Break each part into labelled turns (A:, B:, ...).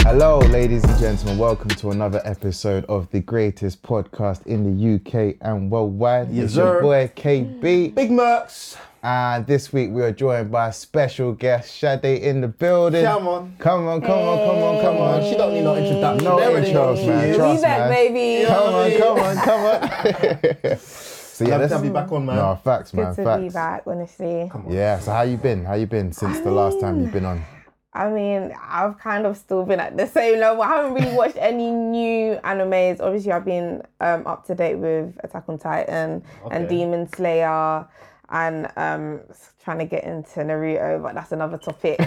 A: Hello, ladies and gentlemen. Welcome to another episode of the greatest podcast in the UK and worldwide.
B: Yes,
A: it's your
B: sir.
A: boy KB.
B: Big Mercs.
A: And this week we are joined by special guest Shade in the building.
B: Come on.
A: Come on, come on, come on, come on.
B: She don't need no introduction.
A: No
B: They already know
A: intros,
B: who
A: man.
B: she is.
A: Trust,
C: We back,
A: man.
C: baby.
B: Yeah.
A: Come on, come on, come on. so
B: Love
A: that's
B: to have you back on, man.
A: No, facts, man.
C: Good to
A: facts.
C: be back, honestly.
A: Yeah. So how you been? How you been since the last time you've been on?
C: I mean, I've kind of still been at the same level. I haven't really watched any new animes. Obviously, I've been um, up to date with Attack on Titan
B: Okay.
C: and Demon Slayer and um, s- trying to get into Naruto, but that's another topic.
B: You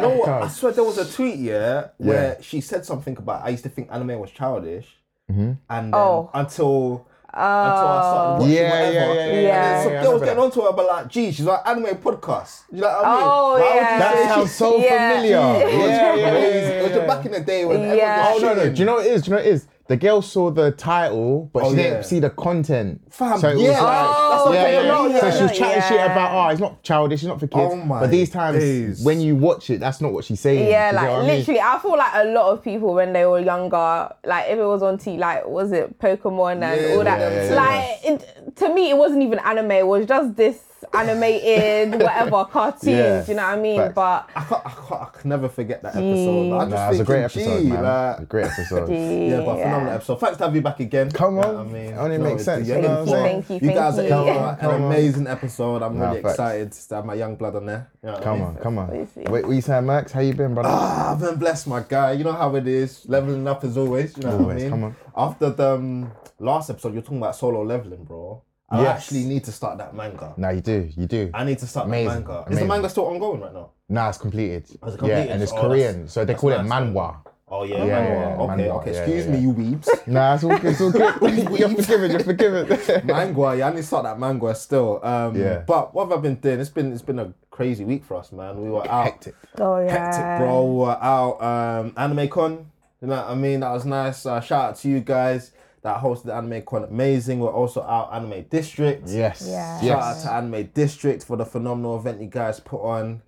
B: know what? I swear there was a tweet, yeah, where she said something about I used to think anime was childish.
A: Mm-hmm.
B: And um,
C: Oh.
B: until. Until I started watching
A: Oh. Yeah,
B: whatever.
A: yeah, yeah, yeah,
C: yeah,
B: And then some
C: yeah,
A: I
B: girl was
A: remember
B: getting
A: that.
B: onto her, but like, gee, she's like anime podcast. You know what I mean?
C: Oh,
B: Why would you
C: yeah.
A: That
B: say
A: sounds
B: she's-
A: so
C: Yeah.
A: familiar.
B: It was
A: Yeah, yeah, yeah, yeah,
B: crazy. It was
A: yeah.
B: just back in the day when everyone
C: Yeah.
B: was
C: Oh,
A: No, no.
B: shooting.
A: Do you know what it is? Do you know what it is? The girl saw the title, but
B: Oh,
A: she
B: yeah.
A: didn't see the content.
B: Fam,
A: so it was
B: yeah. Oh,
A: like,
B: That's what
A: yeah,
B: I'm saying.
A: yeah.
B: No,
A: So
B: yeah.
A: she was chatting shit
C: Yeah.
A: about, oh, it's not childish, it's not for kids.
B: Oh my
A: but these times,
B: days.
A: when you watch it, that's not what she's saying.
C: Yeah,
A: Do you get what I
C: like
A: mean?
C: literally, I feel like a lot of people when they were younger, like if it was on T, like was it Pokemon and
B: Yeah,
C: all that,
A: yeah, yeah,
C: like It, to me it wasn't even anime, it was just this animated whatever cartoons.
A: Yeah.
C: You know what I mean?
A: Facts.
C: But
B: I, can't, I, can't, I can never forget that episode.
C: Mm.
B: Like, I'm
A: Nah,
B: just
A: it was a great
B: thinking,
A: episode,
B: gee,
A: man.
B: like-
A: A great episode.
B: Yeah, but phenomenal episode. Thanks to have you back again.
A: Come
B: You know
A: on.
B: what
A: It only
B: No,
A: makes sense,
B: yeah,
A: you know
B: it's
A: what I'm
C: saying? Thank you,
B: You guys
C: thank
B: are
C: you.
B: on
A: Come on.
B: an amazing episode. I'm
A: Nah,
B: really
A: facts.
B: excited to have my young blood on there. You know what I
A: Come
B: mean?
A: on, come on.
C: Obviously.
A: Wait, what you saying, Max? How you been, brother?
B: Ah, I've been blessed, my guy. You know how it is. Leveling up as always. You know what I
A: Always,
B: mean?
A: come on.
B: After the um, last episode, you're talking about solo leveling, bro. I
A: Yes.
B: actually need to start that manga.
A: Nah, you do, you do.
B: I need to start
A: Amazing,
B: that manga. Is
A: amazing.
B: the manga still ongoing right now?
A: Nah, it's completed.
B: Has
A: Yeah,
B: it completed?
A: and it's
B: Oh, that's-
A: Korean, so they
B: that's
A: call it
B: nice.
A: manhwa.
B: Oh yeah,
A: Yeah, yeah, yeah,
B: Okay,
A: manga,
B: okay.
A: yeah,
B: Excuse
A: yeah,
B: me,
A: yeah.
B: you weebs.
A: Nah, it's all good. It's all good. you're forgiven. You're forgiven.
B: Mangua, yeah, I need to start that mangua still. Um,
A: Yeah.
B: But what have I been doing? It's been it's been a crazy week for us, man. We were out
A: Hectic.
C: Oh yeah.
B: hectic, bro. We were out um, anime con. You know what I mean? That was nice. Uh, shout out to you guys that hosted the anime con. Amazing. We're also out anime district.
A: Yes.
C: Yeah.
B: Shout
A: Yes.
B: out to Anime District for the phenomenal event you guys put on,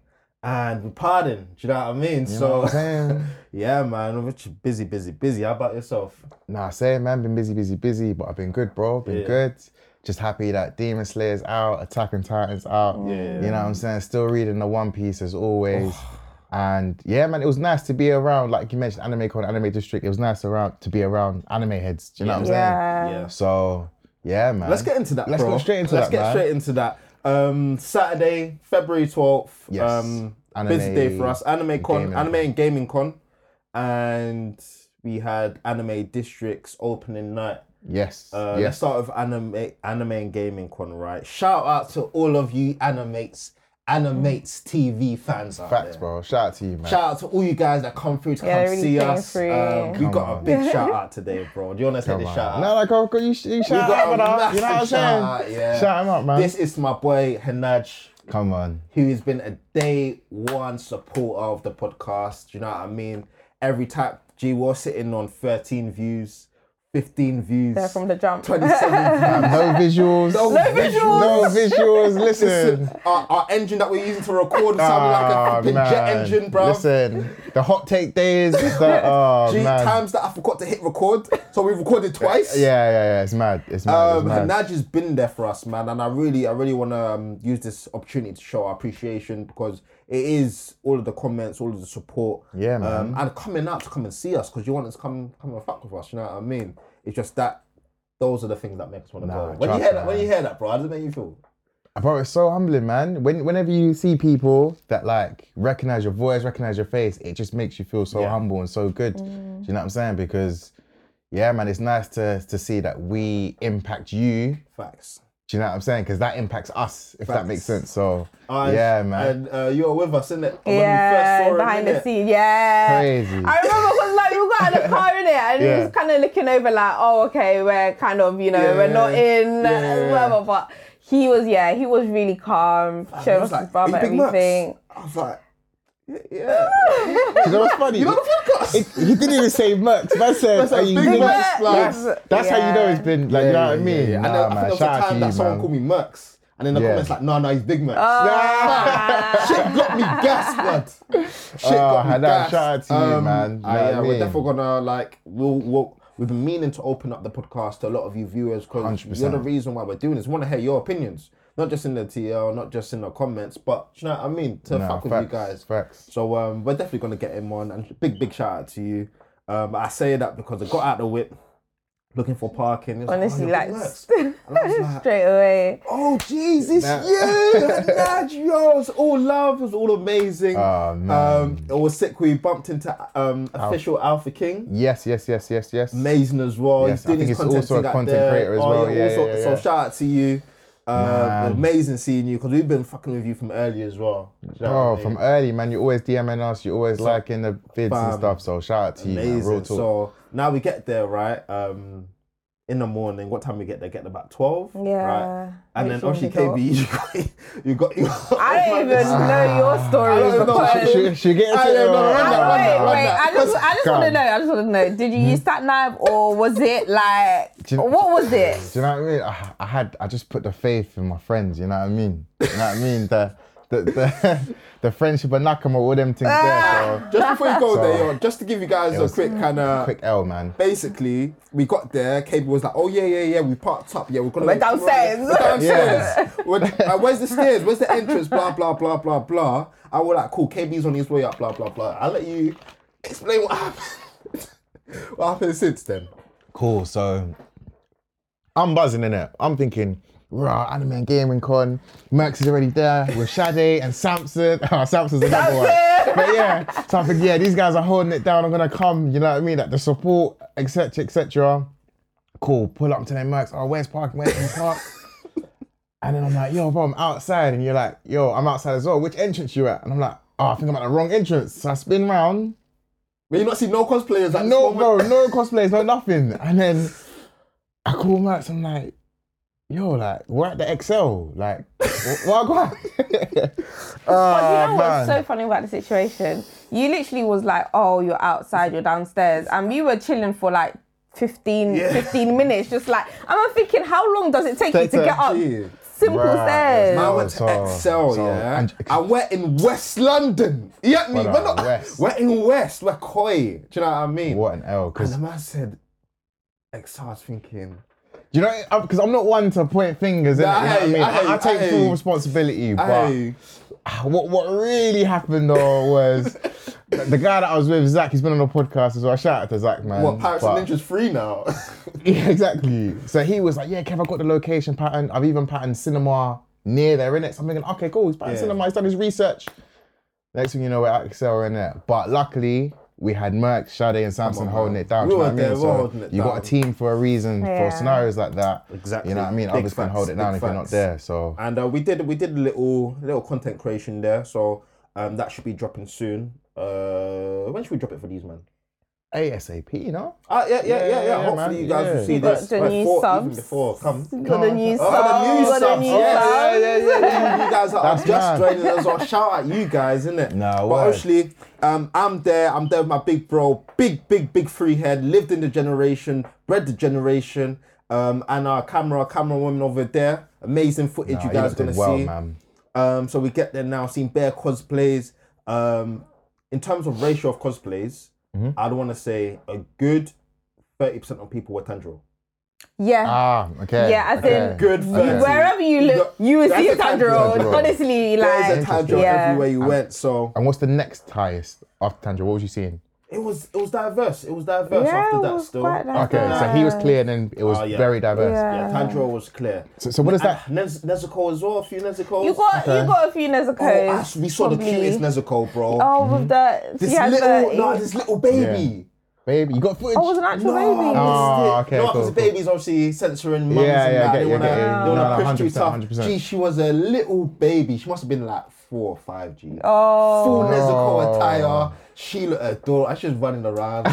B: and we pardon. Do you know what I mean?
A: You know
B: so
A: what I'm saying?
B: yeah, man, we're just busy, busy, busy. How about yourself?
A: Nah, same man. Been busy, busy, busy, but I've been good, bro. Been
B: Yeah.
A: good. Just happy that Demon Slayer's out, Attack on Titan's out.
B: Yeah. Oh.
A: You know what I'm saying? Still reading the One Piece as always. And yeah, man, it was nice to be around, like you mentioned, anime called Anime District. It was nice around to be around anime heads. Do you know what I'm
C: Yeah.
B: Yeah.
A: saying? So yeah, man.
B: Let's get into that.
A: Let's
B: bro.
A: go straight into
B: Let's
A: that.
B: get
A: man.
B: straight into that. Um, Saturday, February twelfth.
A: Yes.
B: Um,
A: Anime,
B: busy day for us. Anime con,
A: gaming
B: anime
A: con.
B: and gaming con, and we had anime districts opening night.
A: Yes.
B: Uh, Let's
A: yes.
B: start with anime, anime and gaming con. Right. Shout out to all of you animates, animates TV fans out
A: Facts,
B: there.
A: bro. Shout out to you, man.
B: Shout out to all you guys that come through to
C: Yeah,
B: come
C: they really
B: see
C: came
B: us.
C: through.
B: Um, we
A: Come
B: got
A: on.
B: a big shout out today, bro. Do you want to say the
A: Come on.
B: shout out?
A: No, like, oh, you, sh- you
B: We
A: shout
B: got
A: him out.
B: a
A: You know what I'm
B: massive
A: saying?
B: shout out, yeah.
A: Shout him out, man.
B: This is my boy Hanaj,
A: Come on.
B: who has been a day one supporter of the podcast. Do you know what I mean? Every tap G was sitting on 13 views, 15 views,
C: They're from the jump.
B: 27 views.
A: Um, no visuals. no
C: visuals.
A: No visuals. Listen.
B: Listen, Our, our engine that we're using to record sounded
A: Ah,
B: like a flipping jet
A: man.
B: engine, bro.
A: Listen, the hot take days. It's the, oh,
B: G
A: man.
B: times that I forgot to hit record, so we recorded twice.
A: Yeah, yeah, yeah. It's mad. It's mad.
B: Um,
A: it's mad.
B: Hanaj has been there for us, man, and I really, I really want to um, use this opportunity to show our appreciation because it is all of the comments, all of the support,
A: Yeah, man.
B: um, and coming out to come and see us because you want us to come, come and fuck with us. You know what I mean? It's just that those are the things that make us want to
A: Nah,
B: go. When you
A: trust
B: hear
A: me,
B: that, when you hear that, bro, how does it make you feel?
A: Bro, it's so humbling, man. When whenever you see people that like recognize your voice, recognize your face, it just makes you feel so
B: Yeah.
A: humble and so good. Do you know what I'm saying? Because yeah, man, it's nice to to see that we impact you.
B: Facts.
A: Do you know what I'm saying? Because that impacts us, if that makes
B: Facts.
A: sense. So
B: Uh,
A: yeah, man.
B: And uh, you were with us, innit? When we first
C: Yeah,
B: saw him,
C: behind the
B: innit?
C: scenes. Yeah.
A: Crazy.
C: I remember because like we got in the car in it and
A: Yeah.
C: he was kind of looking over like, oh okay, we're kind of you know we're
B: Yeah.
C: not in uh,
B: Yeah, yeah,
C: whatever, but he was yeah he was really calm,
B: And I
C: showed
B: was
C: us his
B: like,
C: brother
B: "Are you Big Macs?"
C: everything.
B: I was like, yeah.
A: You know what's funny?
B: You know the podcast.
A: It- he didn't even say Mercs. Man said,
B: That's a
A: "Are you
B: big
A: Mercs?"
B: Mercs, like-
A: That's, that's how you know
C: Yeah.
A: it's been, like, you know what I mean?
B: And
A: Nah,
B: I
A: man,
B: think there was a
A: shout out
B: time
A: to you,
B: that someone
A: man.
B: called me Mercs. And in the
A: Yeah.
B: comments, like, no, no, he's big man.
C: Oh. Ah.
B: Shit got me gassed, blood. Shit
A: Ah,
B: got me
A: Haddad,
B: gassed.
A: shout out to you, man. You
B: ah,
A: know what I
B: yeah, we're
A: mean?
B: definitely gonna like we'll, we'll we've been meaning to open up the podcast to a lot of you viewers because you're
A: 100%.
B: the reason why we're doing this. We want to hear your opinions, not just in the TL, not just in the comments, but you know what I mean to
A: Nah,
B: fuck with you guys.
A: Facts.
B: So um, we're definitely gonna get him on, and big big shout out to you. Um, I say that because I got out the whip looking for parking. It was
C: Honestly,
B: like,
C: like,
B: oh, your book works. and I was like,
C: straight away.
B: Oh Jesus,
A: Nah.
B: you, Haddad, yo, it was all Oh, love, it was all amazing.
A: Oh, man.
B: um, it was sick. We bumped into um, official Alpha King,
A: yes, yes, yes, yes, yes.
B: amazing as well.
A: Yes,
B: He's doing
A: I think
B: his
A: he's
B: content
A: also a
B: thing out
A: content
B: there.
A: creator as
B: Oh,
A: well. Yeah,
B: also-
A: yeah, yeah.
B: So shout out to you. Uh,
A: Man.
B: amazing seeing you because we've been fucking with you from early as well. Do you know
A: Oh,
B: what I mean?
A: from early, man. You're always DMing us. You're always liking the vids
B: fam,
A: and stuff. So shout out to you, man. Real
B: amazing.
A: talk.
B: So now we get there, right? Um, in the morning, what time we get there? Get there about twelve, right?
C: Yeah.
B: And then
C: Literally
B: obviously
C: got-
B: KB, you got, you got, you got
C: I don't even know your
B: I
C: story
B: don't know.
A: Should-
C: because.
A: should, should we get into
B: I
A: it
B: don't
A: or-
B: know. Run that, run
C: Wait,
B: that, run
C: wait.
B: that.
C: I just, I just
A: Come.
C: want to know. I just want to know. Did you use
A: Mm-hmm.
C: that knife or was it like
A: Do you-
C: what was it?
A: Do you know what I mean? I, I had I just put the faith in my friends. You know what I mean? You know what I mean? The the the, the friendship and nakama, all them things there. So
B: Just before we go there,
A: So-
B: yo, just to give you guys a
A: was
B: quick kind of
A: quick L, man.
B: basically, we got there. Cable was like, "Oh yeah, yeah, yeah. We parked up. Yeah, we're gonna
C: We're
B: make sure
C: downstairs.
B: We're downstairs. We're- uh, where's the stairs? Where's the entrance? Blah blah blah blah blah." I was like, "Cool, KB's on his way up. Blah blah blah." I'll let you explain what happened. what happened since then?
A: Cool. So I'm buzzing in it. I'm thinking, rah, anime and gaming con. Merx is already there with Shade and Samson. Oh, Samson's another one.
C: Samson!
A: But yeah, so I think, yeah, these guys are holding it down. I'm gonna come. You know what I mean? Like the support, etc., etc. Cool. Pull up to their Mercs. Oh, where's parking? Where's the park? And then I'm like, yo, bro, I'm outside. And you're like, yo, I'm outside as well. Which entrance you at? And I'm like, oh, I think I'm at the wrong entrance. So I spin round.
B: But you not see no cosplayers. Like,
A: No, bro, no cosplays, no nothing. And then I call Max, I'm like, yo, like, we're at the XL. Like, wh- what what?
B: Ah,
C: But do you know
A: Ah, man.
C: what's so funny about the situation? You literally was like, oh, you're outside, you're downstairs. And we were chilling for like 15, 15 minutes, just like, and I'm thinking, how long does it take
A: Take
C: you
A: to-
C: to get up
B: Yeah.
C: simple
A: Bruh,
C: stairs?
B: Man
A: No,
B: went to
A: so-
B: Excel,
A: so-
B: yeah.
A: and-
B: and we're in West London. You get me?
A: Brother,
B: We're not.
A: West.
B: We're in West. We're coy. Do you know what I mean?
A: What an L.
B: And
A: Because,
B: the man said, Exar's thinking,
A: you know, because I'm not one to point fingers, innit?
B: Nah, I hear
A: you
B: you,
A: know what
B: I
A: I mean?
B: hear
A: I, I
B: you,
A: take
B: I hear
A: full
B: you.
A: responsibility, but
B: hey,
A: Ah, what what really happened though was the the guy that I was with, Zach, he's been on the podcast as well. Shout out to Zach, man.
B: what, Pirates
A: But-
B: and Ninjas free now?
A: Yeah, exactly. So he was like, Yeah, Kev, I got the location pattern. I've even patterned cinema near there, innit? So I'm thinking, okay, cool, he's patterned
B: Yeah.
A: cinema, he's done his research. Next thing you know, we're at Excel, innit? But luckily, we had Merck, Sade, and Samson
B: on,
A: holding
B: man.
A: it down.
B: We
A: do you know
B: were
A: what I
B: there,
A: mean?
B: we were
A: So
B: holding it
A: you got
B: down.
A: a team for a reason
C: Yeah.
A: for scenarios like that.
B: Exactly.
A: You know what I mean?
B: Big
A: Others can
B: facts,
A: hold it down
B: big
A: if you're not
B: facts.
A: there. So
B: and uh, we did we did a little little content creation there, so um, that should be dropping soon. Uh, when should we drop it for these man?
A: ASAP, you know?
B: Ah, yeah, yeah, yeah,
A: Yeah,
B: yeah.
A: yeah,
B: Hopefully
A: man,
B: you guys
A: yeah.
B: will see
A: We
C: got
B: this
C: the
B: like,
C: new
B: before, even
C: subs.
B: before. Come.
C: Got the new
B: Oh, the new
C: song, got the
B: subs,
C: new
B: yes.
C: song.
A: yeah, yeah, yeah.
B: you guys are
A: That's mad.
B: just joining us. Well, shout out you guys, innit?
A: Nah,
B: but
A: word.
B: actually, um, I'm there. I'm there with my big bro, big, big, big free head. Lived in the generation, bred the generation, um, and our camera, camera woman over there. Amazing footage
A: Nah,
B: you
A: you
B: guys
A: lot
B: gonna
A: did well,
B: see.
A: man.
B: Um, so we get there now, seeing bare cosplays. Um, in terms of ratio of cosplays,
A: Mm-hmm.
B: I'd want to say a good thirty percent of people were Tanjiro.
C: Yeah.
A: Ah, okay.
C: Yeah, I
A: okay.
C: think-
B: Good thirty.
C: Wherever you
B: You
C: look,
B: got-
C: you will
B: that's
C: see
B: a
C: a Tanjiro.
A: Tanjiro.
C: Honestly,
B: There is a
C: like,
B: Tanjiro
C: yeah.
B: everywhere you went. So
A: And what's the next highest after Tanjiro? What was you seeing?
B: It was it was diverse. It was diverse
C: Yeah,
B: after
C: it
B: that
C: was
B: still.
C: quite diverse.
A: Okay, so he was clear, and then it was
B: Oh, yeah.
A: very diverse.
C: Uh, Yeah.
B: Yeah, Tanjiro was clear.
A: So, so what is that?
B: Nez- Nezuko as well, a few Nezuko.
C: You got, you
A: Okay.
C: got a few
B: oh,
C: Nezuko's.
B: ass, we saw the
C: probably.
B: cutest Nezuko, bro.
C: Oh, with the
B: this
C: she had
B: little
C: the-
B: no, this little baby.
A: Baby, you got footage?
C: Oh, it was an actual
B: No,
C: baby.
A: Oh,
B: I missed it.
A: okay,
B: no,
A: cool,
B: because the
A: cool.
B: baby's obviously censoring mums
A: Yeah,
B: and
A: yeah,
B: that.
A: I get
B: they
A: you,
B: wanna,
A: I get you.
B: they
A: No, no,
B: wanna push too
A: 100%,
B: tough.
A: 100%.
B: Gee, she was a little baby. She must have been like four or five. G.
C: Oh.
B: Full Nezuko
A: No.
B: attire. She looked adorable. I was running around. uh,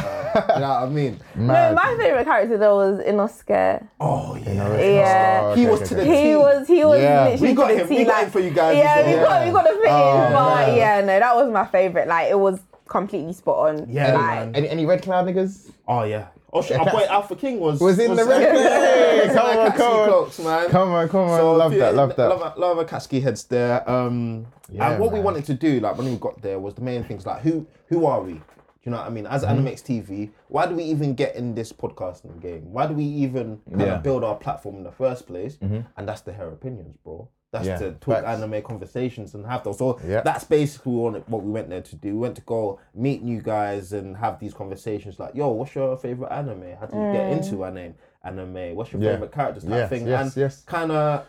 B: you know what I mean?
C: No, my favorite character though was Inosuke.
B: Oh yeah.
C: Yeah.
B: He was to the
C: He
B: Tea.
C: was he was
A: Yeah.
C: literally
B: We got
C: to the
B: him-
C: T,
B: we got
C: like-
B: him for you guys
C: Yeah,
B: as
C: we
B: well.
C: got we got the fitting,
A: Oh,
C: but
A: man.
C: yeah, no, that was my favorite. Like it was completely spot on.
B: Yeah,
C: like,
B: man.
A: Any, any red cloud niggas?
B: Oh yeah. Oh, shit, our boy Alpha King was
A: Was in the record. Hey, come on,
B: Katsuki
A: come on.
B: Cloaks, man.
A: Come on, come on.
B: So
A: love,
B: if you-
A: that, love that,
B: Love, love our Katsuki heads there. Um,
A: Yeah,
B: and what we
A: man.
B: wanted to do, like when we got there, was the main things like who who are we? Do you know what I mean? As
A: Mm-hmm.
B: Animex TV, why do we even get in this podcasting game? Why do we even kind
A: Yeah. Mm-hmm.
B: of build our platform in the first place? And that's the hair opinions, bro. That's
A: Yeah,
B: to talk
A: facts.
B: anime conversations and have those. So
A: Yeah.
B: that's basically what it- what we went there to do. We went to go meet new guys and have these conversations like, yo, what's your favorite anime? How did you get into anime? Anime, what's your
A: Mm. Yeah.
B: favorite characters? Type
A: Yes,
B: thing,
A: yes,
B: and
A: yes.
B: kind of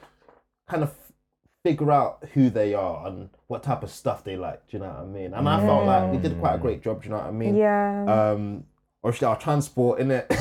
B: kind of figure out who they are and what type of stuff they like. Do you know what I mean? And I felt like we did quite a
A: Mm.
B: great job. Do you know what I mean?
C: Yeah.
B: Um, obviously our transport in it,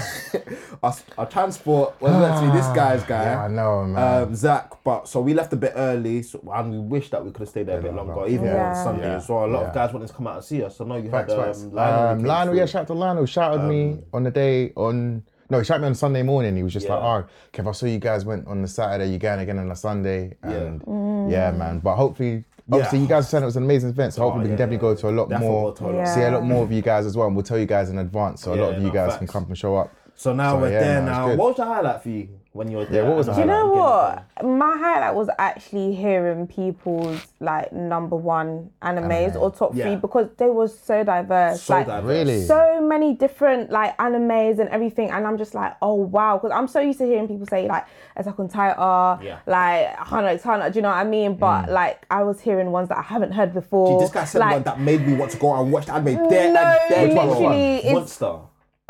B: our, our transport was actually this guy's guy.
A: Yeah, I know, man.
B: Um, Zach, but so we left a bit early, so, and we wish that we could have stayed there a bit longer, even
C: Yeah.
B: on Sunday
A: Yeah.
B: as well. A lot
A: Yeah.
B: of guys wanted to come out and see us, so no, you
A: Facts,
B: had um,
A: facts.
B: Lionel who
A: Um,
B: came
A: Lionel, yeah,
B: through.
A: shout out to Lionel. Shouted
B: Um,
A: me on the day on. No, he shouted me on Sunday morning. He was just
B: Yeah.
A: like, "Oh, Kev, I saw you guys went on the Saturday. You going again on the Sunday?" And yeah, man. But hopefully, obviously,
B: Yeah. Oh,
A: you guys said it was an amazing event. So hopefully, we can
B: yeah,
A: definitely
B: yeah,
A: go to a lot
B: Definitely
A: more.
B: go to a lot.
A: See a
C: Yeah.
A: lot more of you guys as well, and we'll tell you guys in advance, so a
B: Yeah,
A: lot of
B: no,
A: you guys can
B: facts.
A: come and show up.
B: So now we're
A: yeah,
B: there
A: man, it's
B: now.
A: good.
B: What was the highlight for you when you were there?
A: what was the
B: Do
C: Do you know
A: highlight?
C: what? My highlight was actually hearing people's like number one animes or top
B: Yeah.
C: three because they were so diverse.
B: So
C: like,
B: diverse.
A: Really?
C: So many different like animes and everything, and I'm just like, oh wow, because I'm so used to hearing people say like Attack on Titan,
B: Yeah. Mm.
C: like Hunter x Hunter. Do you know what I mean? But like, I was hearing ones that I haven't heard before.
B: This guy said
C: like,
B: one that made me want to go and watch the anime there
C: No,
B: and there.
C: Which one,
B: bro.
C: literally, it's-
B: Monster.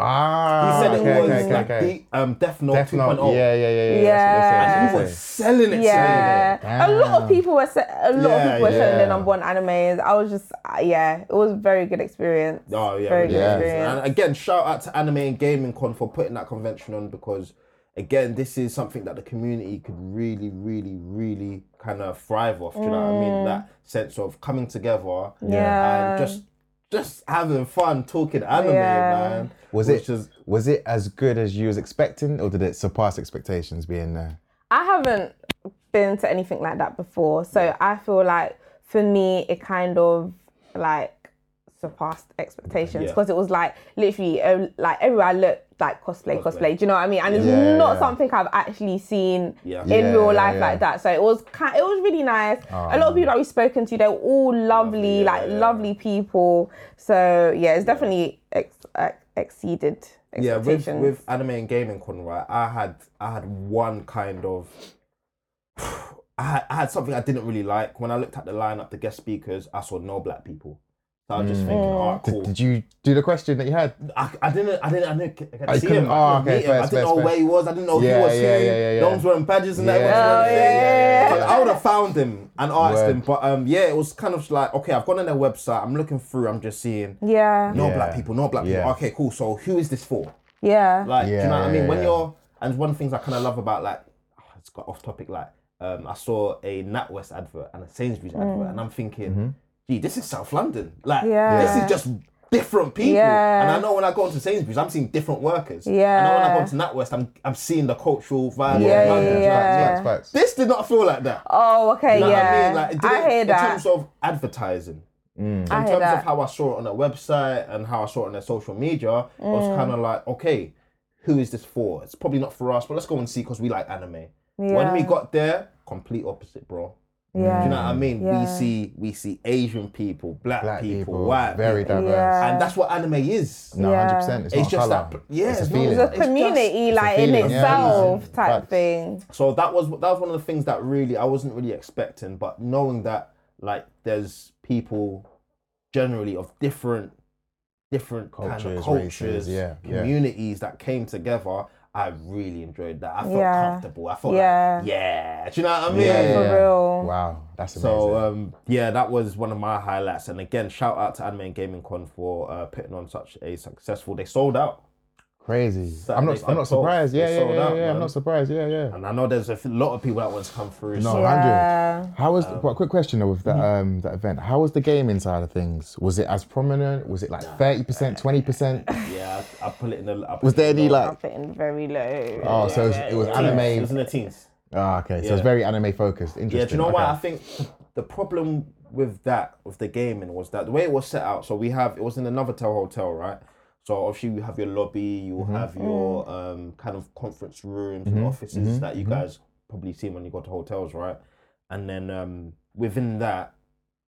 B: He
A: Ah,
B: said
A: okay,
B: it was
A: okay, okay,
B: like
A: okay.
B: the um, Death Note
A: Death Note,
B: 2.0.
A: Yeah, yeah, yeah, yeah.
C: Yeah.
A: That's
B: And
A: what
B: he
A: they
B: was
A: say.
B: selling it.
C: yeah, a lot
A: Damn.
C: of people were se- a lot of
B: Yeah,
C: people were
A: yeah.
C: selling their number one animes. I was just uh, yeah, it was a very good experience.
B: Oh yeah,
C: very
B: really.
C: good
A: yeah.
C: experience.
B: And again, shout out to Anime and Gaming Con for putting that convention on because again, this is something that the community could really, really, really kind of thrive off. Do you know what I mean? That sense of coming together
C: Mm. Yeah.
B: and just just having fun talking anime,
C: Yeah.
B: man.
A: Was
B: Which
A: it
B: is-
A: was it as good as you was expecting, or did it surpass expectations being there?
C: I haven't been to anything like that before, so I feel like for me it kind of like surpassed expectations
B: Yeah.
C: because it was like literally uh, like everywhere I looked like cosplay, cosplay. Do you know what I mean? And it's
A: Yeah,
C: not
A: yeah.
C: something I've actually seen
B: Yeah.
C: in
A: Yeah,
C: real
A: yeah, yeah.
C: life
A: Um,
C: like that. So it was kind, it was really nice. a lot of people that we've spoken to, they were all lovely,
B: Lovely, yeah,
C: like
B: yeah.
C: lovely people. So yeah, it's definitely ex- uh, exceeded
B: yeah, with,
C: expectations.
B: with anime and gaming con, right? I had I had one kind of I had, I had something I didn't really like. When I looked at the lineup, the guest speakers, I saw no black people. So I was
A: Mm.
B: just thinking, alright, cool.
A: Did you do the question that you had?
B: I, I didn't, I didn't, I didn't, I
A: Oh, you
B: see
A: couldn't-
B: him.
A: oh,
B: I, couldn't
A: okay,
B: meet him. I
A: fair,
B: didn't know
A: fair,
B: where he was. I didn't know
A: Yeah,
B: who was
A: yeah,
B: who.
A: yeah, yeah, yeah.
B: No one's wearing badges and that.
A: Yeah,
B: was
A: Oh, yeah, yeah, yeah, yeah.
B: I would have found him and asked
A: Word.
B: him. But um, yeah, it was kind of like, okay, I've gone on their website. I'm looking through. I'm just seeing
C: yeah,
B: no
A: Yeah.
B: black people, no black people.
A: Yeah.
B: Okay, cool. So who is this for?
C: yeah.
B: Like, do you know what I
A: Yeah,
B: mean? When
A: yeah.
B: you're, and one of the things I kind of love about, like, oh, it's got off topic, like, um, I saw a NatWest advert and a Sainsbury's advert,
C: Mm.
B: and I'm thinking,
A: Mm-hmm.
B: gee, this is South London. Like, this
C: Yeah.
B: is just different people.
C: Yeah.
B: And I know when I go into Sainsbury's, I'm seeing different workers. And I know when I
C: Yeah.
B: go into NatWest, I'm, I'm seeing the cultural vibe.
C: Yeah,
B: of
C: yeah,
B: London. Do you know what I mean?
A: Facts,
C: yeah.
A: facts, facts.
B: This did not feel like that.
C: Oh, okay,
B: You know
C: yeah.
B: what I
C: I,
B: mean? Like, it didn't-
C: hear
B: in
C: that.
B: terms of advertising,
A: Mm.
B: in
C: I hear
B: terms of
C: that.
B: how I saw it on their website and how I saw it on their social media, I
C: Mm.
B: was kind of like, okay, who is this for? It's probably not for us, but let's go and see because we like anime. When
C: Yeah.
B: we got there, complete opposite, bro.
C: yeah.
B: Do you know what I mean? We
C: Yeah.
B: see we see Asian people, black,
A: Black
B: people,
A: people,
B: white
A: very
B: people.
A: diverse.
C: Yeah.
B: and that's what anime is.
A: No,
C: Yeah.
A: hundred percent. It's,
B: It's
A: not
B: just
A: a color.
B: that, yeah,
A: it's a
B: it's not-
A: feeling.
B: it's a-
A: It's
C: community,
A: a
C: like in
A: feeling, yeah,
C: itself,
A: yeah.
C: type
A: Facts.
C: thing.
B: So that was that was one of the things that really I wasn't really expecting, but knowing that like there's people generally of different different kind of
A: Cultures,
B: cultures,
A: races, yeah, yeah.
B: communities that came together, I really enjoyed that. I felt
C: Yeah.
B: comfortable. I felt
C: Yeah.
B: like, yeah. Do you know what I mean?
A: yeah,
C: For
A: yeah.
C: real.
A: Wow, that's amazing.
B: So um, yeah, that was one of my highlights. And again, shout out to Anime and Gaming Con for uh, putting on such a successful. They sold out.
A: Crazy. I'm
B: Saturday,
A: not. I'm
B: September
A: not surprised. Yeah,
B: they
A: yeah,
B: sold
A: yeah.
B: out,
A: yeah. I'm
B: man. Um,
A: not surprised. Yeah, yeah.
B: And I know there's a f- lot of people that want to come through.
A: No,
B: so-
C: Yeah.
A: hundred. How was?
B: um,
A: but quick question though, with
B: mm-hmm.
A: that um that event, how was the gaming side of things? Was it as prominent? Was it like thirty percent, twenty percent?
B: Yeah, I, I put it in the. I put
A: Was
B: it
A: there
B: in the
A: any
B: low.
A: like?
C: I'm fitting very low.
A: Oh, so it was, it was
B: It
A: anime.
B: was in the teens.
A: Ah, okay. So it's
B: Yeah.
A: very anime focused. Interesting.
B: Yeah, do you know
A: okay.
B: why? I think the problem with that, with the gaming, was that the way it was set out. So we have it was in another hotel, hotel, right? So obviously you have your lobby, you
A: Mm-hmm.
B: have your um, kind of conference rooms and offices
A: Mm-hmm.
B: that you guys probably see when you go to hotels, right? And then um, within that,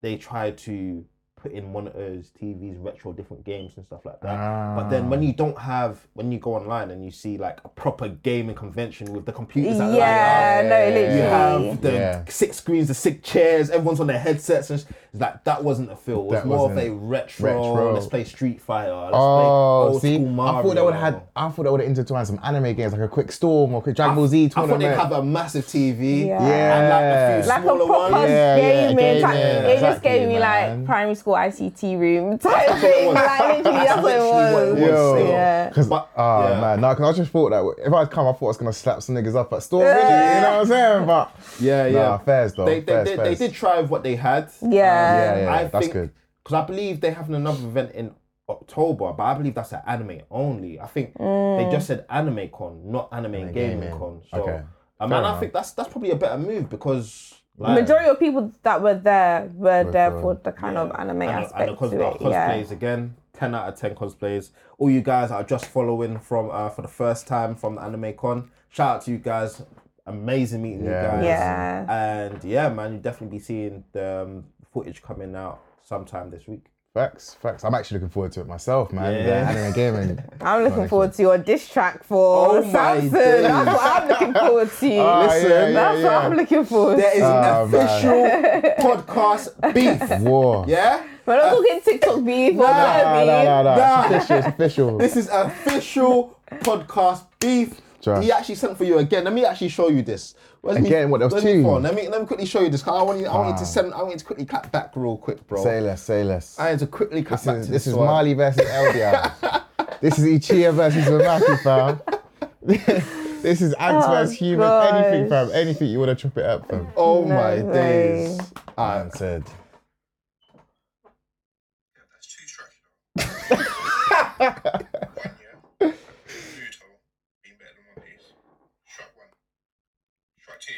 B: they try to put in monitors, TVs, retro different games and stuff like that.
A: Ah.
B: But then when you don't have, when you go online and you see like a proper gaming convention with the computers that
C: Yeah,
B: line up,
C: no,
B: you
C: literally.
B: have the
A: Yeah.
B: six screens, the six chairs, everyone's on their headsets, and it's like that wasn't a feel. It was
A: That
B: more of
A: wasn't
B: a retro,
A: retro.
B: Let's play Street Fighter. Let's play
A: Oh,
B: old
A: see,
B: school Mario.
A: I thought they would have had. I thought they would have intertwined some anime games like a Quick Storm or Quick Dragon Ball Z
B: I thought
A: tournament.
B: they'd have a massive TV.
C: Yeah.
B: And like a
A: Yeah.
B: few
C: Like a
B: smaller
C: proper
B: ones.
A: Yeah, yeah,
C: gaming
A: gaming,
C: type. It just
A: exactly,
C: gave me like
A: man.
C: primary school ICT room type
B: what it
C: thing.
B: was.
C: Like literally, that's what it
B: literally what it
C: was.
B: was.
A: Yo.
B: still.
C: Yeah.
A: Cause,
B: But-
A: oh
B: yeah.
A: man, no, because I just thought that if I'd come, I thought I was gonna slap some niggas up at store. really, You know what I'm saying? But
B: Yeah, yeah.
A: Nah, fairs though.
B: They, they,
A: fairs,
B: they, they
A: fairs.
B: did try with what they had. Um,
C: Yeah.
A: Yeah, yeah,
B: I
A: that's
B: think,
A: good.
B: Because I believe they're having another event in October, but I believe that's an anime only. I think they just said anime con, not anime, gaming,
A: gaming.
B: con. So,
A: Okay.
B: I mean, I think that's that's probably a better move because like,
C: Majority of people that were there were there for the kind of anime
B: and, the- and the
C: aspect
B: cos-
C: to it.
B: uh,
C: Yeah.
B: cosplays again. Ten out of ten cosplays. All you guys that are just following from uh, for the first time from the anime con. Shout out to you guys. Amazing meeting
A: Yeah.
B: you guys.
C: Yeah.
B: And yeah, man, you definitely be seeing the um, footage coming out sometime this week.
A: Facts, facts. I'm actually looking forward to it myself, man.
B: Yeah.
A: The anime gaming.
C: I'm looking forward to your diss track for
B: Oh my
C: Samson.
B: days.
C: That's what I'm looking forward to.
A: Ah,
B: Listen,
A: yeah, yeah,
C: That's
A: yeah.
C: what I'm looking forward
B: There is
C: to.
A: Oh,
B: an
A: man.
B: official podcast beef.
A: War.
B: Yeah?
C: We're not talking TikTok beef
A: Nah,
C: or Twitter
A: nah,
C: beef.
A: nah, nah.
B: Nah.
A: It's official. It's official.
B: This is official podcast beef.
A: Trust.
B: He actually sent for you again. Let me actually show you this. Where's me-
A: Again? What, there was
B: where's me
A: two? Ah.
B: phone? Let me let me quickly show you this. 'cause I want you. I want you to
A: Wow.
B: send. I want you to quickly clap back real quick, bro.
A: say less, say less.
B: I need to quickly clap
A: this
B: back
A: is,
B: to
A: this is
B: one.
A: Marley versus LDR. this is Ichia versus Mamaki, fam. this is ants
C: Oh,
A: versus humans. Anything,
C: gosh.
A: fam. Anything you want to trip it up, fam.
B: Oh my
C: No
B: days.
C: way.
B: Alright,
A: said.
D: Yeah, that's two tracks. one, yeah. Muto, being better than One Piece. Track one. Track two,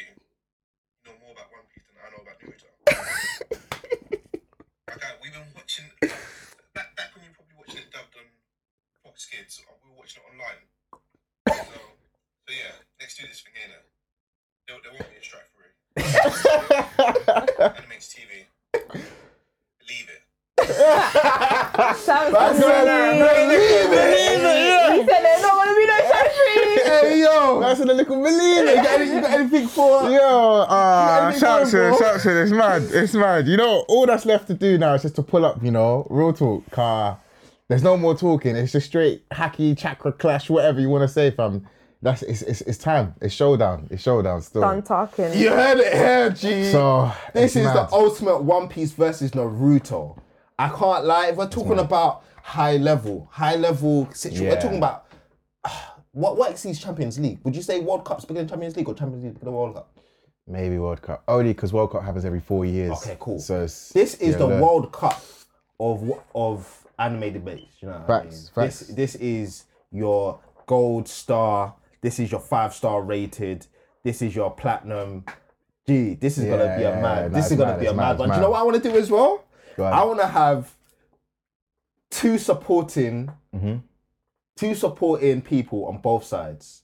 D: you know more about One Piece than I know about Naruto. okay, we've been watching. Back, back when you were probably watching it dubbed on Fox Kids, uh, we were watching it online. So, so yeah, let's do this thing here now. There, there won't be a strike for it. Animates TV. Leave it.
C: Samson,
A: Believe
C: He said there's not going to be no country.
A: Hey yo, that's a little believer. You got, any- you got anything for? Yo, ah,
B: anything shout for him, to- bro?
A: shout to, it's mad, it's mad. You know, all that's left to do now is just to pull up. You know, real talk, car. There's no more talking. It's just straight hacky chakra clash, whatever you want to say, fam. That's it's, it's it's time. It's showdown. It's showdown still.
C: Done talking.
B: you heard it here, G.
A: So it's
B: This is
A: mad.
B: the ultimate One Piece versus Naruto. I can't lie. If we're talking about high level, high level situation, we're
A: Yeah.
B: talking about what what exceeds Champions League. Would you say World Cup's bigger than Champions League or Champions League bigger than World Cup?
A: maybe World Cup only because World Cup happens every four years.
B: Okay, cool.
A: So it's-
B: This is
A: yeah,
B: the
A: look.
B: World Cup of wha- of anime debates. You know what I
A: Facts,
B: mean?
A: facts.
B: This this is your gold star. This is your five star rated. This is your platinum. Gee, this is gonna
A: Yeah,
B: be a
A: yeah,
B: mad.
A: yeah, no,
B: this is
A: it's
B: gonna
A: mad,
B: be a
A: it's
B: mad,
A: mad, it's
B: one. Do you
A: mad.
B: know what I want to do as well?
A: Go on.
B: I want to have two supporting,
A: Mm-hmm.
B: two supporting people on both sides.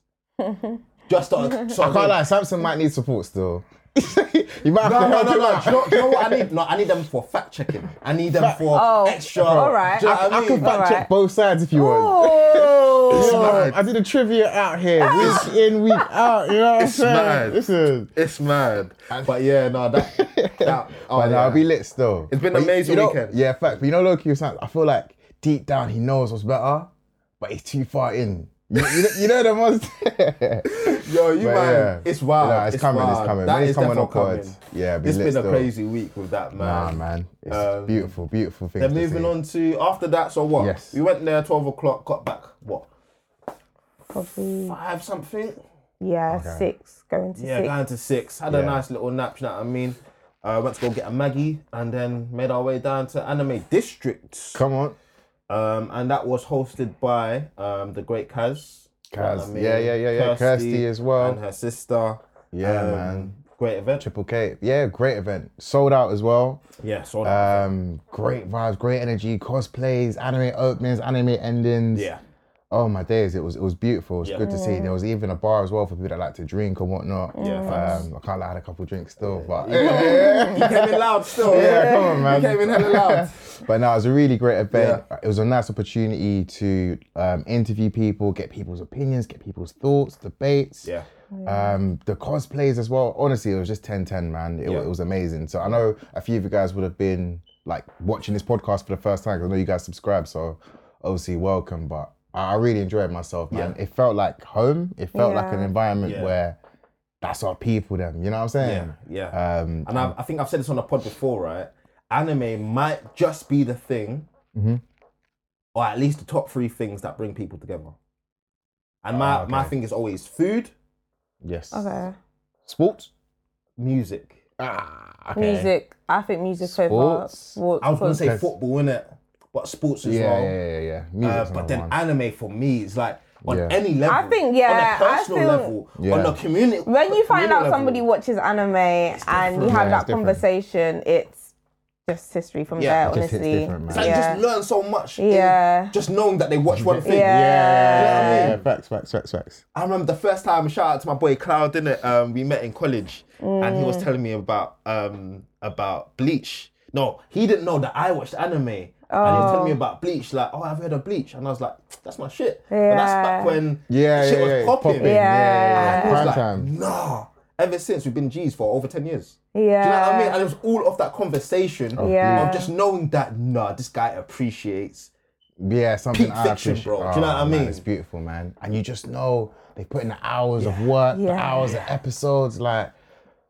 B: Just to, so
A: I can't lie. Samson might need support still. you might have to
B: No,
A: help
B: no, no,
A: him
B: no.
A: out.
B: Do you, know, do you know what I need? No, I need them for fact checking. I need them for
C: Oh,
B: extra.
C: all right.
B: Do you know what I,
A: I,
B: mean?
A: can fact
C: Alright.
A: check both sides if you want.
C: Oh.
A: Yo, I did a trivia out here, week in, week out. You know what I'm saying?
B: mad.
A: Listen,
B: It's mad. But yeah, no, that. that oh,
A: but
B: yeah.
A: I'll be lit still.
B: It's been
A: But
B: an
A: you- you
B: amazing
A: know-
B: weekend.
A: Yeah, fact. But you know, Loki was like, I feel like deep down he knows what's better, but he's too far in. You, you know, you know the most.
B: Yo, you
A: But
B: man,
A: yeah.
B: it's wild.
A: Nah, it's coming, it's
B: wild.
A: coming.
B: That
A: When it's
B: is
A: coming
B: definitely
A: on pod, yeah, be
B: it's
A: lit
B: been a
A: still.
B: crazy week with that man.
A: nah, man, it's
B: Um,
A: beautiful, beautiful thing.
B: Then moving on to after that, so what?
A: Yes.
B: We went there twelve o'clock, got back what
C: Probably,
B: five something.
C: yeah, six. Going to
B: Yeah,
C: six.
B: down to six. Had a
A: Yeah.
B: nice little nap. You know what I mean? Uh, went to go get a Maggie, and then made our way down to Anime District.
A: Come on,
B: Um, and that was hosted by um, the great Kaz.
A: Kaz. Yeah, yeah, yeah, yeah. Kirsty as well.
B: And her sister.
A: Yeah,
B: Um,
A: man.
B: Great event.
A: Triple K. Yeah, great event. Sold out as well.
B: Yeah, sold out.
A: Um, great vibes, great energy, cosplays, anime openings, anime endings.
B: yeah.
A: Oh my days, it was it was beautiful. It was
B: Yeah.
A: good to see. There was even a bar as well for people that like to drink and whatnot.
B: Yeah, facts.
A: Um, I can't lie, I had a couple drinks still, but
B: You came in loud still.
A: Yeah, come on, man.
B: You came in hella loud.
A: but no, it was a really great event. It was a nice opportunity to um, interview people, get people's opinions, get people's thoughts, debates.
B: Yeah.
A: Um, the cosplays as well. Honestly, it was just 10 10, man. It, wa-
B: Yeah.
A: it was amazing. So I know a few of you guys would have been like watching this podcast for the first time 'cause I know you guys subscribe. So obviously, welcome. But I I really enjoyed myself, man. It felt like home. It felt like an
C: Yeah.
A: environment
B: Yeah.
A: where that's our people, them. You know what I'm saying?
B: Yeah, yeah.
A: Um,
B: and I, I think I've said this on the pod before, right? Anime might just be the thing,
A: Mm-hmm.
B: or at least the top three things that bring people together. And my,
A: Ah,
B: my
A: okay.
B: thing is always food,
A: yes.
C: Okay.
A: Sports?
B: music.
A: Ah, okay.
C: Music. I think music so far.
A: Sports.
B: I was going to say
A: Because-
B: football, innit? But sports as
A: Yeah,
B: well.
A: yeah, yeah, yeah.
B: Uh,
A: Music's
B: but
A: number
B: then
A: one.
B: anime for me is like on
A: Yeah.
B: any level.
C: think, yeah,
B: On a
C: I
B: personal
C: think-
B: level, on
A: Yeah.
B: a community.
C: when you find out somebody
B: level,
C: watches anime and you
A: different. Yeah,
C: have that
A: it's different.
C: conversation, it's just history from
B: Yeah,
C: there,
A: it just hits
C: honestly.
A: different, man.
B: it's like you
C: yeah.
B: just learn so much. in
C: Yeah.
B: Just knowing that they watch one thing.
C: Yeah.
A: yeah,
B: Yeah.
A: yeah, facts, facts, facts, facts.
B: I remember the first time, shout out to my boy Cloud, innit? Um, we met in college and he was
C: Mm.
B: telling me about um about Bleach. No, he didn't know that I watched anime. And he was telling me about Bleach, like, oh, I've heard of Bleach. And I was like, that's my shit. And that's
C: Yeah.
B: back when
A: Yeah,
B: shit
A: yeah,
B: was
A: yeah,
B: popping.
A: popping. Yeah,
C: yeah,
B: And he was
A: Prime
B: like,
A: time.
B: nah. Ever since, we've been G's for over 10 years. Do you know what I mean?
C: Yeah.
B: And it was all of that conversation
A: Oh,
C: Yeah.
B: of just knowing that, nah, this guy appreciates.
A: Yeah, something
B: Peak
A: I
B: fiction,
A: appreciate.
B: bro. Do you know what I
A: man,
B: mean?
A: it's beautiful, man. And you just know they put in the hours of work, the
C: Yeah.
A: hours of episodes, like,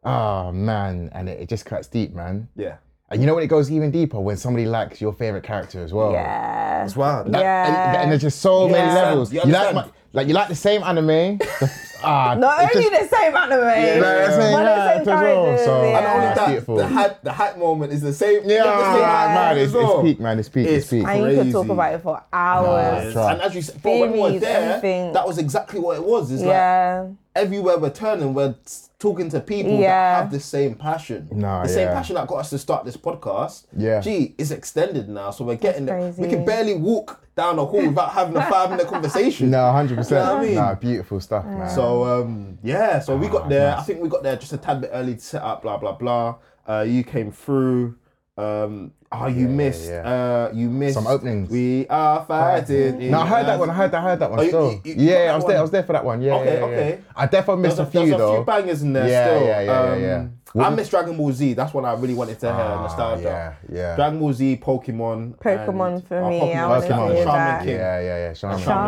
A: oh man, and it, it just cuts deep, man.
B: Yeah.
A: And you know when it goes even deeper when somebody likes your favorite character as well.
C: Yeah.
B: It's wild.
A: That- and,
C: Yeah.
A: and there's just so many
C: Yeah.
A: levels.
B: You
A: You, like
B: understand?
A: my, like you like the same anime. the- ah,
C: Not
A: it
C: only
A: just-
C: the same anime,
A: Yeah, that's what I'm
C: but the
A: saying,
C: same
A: yeah, as well,
C: characters.
A: so-
B: And only
A: That's
B: that,
A: beautiful.
B: the hype, the hype moment is the same.
A: Yeah,
B: the same
A: man,
B: moment
A: it's,
B: as well.
A: it's peak, man. It's peak. It's,
B: It's
A: peak.
C: And you could talk
B: Crazy.
C: about it for hours.
A: Nah, Try.
B: And as you said, bro, when we were
C: Theories,
B: there,
C: everything.
B: that was exactly what it was. It's like
C: yeah.
B: everywhere we're turning, we're s- talking to people
C: Yeah.
B: that have the same passion.
A: Nah,
B: the same
A: yeah.
B: passion that got us to start this podcast.
A: Yeah.
B: Gee, it's extended now, so we're getting there. We
C: crazy.
B: can barely walk down a hall without having a five minute conversation.
A: No, hundred
B: You know what I
A: percent.
B: mean?
A: Nah, beautiful stuff, man.
B: So um, yeah, so we got there. I
A: nice.
B: think we got there just a tad bit early to set up. Blah blah blah. Uh, you came through. Um, oh, you missed.
A: yeah.
B: Uh, you missed
A: Some openings.
B: We are fighting.
A: No, I heard
B: in-
A: that one. I heard that. I heard that one.
B: Oh, you-
A: still.
B: you- you got
A: yeah,
B: that
A: I was there.
B: one?
A: I was there for that one. Yeah.
B: Okay,
A: yeah, yeah.
B: okay.
A: I definitely missed
B: There's
A: a few
B: there's
A: though.
B: a few bangers in there
A: Yeah,
B: still.
A: yeah, yeah, yeah,
B: Um,
A: yeah.
B: I miss Dragon Ball Z. That's one I really wanted to hear. uh, nostalgia.
A: Ah, yeah, yeah.
B: Dragon Ball Z, Pokemon.
C: Pokemon
B: and-
C: for
B: oh,
C: me,
B: Pokemon,
C: I wanna
B: Pokemon,
A: hear
B: Shaman
C: that.
B: King.
A: Yeah, yeah, yeah. Shaman King.
B: Shaman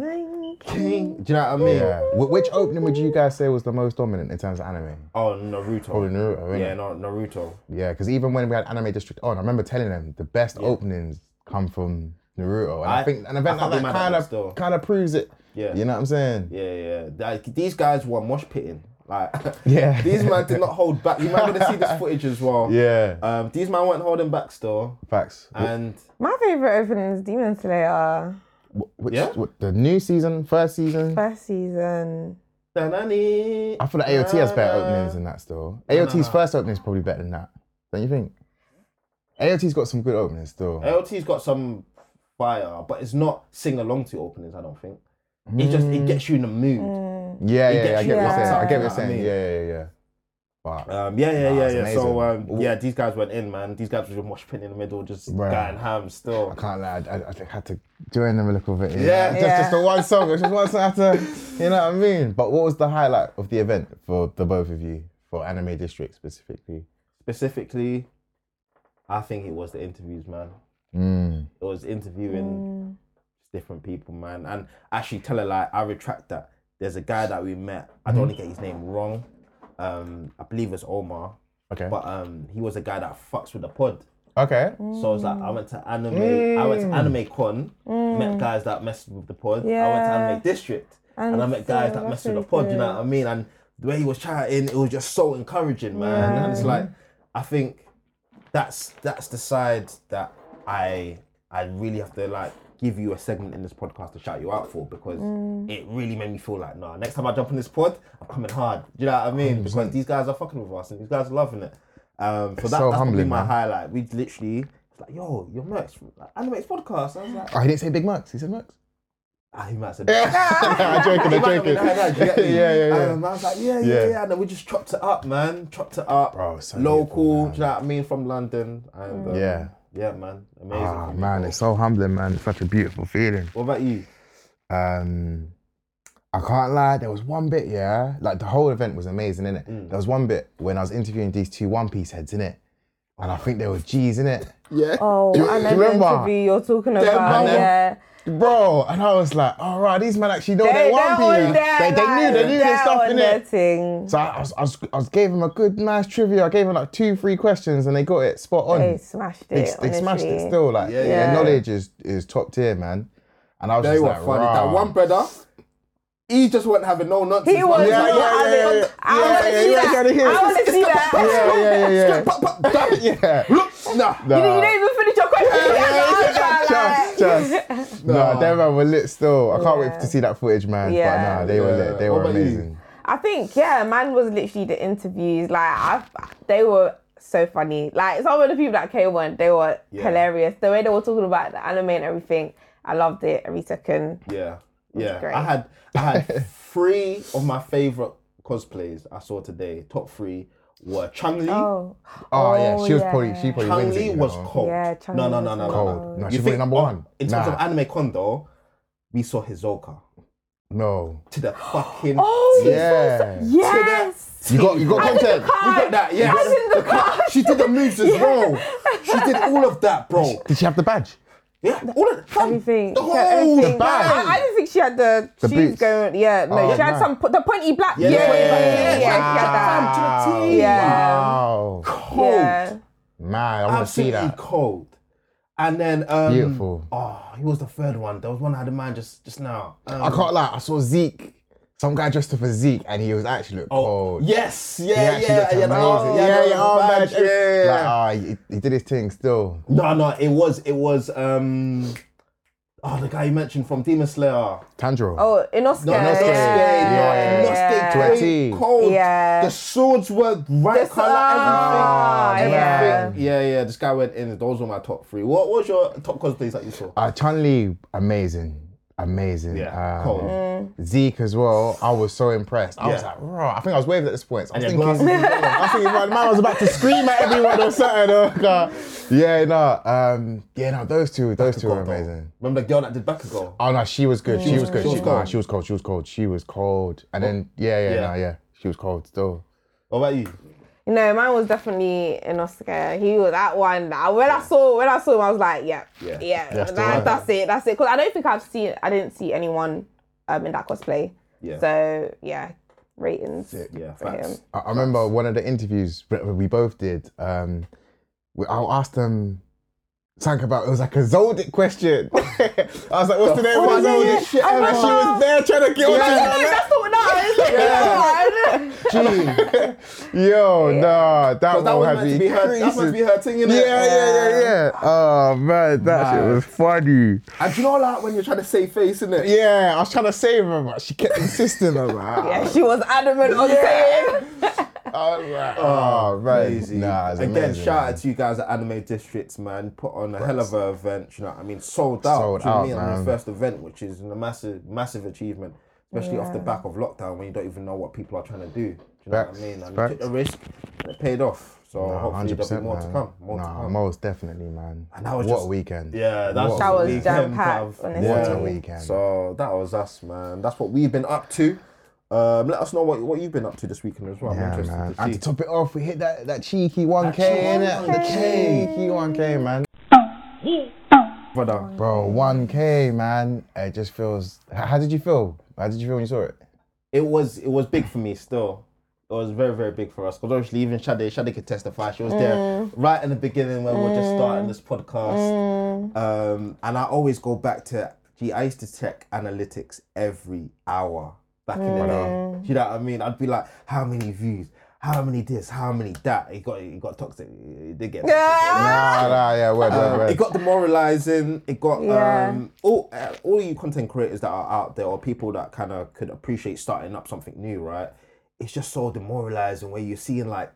C: Charming.
B: King. Do you know what I mean?
A: Yeah. Wh- Which opening would you guys say was the most dominant in terms of anime?
B: Oh, Naruto.
A: Probably Naruto. Innit?
B: yeah, no, Naruto.
A: Yeah, because even when we had Anime District on, I remember telling them the best openings come from Naruto, and I,
B: I-
A: think an
B: I
A: event
B: can't
A: like that
B: be mad at
A: kind
B: them still.
A: of kind of proves it.
B: Yeah.
A: You know what I'm saying?
B: Yeah, yeah. Like, these guys were mosh pitting. Like,
A: Yeah.
B: these man did not hold back. You might want to see this footage as well.
A: Yeah.
B: Um, these man weren't holding back still,
A: Facts. Wh-
B: and
C: My favorite opening is Demon Slayer.
A: wh- Which,
B: yeah?
A: what, the new season, first season.
C: First season.
B: I
A: I feel like AOT has better openings than that still. AOT's first opening is probably better than that. Don't you think? AOT's got some good openings still.
B: LT's got some fire, but it's not sing along to openings. I don't think. It just it gets you in the mood.
A: Mm. yeah, yeah, yeah, I
B: gets
A: get
C: you
A: what you're
C: hyped
A: saying.
C: up,
A: I get what you're
C: you know
B: what I
A: saying.
B: mean?
A: Yeah, yeah, yeah. But
B: Um, yeah, yeah,
A: Nah,
B: yeah,
A: it's
B: yeah. So um,
A: amazing.
B: yeah, these guys went in, man. These guys were mosh pitting in the middle, just
A: Bruh.
B: going ham still.
A: I can't lie, I, I, I had to join them a little bit. you know?
B: Yeah.
A: Just, just the one song, it's just one song I had to, you know what I mean? But what was the highlight of the event for the both of you, for Anime District specifically?
B: specifically, I think it was the interviews, man.
A: Mm.
B: It was interviewing different people, man. And actually, tell her like I retract that. There's a guy that we met. I
A: Mm.
B: don't want to get his name wrong. Um, I believe it's Omar,
A: Okay.
B: but um, he was a guy that fucks with the pod.
A: okay. Oh,
B: So I was like, I went to anime. I went to
C: Mm.
B: anime con. Met guys that messed with the pod. I went to
C: Yeah.
B: anime district, and, I
C: And
B: met guys that
C: so that's
B: messed with the
C: really
B: pod. You know
C: good.
B: what I mean? And the way he was chatting, it was just so encouraging, man. And it's like, I think that's that's the side that I I really have to like give you a segment in this podcast to shout you out for because it really made me feel like, nah, next time I jump on this pod, I'm coming hard. Do you know what I
A: Mm-hmm.
B: mean? Because these guys are fucking with us and these guys are loving it. Um, so that,
A: so
B: that's probably
A: humbling,
B: my
A: man.
B: highlight. We literally, it's like, yo, your merch, like, Animates podcast. I was like,
A: Oh, he didn't say Big Macs. He said Macs.
B: ah, he might have said.
A: I'm joking. I'm joking.
B: yeah,
A: yeah, yeah, yeah.
B: Um, I was like, yeah, yeah,
A: Yeah.
B: yeah. And then we just chopped it up, man. Chopped it up.
A: Bro, so beautiful,
B: Local,
A: man. Mm.
B: do you know what I mean? From London. And, um,
A: Yeah.
B: Yeah, man. Amazing.
A: Oh man, it's so humbling, man. It's such a beautiful feeling.
B: What about you?
A: Um, I can't lie. There was one bit, yeah. Like the whole event was amazing, innit?
B: Mm.
A: There was one bit when I was interviewing these two One Piece heads, innit? And I think they were G's, innit?
B: Yeah.
C: Oh,
A: Do you- do
C: I
A: you
C: know the
A: remember?
C: interview you're talking about.
A: man,
C: yeah.
A: Bro, and I was like, all right, these men actually know
C: They,
A: their
C: they,
A: One
C: on
A: Piece.
C: there,
A: They, they knew,
C: like,
A: they knew
C: they're
A: their stuff,
C: on their
A: innit?
C: thing.
A: So I, I was, I, was, I was gave them a good, nice trivia. I gave them like two, three questions, and they got it spot on.
C: They smashed it.
A: they, they smashed it
C: honestly.
A: still. Like
B: Yeah,
A: their
B: yeah.
A: knowledge is is top tier, man. And I was
B: They
A: just
B: were
A: like,
B: funny.
A: "Rah."
B: That one brother, he just wasn't having no nonsense.
C: He was
B: man.
A: Yeah,
C: not
A: yeah, yeah, yeah,
C: having-
A: yeah.
C: I
A: Yeah,
C: want to
A: yeah,
C: see
A: yeah,
C: that.
A: gotta hear
C: I
A: it.
C: want to see that.
A: yeah, yeah, yeah,
B: Pop, pop, pop.
A: yeah,
B: Nah.
A: Nah.
C: You, didn't- you didn't even finish your question.
A: Just, just, no, them man were lit still. I can't wait
C: Yeah.
A: to see that footage, man.
C: Yeah.
A: But no, they were
B: Yeah.
A: lit. They
B: What
A: were
B: about you?
A: amazing.
C: I think yeah, man was literally the interviews. Like I, they were so funny. Like some of the people that came on, they were
B: Yeah.
C: hilarious. The way they were talking about the anime and everything, I loved it every second.
B: Yeah, yeah.
C: great.
B: I had I had three of my favorite cosplays I saw today. Top three were Chung Li.
C: Oh,
B: Ah,
A: Oh, yeah, she was
C: yeah.
A: probably she probably
B: Chung
A: wins it,
B: Li
A: you
B: was
A: know.
B: cold.
C: Yeah, Chung
B: no,
C: Li
B: no, no,
C: was
B: no, no,
A: cold.
B: no.
A: No,
B: You
A: she wasn't
B: think-
A: number
B: oh,
A: one.
B: In terms
A: Nah.
B: of anime condo, we saw Hisoka
A: No,
B: to the fucking.
C: Oh,
B: teeth.
A: yeah,
C: yes.
A: you got you got
C: I did the
A: content.
B: We
C: card.
B: got that, yeah.
C: I did the card.
B: She did the moves as well. She did all of that, bro.
A: Did she have the badge?
B: Yeah, all of fam,
C: Everything.
B: The
C: So
B: whole
C: everything.
A: bag.
C: I, I didn't think she had the,
A: The
C: shoes
A: boots.
C: going. Yeah, no,
A: Oh,
C: she had
A: no.
C: some the pointy black.
B: Yeah,
C: yeah,
B: the pointy black, yeah.
C: yeah, yeah,
B: Wow.
C: yeah, she had that.
A: Wow.
C: Yeah.
A: Wow.
B: cold.
C: Yeah.
A: Oh, Man, I want to see
B: Absolutely
A: that.
B: cold. And then um,
A: Beautiful.
B: Oh, he was the third one. There was one I had in mind just just now. Um,
A: I can't lie. I saw Zeke. Some guy dressed up as Zeke, and he was actually look cold.
B: Yes,
A: Oh. He
B: Oh. yeah,
A: actually
B: yeah,
A: looked
B: yeah,
A: amazing.
B: no, yeah,
A: yeah,
B: no,
A: yeah, oh,
B: badge,
A: man,
B: yeah, yeah, yeah.
A: Like, oh, he, he did his thing still.
B: No, no, it was, it was, um, oh, the guy you mentioned from Demon Slayer.
A: Tanjiro.
C: Oh, Inosuke.
B: No, not
A: Inosuke,
B: Inosuke,
A: yeah.
B: yeah, no, Inosuke,
A: To a
B: great,
A: T.
B: cold.
C: Yeah.
B: The swords were right
C: This-
B: color,
C: ah,
B: everything,
C: yeah.
B: everything. Yeah. yeah, This guy went in. Those were my top three. What was your top cosplays that you saw?
A: Uh, Chun Li, amazing, amazing.
B: Yeah,
A: Um,
B: cold.
A: Zeke as well. I was so impressed. I was
B: Yeah.
A: like, raw. I think I was waving at this point. So I was
B: And
A: thinking,
B: your
A: I was thinking, man, man was about to scream at everyone or something. Oh, God. Yeah, no, um, yeah, no. Those two, those two were
B: Cold, though.
A: amazing.
B: Remember the girl that did Bakugo?
A: Oh no, she was good. She was good. She,
B: She was
A: nah,
B: cold.
A: she was cold. She was cold. She was cold. And then yeah, yeah,
B: Yeah.
A: yeah, nah, yeah. She was cold still.
B: What about you?
C: No, mine was definitely Inosuke. He was that one. that- When I saw when I saw him, I was like, yeah,
B: Yeah.
C: yeah,
A: That's the
C: that-
A: one.
C: that's it, that's it. Because I don't think I've seen, I didn't see anyone um, in that cosplay.
B: Yeah.
C: So yeah, ratings
B: Yeah,
C: for him.
B: facts.
A: I, I remember one of the interviews that we both did. Um, we, I asked them something about it was like a Zoldic question. I was like, "What's the name of my
C: fuck? Oh, yeah,
A: Zoldic?"
B: yeah. I
A: and she
C: Oh.
A: was there trying to get on
C: No,
A: to
C: that's not what that is.
A: me. Yo, nah, that
B: But
A: one
B: that was
A: had
B: meant
A: me
B: to be her. That must
A: creasing.
B: be her thing, innit?
A: yeah, yeah, yeah, yeah. Oh man, that shit
B: Mad.
A: was funny.
B: And do you know like when you're trying to save face, innit?
A: Yeah, I was trying to save her, but she kept insisting on that.
C: Yeah, she was adamant on saying.
A: I was like, oh, man.
B: Crazy.
A: Nah, it's
B: Again,
A: amazing,
B: shout
A: man.
B: out to you guys at Anime Districts, man. Put on a hell of a event, you know what I mean? Sold out.
A: Sold
B: do you know what I
A: out,
B: mean? On
A: man.
B: your first event, which is a massive, massive achievement, especially off the
C: Yeah.
B: back of lockdown when you don't even know what people are trying to do. Do you know
A: Facts,
B: what I mean?
A: facts.
B: And you took the risk and it paid off. So
A: Nah,
B: hopefully there'll be
A: 100%,
B: more to
A: man.
B: come. More to
A: Nah,
B: come.
A: most definitely, man.
B: And that was
A: what
B: just-
A: a weekend.
B: Yeah, that was,
A: What a
C: That was
A: weekend.
C: jam packed,
B: bruv.
C: honestly.
A: What a weekend.
B: So that was us, man. That's what we've been up to. Um, let us know what, what you've been up to this weekend as well. I'm
A: Yeah,
B: interested
A: man.
B: to
A: And
B: see.
A: to top it off, we hit that, that cheeky 1K, innit? The cheeky 1K, man.
B: Brother,
A: Bro, 1K, man. It just feels. h- How did you feel? How did you feel when you saw it?
B: it was it was big for me still. It was very very big for us because obviously even Shade Shade could testify. She was there right in the beginning when we were just starting this podcast. Um, and I always go back to gee, I used to check analytics every hour back in the day. Do you know what I mean? I'd be like, how many views? how many this, how many that. It got it got toxic. It did get toxic.
C: Yeah.
A: Nah, nah, yeah, word, word,
B: Um,
A: word.
B: it got demoralizing. It got
C: Yeah.
B: um, all uh, all you content creators that are out there or people that kind of could appreciate starting up something new, right? It's just so demoralizing where you're seeing like,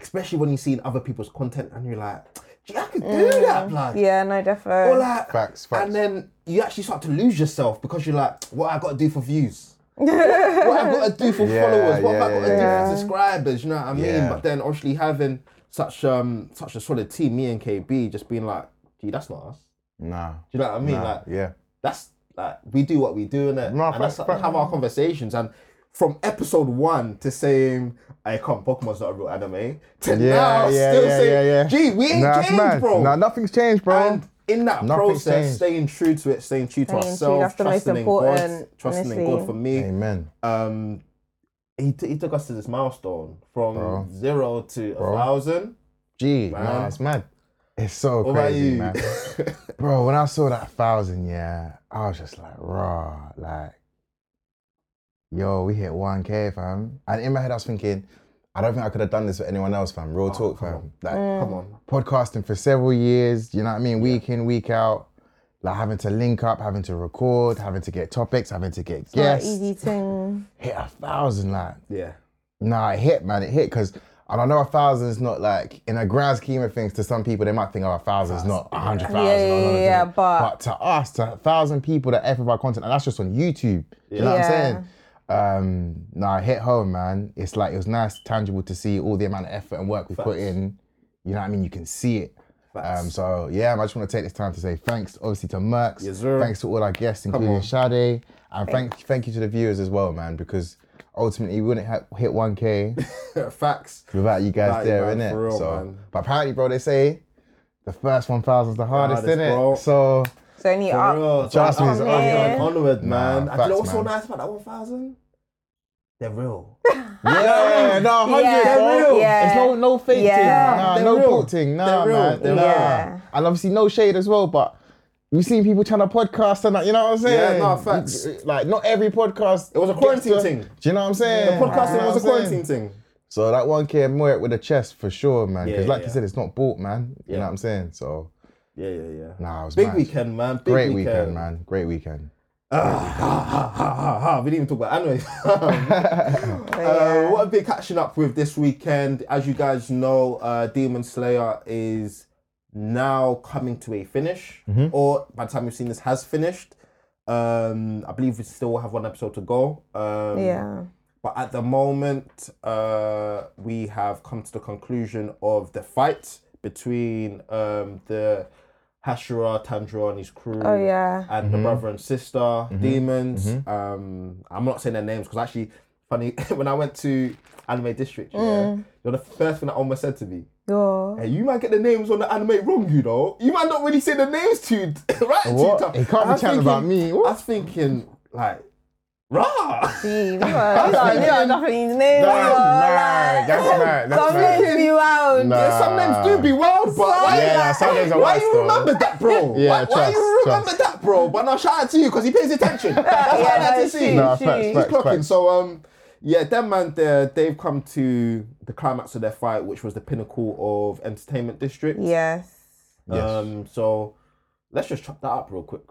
B: especially when you're seeing other people's content and you're like, Gee, I could do that, blood.
C: Yeah, no,
B: Or
C: definitely.
B: like,
A: Facts, facts.
B: And then you actually start to lose yourself because you're like, what I got to do for views. what, what I got to do for
A: Yeah,
B: followers, what have I
A: yeah,
B: got to
A: yeah.
B: do for subscribers, you know what I mean?
A: Yeah.
B: But then obviously having such um such a solid team, me and KB, just being like, gee, that's not us.
A: nah.
B: Do you know what I mean?
A: nah,
B: Like
A: yeah.
B: that's like we do what we do, innit?
A: No,
B: and that's
A: fact,
B: like, have our conversations and from episode one to saying I can't Pokemon's not a real anime to
A: Yeah,
B: now
A: yeah,
B: still
A: yeah,
B: saying
A: yeah, yeah.
B: gee we ain't
A: Nah, it's
B: changed
A: mad.
B: bro
A: Nah, nothing's changed, bro.
B: and in that
A: Nothing's
B: process
A: changed.
B: staying true to it staying true to
C: Staying true,
B: ourselves
C: that's the most
B: trusting in God
C: important,
B: trusting in God
C: honestly.
B: for me
A: Amen.
B: um he, t- he took us to this milestone from
A: Bro.
B: zero to
A: Bro.
B: a thousand
A: Gee,
B: Man.
A: nah, it's mad. It's so
B: what about
A: crazy,
B: you
A: man. Bro, when I saw that thousand, yeah, I was just like, raw, like, yo, we hit 1K, fam. And in my head, I was thinking, I don't think I could have done this for anyone else, fam. Real talk,
B: come
A: fam.
B: on.
A: Like,
B: come on
A: podcasting for several years, you know what I mean? Week in, week out, like having to link up, having to record, having to get topics, having to get
C: Not
A: guests.
C: an easy thing.
A: Hit a thousand, like,
B: yeah
A: Nah, it hit, man. It hit because, and I know a thousand's not like in a grand scheme of things. To some people, they might think, oh, a thousand's not a hundred thousand.
C: Yeah, yeah,
A: or another
C: yeah,
A: thing.
C: but-
A: but to us, to a thousand people that eff of our content, and that's just on YouTube. You know
C: Yeah.
A: what I'm saying? Um, nah, it hit home, man. It's like it was nice, tangible to see all the amount of effort and work we put
B: Facts.
A: in. You know what I mean? You can see it.
B: Facts.
A: Um, so yeah, man, I just want to take this time to say thanks, obviously, to Merx.
B: Yes, sir.
A: Thanks to all our guests, including Sade, and thank thank you to the viewers as well, man, because ultimately we wouldn't ha- hit 1K
B: facts
A: without you guys
B: Without you,
A: there,
B: man,
A: innit?
B: for real,
A: so,
B: man.
A: but apparently, bro, they say the first 1,000 is the hardest,
B: hardest,
A: innit?
B: bro.
A: So
C: So only
B: For
C: up.
B: real.
A: Trust me,
B: I'm
A: it's
B: I'm
C: up.
B: going onward,
A: Nah,
B: man. And you
A: facts,
B: know what's so
A: man.
B: nice about that 1,000? They're real.
A: yeah, no, 100,
C: Yeah,
A: bro.
C: yeah.
A: It's no no fake
C: Yeah.
A: thing, nah,
B: They're
A: no
B: real.
A: fault thing, nah,
B: They're real.
A: man,
B: They're
A: nah.
B: real.
C: Yeah.
A: And obviously, no shade as well, but. We've seen people trying to podcast and that, you know what I'm saying?
B: no, facts.
A: Like, not every podcast.
B: It was a
A: gets
B: quarantine
A: to-
B: thing.
A: Do you know what I'm saying?
B: Podcasting
A: You know
B: was a
A: what I'm saying?
B: quarantine thing.
A: So that one K more it with a chest for sure, man. Because
B: Yeah,
A: like
B: yeah.
A: you said, it's not bought, man. You
B: Yeah.
A: know what I'm saying? So
B: Yeah, yeah, yeah.
A: nah, it was
B: Big
A: mad.
B: weekend, man. Big
A: Great weekend. man. Great weekend.
B: Ah, ha, ha, ha, ha, ha. We didn't even talk about anime.
C: But
B: Uh,
C: yeah.
B: what have been catching up with this weekend? As you guys know, uh, Demon Slayer is now coming to a finish,
C: Mm-hmm.
B: or by the time you've seen this, has finished. Um, I believe we still have one episode to go. Um,
C: yeah.
B: But at the moment, uh, we have come to the conclusion of the fight between um, the Hashira, Tanjiro, and his crew.
C: Oh, yeah.
B: And
A: Mm-hmm.
B: the brother and sister, demons. Um, I'm not saying their names because actually, funny, when I went to Anime District, yeah,
C: Mm.
B: you're the first thing that almost said to me.
C: Yo.
B: Hey, you might get the names on the anime wrong, you know. You might not really say the names too, right?
A: What?
B: Too tough.
A: He can't be
B: And I was
A: chatting about me. What?
B: I was thinking, like, rah.
C: Jeez, you are, you are definitely new. you
A: That's
C: are,
A: mad.
C: like,
A: That's mad. That's
C: Some
A: mad.
C: names be wild.
A: Nah.
B: Yeah, some names do be wild, but why,
A: Yeah, nah, some names are
B: why
A: wild
B: you
A: still.
B: remember that, bro?
A: Yeah,
B: why, why you
A: trust,
B: remember that, bro? But now shout out to you because he pays attention. That's what I
C: Yeah,
B: like to
C: that's
B: see.
C: true,
A: Nah,
C: true.
A: facts,
B: He's
A: facts.
B: clocking. So um, yeah, them man, there they've come to the climax of their fight, which was the pinnacle of Entertainment District.
C: Yes.
A: Yes.
B: Um, so let's just chop that up real quick.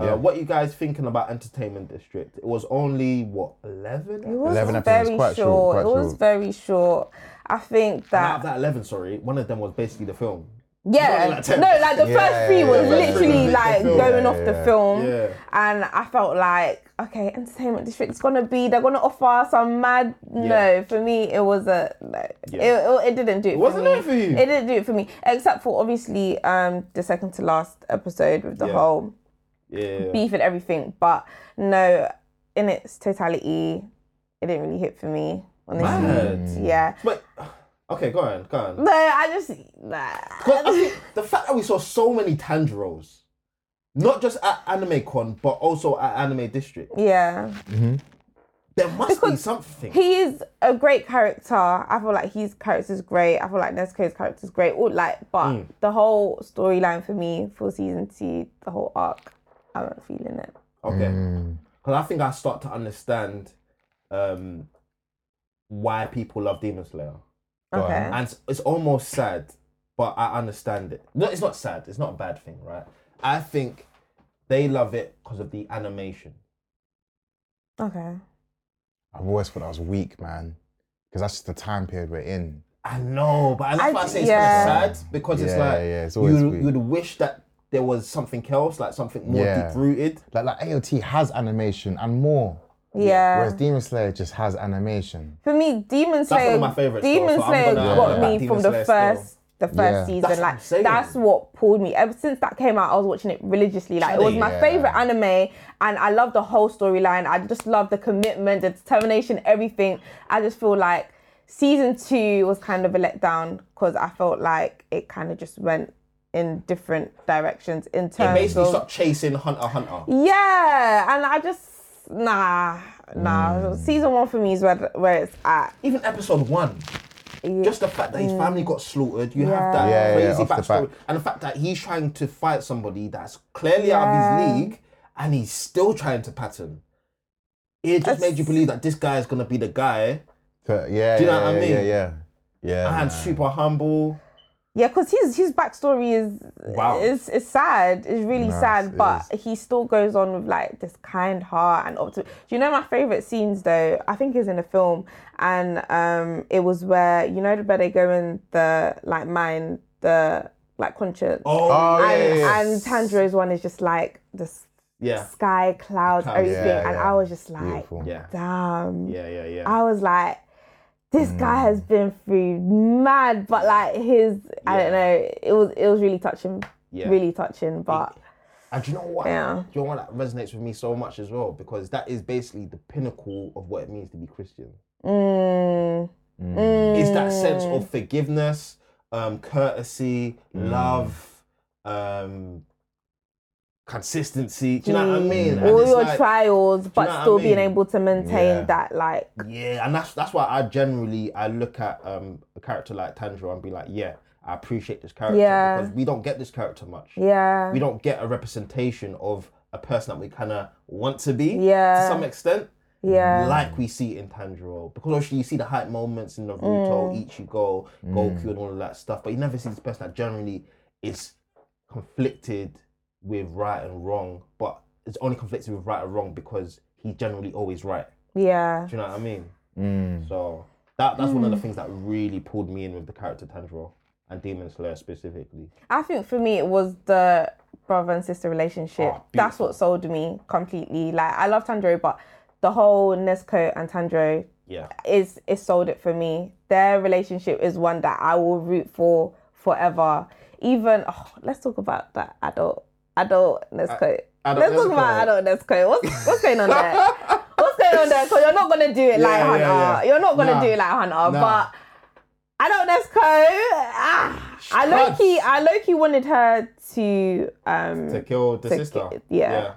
B: Uh,
A: Yeah.
B: what you guys thinking about Entertainment District? It was only what eleven.
C: It was
A: 11 episodes,
C: very
A: quite
C: short.
A: short, quite
C: it was
A: short.
C: very short. I think
B: Out
C: that
B: of that eleven, sorry, one of them was basically the film.
C: Yeah,
B: Not like 10.
C: no, like the
A: Yeah,
C: first three
A: yeah,
C: was
A: yeah, yeah.
C: literally
B: Yeah,
C: like
B: yeah,
C: going
A: yeah.
C: off the film,
B: Yeah.
C: and I felt like okay, Entertainment District's gonna be they're gonna offer some mad.
B: Yeah.
C: No, for me it was a no.
B: Yeah.
C: It, it, it didn't do it. for
B: Wasn't
C: me.
B: it for you?
C: It didn't do it for me, except for obviously um the second to last episode with the
B: Yeah.
C: whole
B: Yeah.
C: beef and everything. But no, in its totality, it didn't really hit for me. Honestly,
B: Mad.
C: yeah.
B: But okay, go on, go on.
C: No, I just nah.
B: 'Cause I think the fact that we saw so many Tanjiros, not just at Anime Con, but also at Anime District,
C: yeah.
B: there must be
C: Because
B: something.
C: he is a great character. I feel like his character's great. I feel like Nesco's character's great. All like, but the whole storyline for me for season two, the whole arc, I'm not feeling it.
B: okay, because I think I start to understand um, why people love Demon Slayer.
C: Okay.
B: And it's- it's almost sad, but I understand it. No, it's not sad. It's not a bad thing, right? I think they love it because of the animation.
C: Okay.
A: I've always thought I was weak, man, because that's just the time period we're in.
B: I know, but that's
C: I-
B: why I say it's
C: yeah.
B: kind of sad because it's
A: Yeah,
B: like
A: yeah, it's always
B: you,
A: weird.
B: you'd wish that there was something else, like something more
A: Yeah.
B: deep rooted.
A: Like, like AOT has animation and more,
C: Yeah.
A: whereas Demon Slayer just has animation.
C: For me, Demon
B: one of
C: Slayer.
B: my favourites, though,
C: Demon
B: so I'm
C: Slayer
B: gonna-
C: got
A: yeah.
C: me
B: Demon
C: from the
B: Slayer still.
C: first. The first
A: Yeah.
C: season,
B: That's what I'm
C: like
B: saying.
C: that's what pulled me. Ever since that came out, I was watching it religiously. Like it was my
A: Yeah.
C: favorite anime, and I love the whole storyline. I just love the commitment, the determination, everything. I just feel like season two was kind of a letdown because I felt like it kind of just went in different directions in
B: They
C: terms
B: basically
C: of
B: stopped chasing Hunter x Hunter.
C: yeah, and I just nah nah.
A: Hmm.
C: Season one for me is where where it's at.
B: Even episode one,
C: Yeah. Mm.
B: just the fact that his family got slaughtered, you have
C: Yeah.
B: that
A: Yeah, yeah,
B: crazy
A: off the
B: backstory,
A: back.
B: and the fact that he's trying to fight somebody that's clearly out of
C: Yeah.
B: his league, and he's still trying to pattern. It just
C: That's-
B: made you believe that this guy is gonna be the guy,
A: So, yeah,
B: Do you know
A: yeah,
B: what I
A: yeah,
B: mean?
A: yeah, yeah, yeah.
B: and
A: man.
B: super humble.
C: Yeah, because his his backstory is
B: Wow.
C: is is sad. It's really
A: Nah,
C: sad,
A: it
C: but he still goes on with like this kind heart and optimism. Do you know my favorite scenes though? I think is in a film, and um, it was where you know where they go in the like mine the like conscience.
B: Oh,
A: Oh, yeah,
C: and,
A: yeah,
C: and Tanjiro's one is just like the s-
B: yeah,
C: sky, clouds,
B: Clouds.
C: everything,
A: Yeah,
C: and
A: yeah.
C: I was just like,
A: Beautiful.
B: yeah,
C: damn.
B: yeah, yeah, yeah.
C: I was like, this
B: Mm.
C: guy has been through mad, but like his, I don't know, it was it was really touching,
B: Yeah.
C: really touching. But
B: And do you know what?
C: Yeah.
B: Do you know what that resonates with me so much as well? Because that is basically the pinnacle of what it means to be Christian.
C: mm,
B: It's that sense of forgiveness, um, courtesy, love, um, consistency. Do you know what I mean? And
C: Mm. all
B: it's
C: your
B: like-
C: trials, but
B: know what I
C: still being
B: mean?
C: able to maintain
A: Yeah.
C: that, like,
B: Yeah, and that's that's why I generally I look at um, a character like Tanjiro and be like, yeah, I appreciate this character
C: Yeah.
B: because we don't get this character much.
C: yeah,
B: we don't get a representation of a person that we kind of want to be to
C: Yeah.
B: some extent
C: yeah,
B: like we see in Tanjiro because obviously you see the hype moments in Naruto
C: Mm.
B: Ichigo Goku and all of that stuff but you never see this person that generally is conflicted with right and wrong but it's only conflicted with right and wrong because he's generally always right
C: yeah.
B: do you know what I mean so that, that's
C: Mm.
B: one of the things that really pulled me in with the character Tanjiro and Demon Slayer specifically
C: I think for me it was the brother and sister relationship.
B: Oh,
C: That's what sold me completely. Like I love Tanjiro, but the whole Nesco and Tanjiro
B: yeah
C: is is sold it for me. Their relationship is one that I will root for forever. Even oh, let's talk about that adult adult Nesco.
B: adult
C: let's talk about
B: Nesco.
C: adult Nesco. What's what's going on there? what's going on there? Because you're not gonna do it like
B: yeah,
C: Hunter.
B: yeah.
C: You're not gonna
B: Nah.
C: do it like Hunter.
B: Nah.
C: But adult Nesco. Ah, I low key I low key wanted her to um
B: to kill the
C: To
B: sister
C: ki- yeah.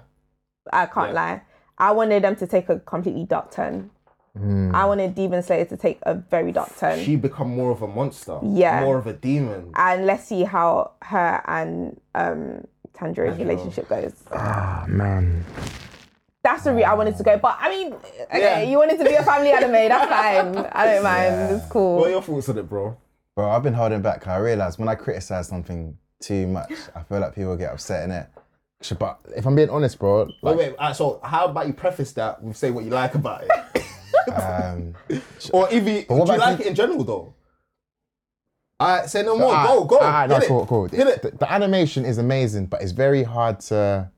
C: I can't
B: Yeah.
C: lie. I wanted them to take a completely dark turn.
B: Hmm.
C: I wanted Demon Slayer to take a very dark turn.
B: she become more of a monster.
C: Yeah.
B: More of a demon.
C: and let's see how her and um, Tanjiro's relationship goes.
A: Ah, man.
C: That's the route I wanted to go. But I mean,
B: Yeah.
C: okay, you wanted to be a family anime. That's fine. I don't mind. It's cool.
B: What are your thoughts on it, bro?
A: Bro, I've been holding back. 'cause I realize when I criticize something too much, I feel like people get upset in it. But if I'm being honest, bro,
B: Wait,
A: like,
B: wait. alright, so how about you preface that with say what you like about it,
A: um,
B: or if you, do you
A: what about
B: like
A: you-
B: it in general though? All right, say no more.
A: Ah,
B: go, go.
A: ah, no,
B: Hit it.
A: cool, cool.
B: Hit it.
A: The, the animation is amazing, but it's very hard to.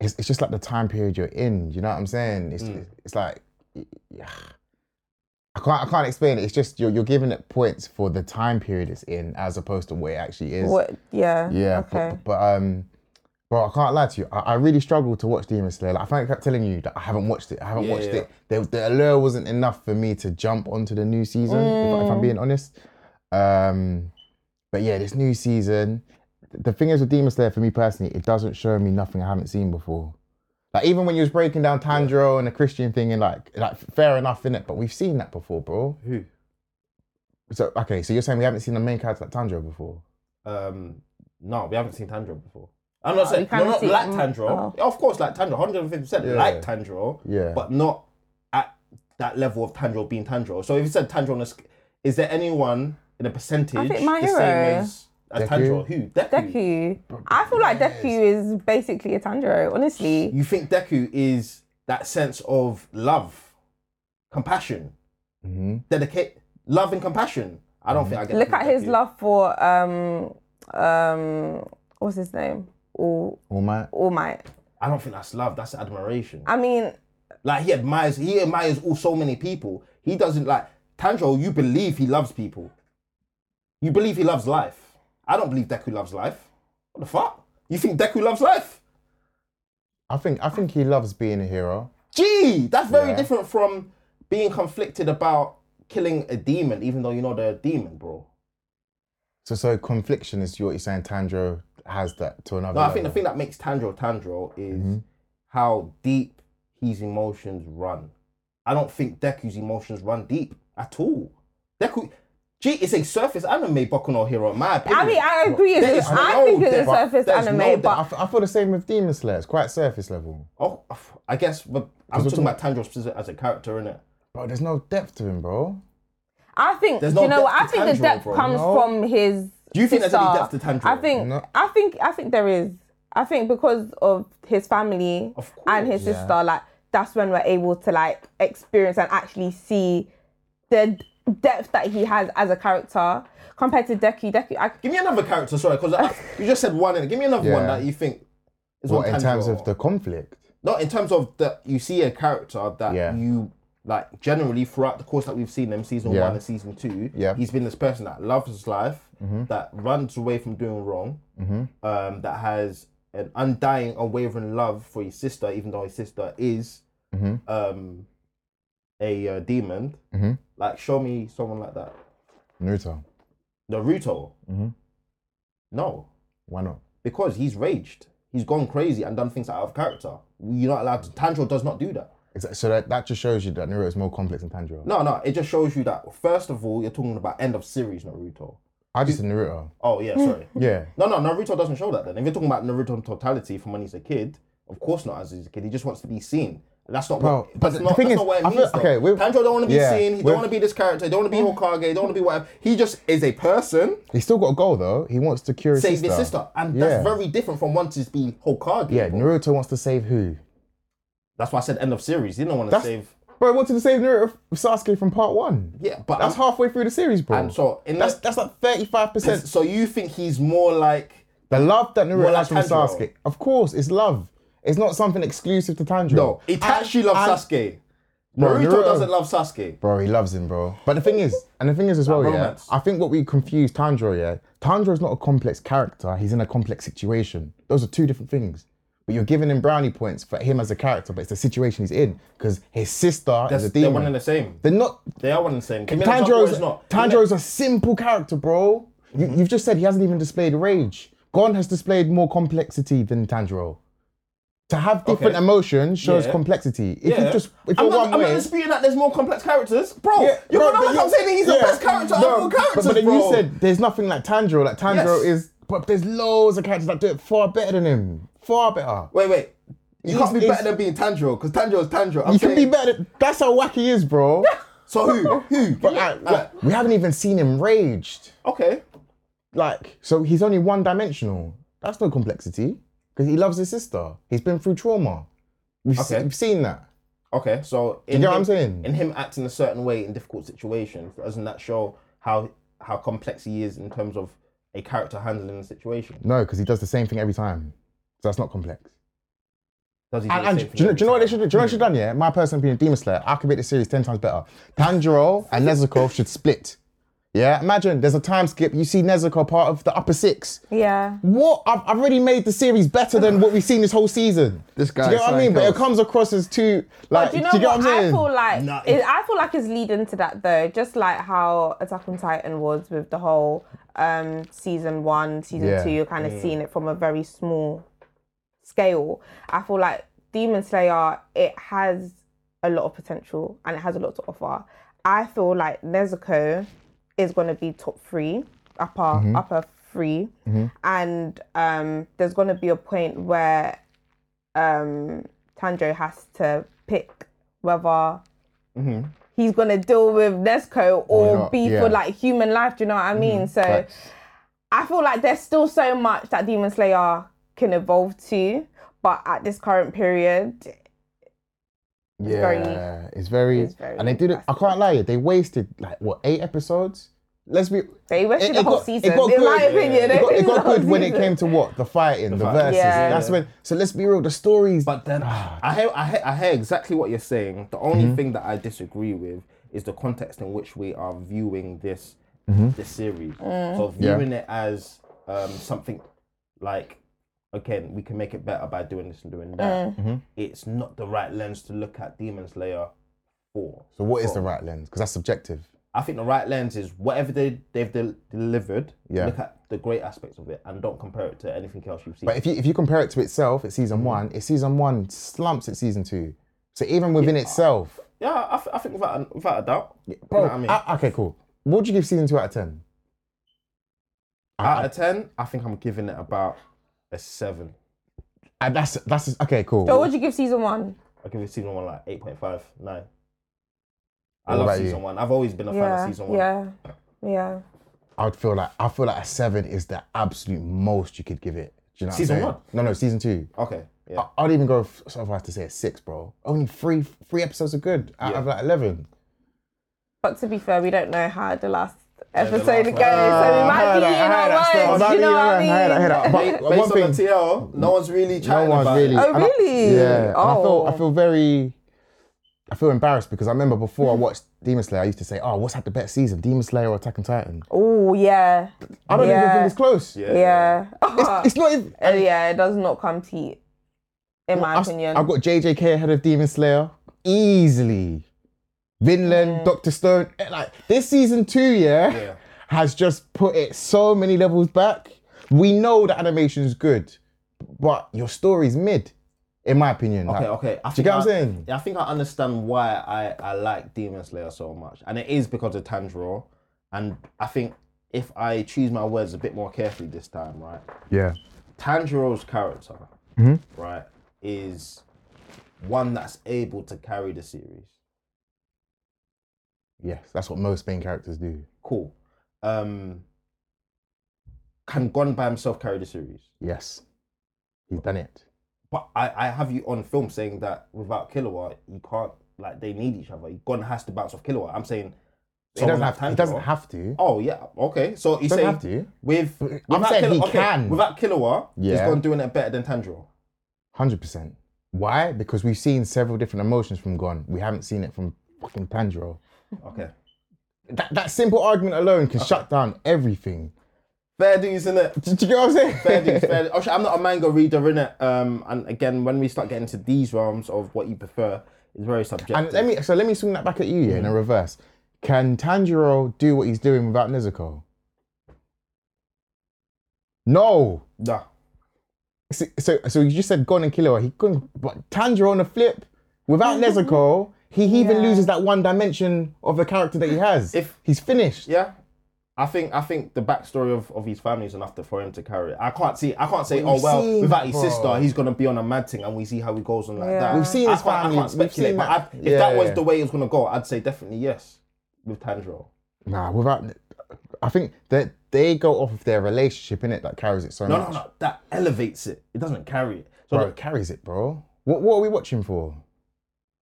A: It's, it's just like the time period you're in. You know what I'm saying? It's
B: Mm.
A: it's like, yeah. I can't I can't explain it. It's just you're you're giving it points for the time period it's in, as opposed to what it actually is.
C: What? Yeah.
A: Yeah, but-
C: Okay.
A: but, but um, bro, I can't lie to you. I, I really struggled to watch Demon Slayer. Like, I think I kept telling you that I haven't watched it. I haven't
B: Yeah,
A: watched
B: yeah.
A: it. The, the allure wasn't enough for me to jump onto the new season. If, I- if I'm being honest, um, but yeah, this new season. The thing is with Demon Slayer, for me personally, it doesn't show me nothing I haven't seen before. Like even when you was breaking down Tanjiro and the Christian thing, and like, like fair enough in it, but we've seen that before, bro.
B: Who?
A: So okay, so you're saying we haven't seen the main character like Tanjiro before?
B: Um, no, we haven't seen Tanjiro before. I'm not saying
C: Oh, we
B: no,
C: haven't
B: not
C: seen-
B: like
C: mm,
B: Tanjiro.
C: oh.
B: Yeah, Of course, like Tanjiro, 150 percent
A: Yeah.
B: like Tanjiro.
A: Yeah.
B: but not at that level of Tandro being Tandro. So if you said Tandro, on a, sc- is there anyone in a percentage
C: I think my
B: the
C: hero.
B: same as, as
A: Deku?
B: Tandro? Who? Deku.
C: Deku. I feel like Deku is basically a Tanjiro, honestly.
B: You think Deku is that sense of love, compassion, dedicate, love and compassion. I don't think I get.
C: Look
B: that
C: at
B: from
C: his
B: Deku.
C: love for um um what's his name? All
A: All Might.
C: All Might.
B: I don't think that's love. That's admiration.
C: I mean,
B: Like he admires, he admires all so many people. He doesn't like Tanjiro. You believe he loves people. You believe he loves life. I don't believe Deku loves life. What the fuck? You think Deku loves life?
A: I think I think he loves being a hero.
B: Gee, that's very
A: Yeah.
B: different from being conflicted about killing a demon, even though you know they're a demon, bro.
A: So so confliction is what you're saying. Tandro has that to another.
B: No, I think the
A: level.
B: thing that makes Tandro Tandro is
A: Mm-hmm.
B: how deep his emotions run. I don't think Deku's emotions run deep at all. Deku, gee, it's a surface anime Boku no Hero, in my opinion.
C: I mean, I agree.
B: There
C: It's,
B: is
C: I
B: no
C: think it's a
B: depth.
C: surface
B: There's
C: anime,
B: no depth.
A: I
C: but
A: f- I feel the same with Demon Slayer. It's quite surface level,
B: Oh, I guess, but I'm
A: we're
B: talking, about Tandro specific as a character, innit?
A: bro. There's no depth to him, bro.
C: I think
B: There's
C: do you
B: no
C: know what? I
B: depth to
C: think the
B: Tanjiro,
C: depth
B: bro.
C: comes
A: No.
C: from his.
B: Do you think there's any
C: sister.
B: depth to Tanjiro?
C: I think
A: No.
C: I think I think there is. I think because of his family
B: Of
C: and his
A: course.
C: sister, like that's when we're able to like experience and actually see the depth that he has as a character compared to Deku. Deku, I,
B: Give me another character, sorry, because you just said one. Innit? Give me another one
A: Yeah.
B: that you think is
A: What
B: on
A: in terms
B: Tanjiro.
A: of the conflict?
B: No, in terms of that, you see a character that
A: Yeah.
B: you like generally throughout the course that we've seen him, season
A: Yeah.
B: one and season two.
A: Yeah. Mm-hmm.
B: he's been this person that loves his life, that runs away from doing wrong, um, that has an undying, unwavering love for his sister, even though his sister is
A: Mm-hmm.
B: um, a uh, demon. Like, show me someone like that.
A: Naruto.
B: Naruto.
A: Mm-hmm.
B: No,
A: Why not?
B: because he's raged. He's gone crazy and done things out of character. You're not allowed to. Tanjiro does not do that.
A: Exactly. So that, that just shows you that Naruto is more complex than Tanjiro.
B: No, no, it just shows you that first of all, you're talking about end of series Naruto.
A: I just said Naruto.
B: Oh yeah,
A: Hmm.
B: sorry.
A: Yeah.
B: No, no, Naruto doesn't show that. Then, if you're talking about Naruto in totality from when he's a kid, of course not. As he's a kid, he just wants to be seen. That's not
A: Bro,
B: what.
A: but
B: that's
A: the
B: not,
A: thing
B: that's
A: is,
B: not what it
A: I
B: means.
A: feel-
B: though.
A: okay, with-
B: Tanjiro don't want to be
A: yeah, Hmm.
B: seen. He
A: with-
B: don't want to be this character. He don't want to be Hokage. He don't want to be whatever. He just is a person.
A: He's still got a goal though. He wants to cure his
B: Save
A: sister.
B: his sister, and
A: Yeah.
B: that's very different from wanting to be Hokage.
A: Yeah,
B: bro.
A: Naruto wants to save who?
B: that's why I said end of series. He didn't want to
A: That's-
B: save.
A: Bro, he wanted to save Naruto Sasuke from part one.
B: Yeah, but
A: That's
B: I'm-
A: halfway through the series, bro.
B: And so in
A: that's
B: the-
A: that's like thirty five percent.
B: So you think he's more like
A: The love that Naruto has
B: More like
A: from
B: Tanjiro.
A: Sasuke, of course, is love. It's not something exclusive to Tanjiro.
B: No, Itachi
A: And- and-
B: loves Sasuke.
A: Bro,
B: Naruto,
A: Naruto-
B: doesn't love Sasuke.
A: Bro, he loves him, bro. But the thing is, and the thing is as well, yeah,
B: romance.
A: I think what we confuse Tanjiro, yeah, Tanjiro's not a complex character. He's in a complex situation. Those are two different things. But you're giving him brownie points for him as a character, but it's the situation he's in because his sister
B: That's-
A: is a
B: they're one
A: demon.
B: and the same.
A: They're not.
B: They are one and the same. Give me an example where
A: Tanjiro's
B: it's not. Mm-hmm.
A: Tanjiro's a simple character, bro. You, you've just said he hasn't even displayed rage. Gon has displayed more complexity than Tanjiro. To have different
B: Okay.
A: emotions shows
B: Yeah.
A: complexity. If
B: Yeah.
A: you just, if
B: I'm,
A: you're
B: not,
A: one
B: I'm
A: way,
B: not disputing that there's more complex characters, bro.
A: yeah,
B: you're
A: bro,
B: not
A: but
B: I'm
A: you-
B: saying that he's the
A: yeah.
B: best character
A: No,
B: out of all characters,
A: But, but then
B: bro.
A: you said there's nothing like Tanjiro. Like Tanjiro
B: Yes.
A: is, but there's loads of characters that do it far better than him. Far better.
B: wait, wait. You can't
A: He's-
B: be better
A: he's-
B: than being Tanjiro because Tanjiro is Tanjiro. I'm
A: You can be
B: saying-
A: better. than- That's how wacky he is, bro.
B: So who? Who?
A: but like,
B: Alright,
A: we haven't even seen him raged.
B: okay.
A: Like, so he's only one dimensional. That's no complexity because he loves his sister. He's been through trauma. We've, se-
B: Okay.
A: we've seen that.
B: Okay, so in
A: get what
B: him-
A: I'm saying?
B: In him acting a certain way in difficult situations, doesn't that show how how complex he is in terms of a character handling the situation?
A: No, because he does the same thing every time. So that's not complex.
B: Does he?
A: And, and do, you know, do you know what they should do? Do you know what they should have done? Yeah, my personal opinion, Demon Slayer, I could make this series ten times better. Tanjiro and Nezuko should split. Yeah, imagine there's a time skip. You see Nezuko part of the upper six.
C: yeah.
A: What? I've, I've already made the series better than what we've seen this whole season.
E: This
A: Do
E: guy
A: you
E: is
A: get what I mean? But it
E: something else.
A: comes across as too like.
C: Do you know
A: do you get
C: what?
A: what, I'm
C: I
A: saying?
C: feel like
B: Nah,
C: it,
B: it's-
C: I feel like it's leading to that though. Just like how Attack on Titan was with the whole um season one, season
A: Yeah.
C: two, you're kind of seeing it from a very small scale. I feel like Demon Slayer it has a lot of potential and it has a lot to offer. I feel like Nezuko is going to be top three, upper
B: Mm-hmm.
C: upper 3 and um, there's going to be a point where um, Tanjiro has to pick whether he's gonna deal with Nesco
A: Or
C: or,
A: not,
C: be
A: yeah.
C: for like human life. Do you know what I mean? So
A: Facts.
C: I feel like there's still so much that Demon Slayer can evolve to, but at this current period,
A: yeah,
C: very-
A: it's very,
C: it's very
A: and they did it. I can't lie, they wasted like what eight episodes. Let's be.
C: they
A: It-
C: wasted
A: it
C: the whole
A: got- it
C: season.
A: got
C: in my
A: good.
C: opinion,
A: It got, it
C: wasted
A: got
C: the whole
A: good when it
C: season.
A: came to what the fighting, the,
B: The fight.
A: verses.
C: Yeah.
A: That's when. So let's be real. The stories.
B: But then
A: Ah.
B: I hear, I hear I hear exactly what you're saying. The only
A: Mm-hmm.
B: thing that I disagree with is the context in which we are viewing this this series. So
A: Mm-hmm. Yeah.
B: viewing it as um, something like okay, we can make it better by doing this and doing that.
A: Mm-hmm.
B: It's not the right lens to look at Demon Slayer for.
A: so what is the right lens? Because that's subjective.
B: I think the right lens is whatever they they've del- delivered.
A: Yeah.
B: Look at the great aspects of it and don't compare it to anything else you've seen.
A: But if you if you compare it to itself, it's season
B: Mm.
A: one. It's season one slumps at season two. So even within itself,
B: yeah, I, th- I think without a, without a doubt. You know
A: bro.
B: what I mean?
A: I- okay, cool. What would you give season two out of ten?
B: Out of ten, I think I'm giving it about a seven.
A: And that's that's okay, cool.
C: What would you give season one?
B: I give it season one like 8.5, 9. I
A: What
B: love
A: about you?
B: season one. I've always been a fan of
C: Yeah,
B: season one.
C: yeah, yeah.
A: I would feel like I feel like a seven is the absolute most you could give it. Do you know what I'm
B: Season
A: saying?
B: one?
A: No, no, season two.
B: Okay. Yeah.
A: I, I'd even go f- so far as to say a six, bro. Only three three episodes are good out of like eleven.
C: But to be fair, we don't know how the last
B: the
C: episode
B: last one.
C: goes, so we
A: I
C: might
A: heard
C: be
A: that, I heard
C: in
A: that
C: our
A: still.
C: words.
A: No,
C: You know
A: yeah,
C: what I
A: I heard that, I heard
C: mean?
A: that. But one
B: Based on
A: thing,
B: the TL, no one's really
A: no
B: chatting
A: one's
B: about
A: really.
B: it.
C: Oh,
A: and I-
C: really?
A: yeah. and I feel I
C: Oh.
A: feel very. I feel embarrassed because I remember before I watched Demon Slayer, I used to say, "Oh, what's had the better season, Demon Slayer or Attack on Titan?"
C: Oh yeah,
A: I don't even
C: Yeah.
A: think it's close.
B: Yeah.
C: yeah.
A: Uh, It's, it's not even.
C: Uh, yeah, it does not come compete, in my
A: I've,
C: opinion.
A: I've got JJK ahead of Demon Slayer easily. Vinland, Doctor Stone, eh, like this season two, yeah,
B: Yeah.
A: has just put it so many levels back. We know the animation's good, but your story's mid, in my opinion.
B: Okay, okay. I
A: do you get what I'm
B: I-
A: saying?
B: I think I understand why I, I like Demon Slayer so much. And it is because of Tanjiro. And I think if I choose my words a bit more carefully this time, right?
A: Yeah.
B: Tanjiro's character,
A: Mm-hmm.
B: right, is one that's able to carry the series.
A: Yes, that's what most main characters do.
B: Cool. Um, can Gon by himself carry the series?
A: Yes. He's done it.
B: But I, I have you on film saying that without Killua, you can't. Like they need each other. Gon has to bounce off Killua. I'm saying
A: He doesn't,
B: someone
A: have,
B: like
A: he
B: Tanjiro-
A: doesn't have to.
B: Oh yeah, okay. So you
A: Doesn't
B: say
A: have to.
B: with
A: I'm
B: without
A: saying he
B: Killua, okay,
A: can.
B: without Killua, he's
A: Yeah.
B: gone doing it better than Tanjiro.
A: Hundred percent. Why? Because we've seen several different emotions from Gon. We haven't seen it from fucking Tanjiro.
B: Okay,
A: That, that simple argument alone can shut down everything.
B: fair dues in it.
A: Do, do you get what I'm saying?
B: fair dues, fair dues. Actually, I'm not a manga reader innit? Um, and again, when we start getting to these realms of what you prefer, it's very subjective.
A: And let me so let me swing that back at you yeah,
B: Mm.
A: in a reverse. Can Tanjiro do what he's doing without Nezuko? No.
B: nah.
A: So so, so you just said Gon and Killua. He couldn't. But Tanjiro on the flip, without
B: Mm-hmm.
A: Nezuko, he even
C: Yeah.
A: loses that one dimension of the character that he has.
B: If-
A: he's finished.
B: Yeah. I think I think the backstory of, of his family is enough to, for him to carry it. I can't see I can't say
A: We've
B: oh well
A: seen
B: without
A: it,
B: his
A: bro.
B: sister he's gonna be on a mad thing and we see how he goes on like
C: Yeah.
B: that.
C: We've
A: seen
B: I
A: his
B: can't- I
A: family,
B: can't
A: we've
B: speculate,
A: seen
B: but
A: that.
B: I, if that was
A: Yeah.
B: the way it was gonna go, I'd say definitely yes with Tanjiro.
A: Nah, without, I think that they go off of their relationship in it that carries it so
B: No
A: much.
B: no no, that elevates it. It doesn't carry it. So
A: Bro, it carries it, bro. What what are we watching for?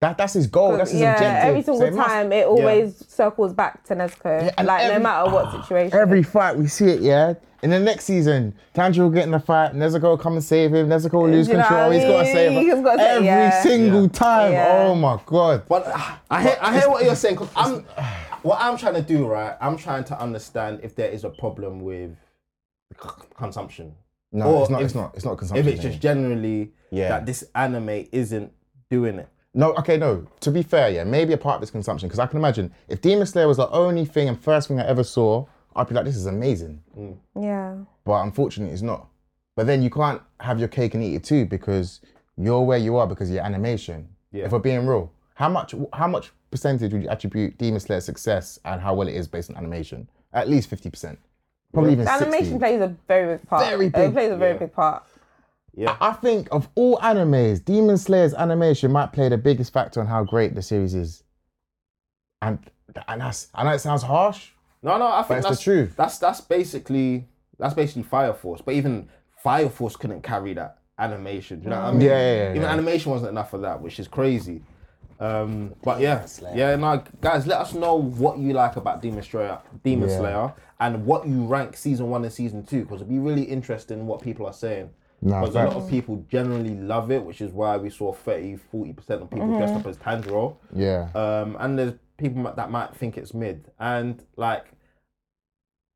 A: That that's his goal. That's his
C: yeah,
A: objective.
C: every
A: So
C: single
A: it must-
C: time it always circles back to Nezuko,
A: and
C: like
A: every-
C: no matter what situation.
A: every fight we see it, yeah. In the next season, Tanjiro will get in the fight. Nezuko will come and save him. Nezuko will lose
C: you know
A: control.
C: what I
A: He's got to save him.
C: mean? He's gotta save-
A: every
C: yeah.
A: single time.
C: Yeah.
A: Oh my god.
B: But ah, I hear, I hear what you're saying. Cause I'm,
A: uh,
B: what I'm trying to do, right? I'm trying to understand if there is a problem with c- consumption.
A: No,
B: Or
A: it's not.
B: if-
A: it's not. It's not
B: If
A: consumption. eh?
B: it's
A: thing.
B: just generally
A: Yeah.
B: that this anime isn't doing it.
A: No, okay, no. To be fair, yeah, maybe a part of it's consumption because I can imagine if Demon Slayer was the only thing and first thing I ever saw, I'd be like, this is amazing.
C: yeah,
A: But unfortunately, it's not. But then you can't have your cake and eat it too because you're where you are because of your animation.
B: Yeah.
A: If we're being real, how much how much percentage would you attribute Demon Slayer's success and how well it is based on animation? At least fifty percent, probably even
C: The animation
A: 60.
C: plays a very big part.
A: Very big,
C: It plays a very big part.
A: I I think of all animes, Demon Slayer's animation might play the biggest factor on how great the series is. and and that's I know it sounds harsh.
B: No, no, I think
A: it's the
B: that's
A: truth.
B: That's that's basically that's basically Fire Force. But even Fire Force couldn't carry that animation. Do you know what I mean?
A: Yeah, yeah, yeah,
B: Even
A: yeah.
B: animation wasn't enough of that, which is crazy. Um, but yeah, yeah, no, guys, let us know what you like about Demon Slayer, Demon
A: Yeah.
B: Slayer, and what you rank season one and season two, because it'd be really interesting what people are saying.
A: No,
B: Because a lot
A: facts.
B: of people generally love it, which is why we saw 30, 40 percent of people dressed up as Tanjiro
A: Yeah.
B: um, and there's people mi- that might think it's mid, and like,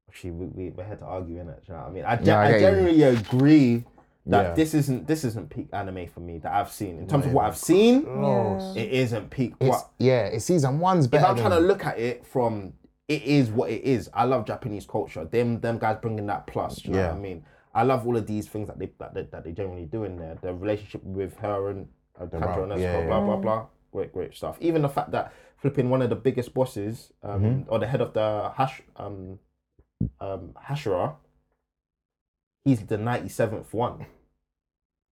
B: actually, we we we're here to argue in it. You know what I mean? I, ge-
A: Yeah, I
B: I,
A: get you.
B: generally agree that
A: Yeah.
B: this isn't this isn't peak anime for me that I've seen in terms of what I've seen.
A: Close.
B: It isn't peak.
A: It's,
B: But
A: yeah, it's season one's
B: if
A: better.
B: I'm trying to
A: than-
B: look at it from it is what it is. I love Japanese culture. Them them guys bringing that plus. do You know
A: Yeah.
B: what I mean? I love all of these things that they that they, that they generally do in there. The relationship with her and uh, Tanjiro
A: rap,
B: Nezuko,
A: yeah, yeah.
B: blah blah blah. Great great stuff. Even the fact that flipping one of the biggest bosses um,
A: Mm-hmm.
B: or the head of the hash um, um, Hashira, he's the ninety seventh one.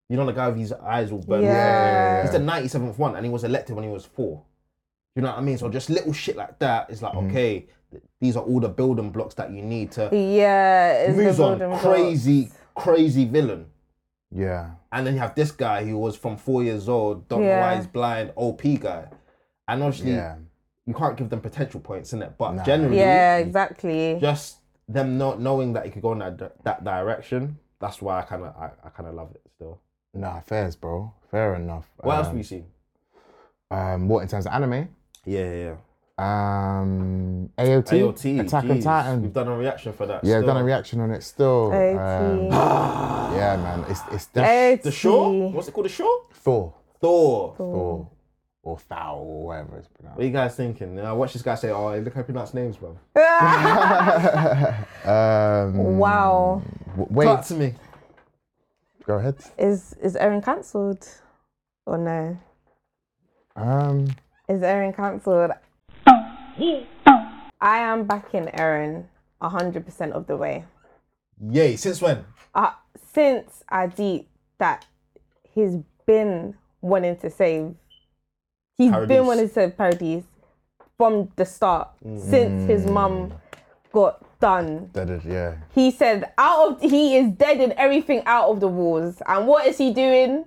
B: You know the guy with his eyes all burned.
C: Yeah. Yeah, yeah, yeah.
B: He's the ninety seventh one, and he was elected when he was four. You know what I mean? So just little shit like that is
A: Mm-hmm.
B: like, okay, th- these are all the building blocks that you need to
C: Yeah, it's
B: move
C: the
B: on.
C: golden
B: Crazy, crazy villain.
A: Yeah.
B: And then you have this guy who was from four years old, don't know why
C: Yeah.
B: he's blind, OP guy. And obviously,
A: Yeah.
B: you can't give them potential points in it, but
A: Nah.
C: goal.
B: generally,
C: Yeah, exactly.
B: just them not knowing that it could go in that, di- that direction. That's why I kind of I, I kind of love it still.
A: Nah, fairs, bro. Fair enough.
B: What else
A: Um,
B: have you seen?
A: Um, what in terms of anime?
B: Yeah, yeah, yeah.
A: Um, AOT,
B: AOT,
A: Attack on
B: jeez.
A: Titan.
B: We've done a reaction for that.
A: yeah, I've
B: still.
A: done a reaction on it still. Um,
C: AOT.
A: yeah, man, it's it's def-
C: AOT.
B: The show? What's it called? The show?
A: Thor,
B: Thor.
A: Thor, or Thou, or whatever it's pronounced.
B: What are you guys thinking? I watch this guy say, "Oh, look how he pronounce names, bro."
A: Um,
C: wow.
A: w- wait,
B: Talk to me.
A: go ahead.
C: Is is Erin cancelled? Or no?
A: Um,
C: Is Erin cancelled? I am backing Erin hundred percent of the way.
B: Yay! Since when?
C: Uh, since I deep that he's been wanting to save, he's
B: Paradise.
C: been wanting to save Paradise from the start. Since his
B: Mm.
C: mum got done
A: that is, yeah,
C: he said out of he is dead in everything out of the walls and what is he doing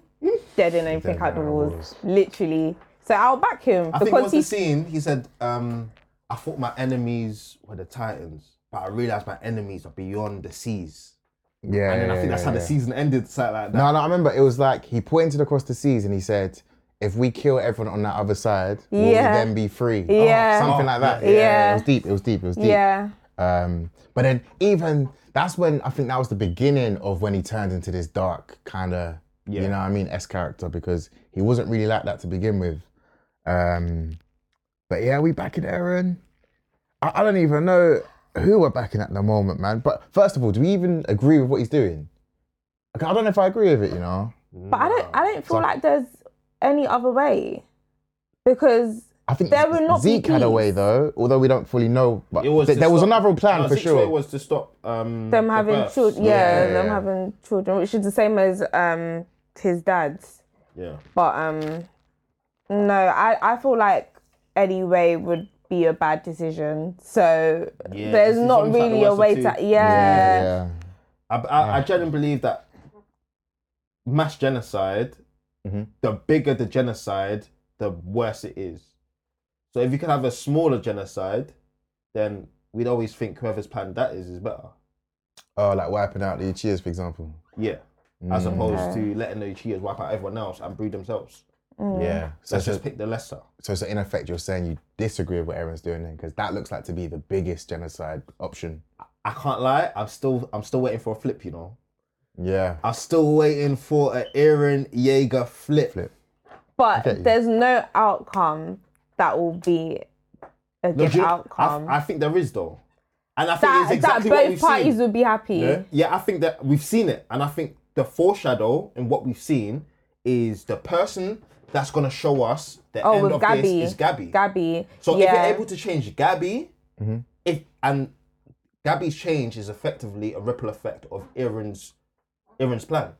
C: dead in everything
A: Dead
C: out the
A: in the
C: walls.
A: walls.
C: literally so i'll back him
B: I think
C: because
B: once the
C: he's
B: scene, he said, um, "I thought my enemies were the Titans, but I realized my enemies are beyond the seas."
A: yeah.
B: And then I
A: yeah,
B: think that's
A: yeah,
B: how the
A: yeah.
B: season ended, something like that.
A: No, no, I remember it was like he pointed across the seas and he said, "If we kill everyone on that other side, will we
C: Yeah.
A: then be free?"
C: Yeah.
A: something like that.
B: Yeah.
A: it was deep. It was deep. It was deep.
C: yeah
A: Um, but then even that's when I think that was the beginning of when he turned into this dark kind of
B: Yeah.
A: you know what I mean S character because he wasn't really like that to begin with. Um, but yeah, we back in Aaron. I, I don't even know who we're backing at the moment, man. But first of all, do we even agree with what he's doing? Okay, I don't know if I agree with it, you know.
C: but i don't i don't feel
A: So-
C: like there's any other way because
A: I think
C: There will not be
A: Zeke had a way
C: peace.
A: though, although we don't fully know. But
B: It was
A: th-
B: to
A: there was
B: stop-
A: another plan
B: No,
A: for
B: Six
A: sure.
B: Way was to stop um,
C: them
B: the
C: having
B: births.
C: children yeah,
A: Yeah, yeah,
C: them
A: yeah.
C: having children which is the same as um his dad's
B: Yeah.
C: but um no i i feel like any way would be a bad decision so
B: Yeah,
C: there's
B: it's
C: not
B: almost like the
C: really a
B: worst of
C: way
B: two.
C: to yeah,
A: yeah, yeah.
B: I,
A: Ah.
B: I, I genuinely believe that mass genocide,
A: Mhm.
B: the bigger the genocide, the worse it is. So if you can have a smaller genocide, then we'd always think whoever's plan that is is better.
A: Oh, like wiping out the Uchiha's, for example.
B: Yeah.
A: Mm.
B: As opposed to letting the cheaters wipe out everyone else and breed themselves.
A: Yeah. So,
B: Let's
A: so,
B: just pick the lesser.
A: so, so in effect, you're saying you disagree with what Aaron's doing then, because that looks like to be the biggest genocide option.
B: I can't lie, I'm still I'm still waiting for a flip, you know.
A: Yeah.
B: I'm still waiting for an Aaron Jaeger flip.
A: Flip.
C: but
A: Okay.
C: there's no outcome that will be a
B: No,
C: good
B: do you-
C: outcome.
B: I, I think there is though. And I think
C: that,
B: it's exactly
C: that
B: what
C: both
B: we've
C: parties
B: seen.
C: would be happy.
B: Yeah, I think that we've seen it, and I think the foreshadow in what we've seen is the person that's gonna show us the
C: Oh,
B: end
C: with
B: of
C: Gabby.
B: this is Gabby.
C: Gabby.
B: so if
C: yeah.
B: you're able to change Gabby,
A: Mm-hmm.
B: if and Gabby's change is effectively a ripple effect of Aaron's Aaron's plan.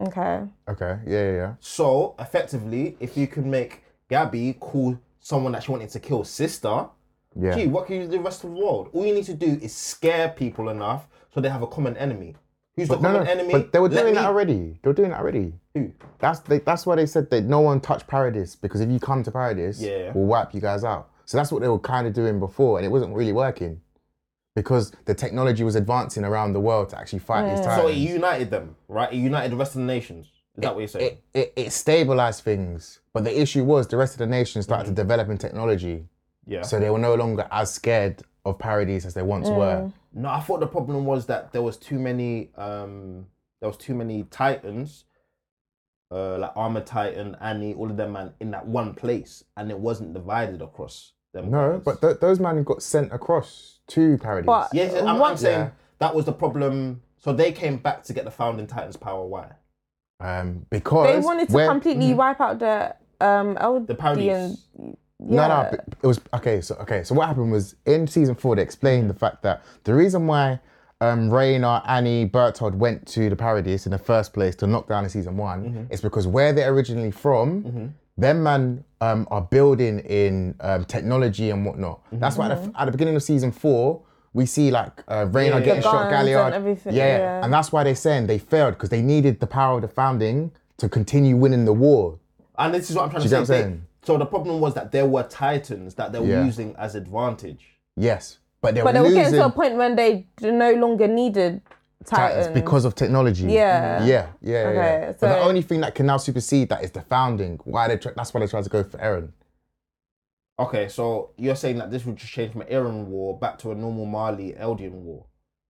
C: okay.
A: Okay. Yeah, yeah, yeah.
B: So effectively, if you can make Gabby call someone that she wanted to kill sister,
A: Yeah.
B: gee, what can you do with the rest of the world? All you need to do is scare people enough so they have a common enemy. Who's the
A: No,
B: common
A: no,
B: enemy?
A: but they were
B: Let
A: doing
B: me-
A: that already. They were doing that already.
B: Who?
A: That's they, that's why they said that no one touched Paradise because if you come to Paradise,
B: Yeah.
A: we'll wipe you guys out. So that's what they were kind of doing before, and it wasn't really working because the technology was advancing around the world to actually fight these
B: So
A: titans.
B: it united them, right? It united the rest of the nations. Is that what you're saying?
A: it, it, it stabilized things, but the issue was the rest of the nation started
B: Mm-hmm.
A: developing technology,
B: yeah.
A: so they were no longer as scared of Paradise as they once
C: Mm.
A: were.
B: No, I thought the problem was that there was too many um there was too many titans, uh like Armor Titan, Annie, all of them man in that one place and it wasn't divided across them.
A: No,
B: guys.
A: but th- those men got sent across to Paradise.
C: But-
B: Yes, yes, I'm, I'm
C: What-
B: saying
A: Yeah.
B: that was the problem. So they came back to get the founding titans power why?
A: Um, because
C: They wanted to
A: where-
C: completely wipe out the um LD
B: The parodies.
A: No, no, but it was okay. So, okay, so what happened was in season four they explained the fact that the reason why um, Raina, Annie, Bertold went to the Paradise in the first place to knock down in season one
C: Mm-hmm.
A: is because where they're originally from, them man um, are building in um, technology and whatnot.
C: Mm-hmm.
A: That's why at the, f- at the beginning of season four. We see like uh, Raina getting shot,
C: guns and
A: Galliard,
C: everything,
A: yeah,
C: yeah.
A: and that's why they're saying they failed because they needed the power of the founding to continue winning the war.
B: And this is what I'm trying
A: Do you
B: to
A: get
B: say.
A: what I'm
B: They-
A: saying?
B: so the problem was that there were titans that they were
A: Yeah.
B: using as advantage.
A: Yes, but they
C: But
A: were
C: they were
A: losing.
C: getting to a point when they d- no longer needed
A: Titans
C: Titans.
A: because of technology. Mm-hmm.
C: Yeah.
A: Yeah. Yeah. yeah,
C: Okay,
A: yeah. But the
C: so-
A: only thing that can now supersede that is the founding. Why they? Try, that's why they tried to go for Aaron.
B: Okay, so you're saying that this would just change from an Iran war back to a normal Mali Eldian war,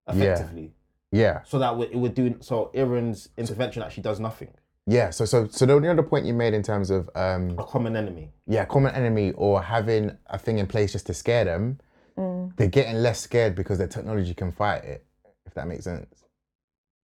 B: effectively.
A: Yeah.
B: So that we- it would do so Iran's intervention actually does nothing.
A: Yeah. So so so the only other point you made in terms of um
B: A common enemy.
A: yeah common enemy or having a thing in place just to scare them,
C: Mm.
A: they're getting less scared because their technology can fight it. If that makes sense.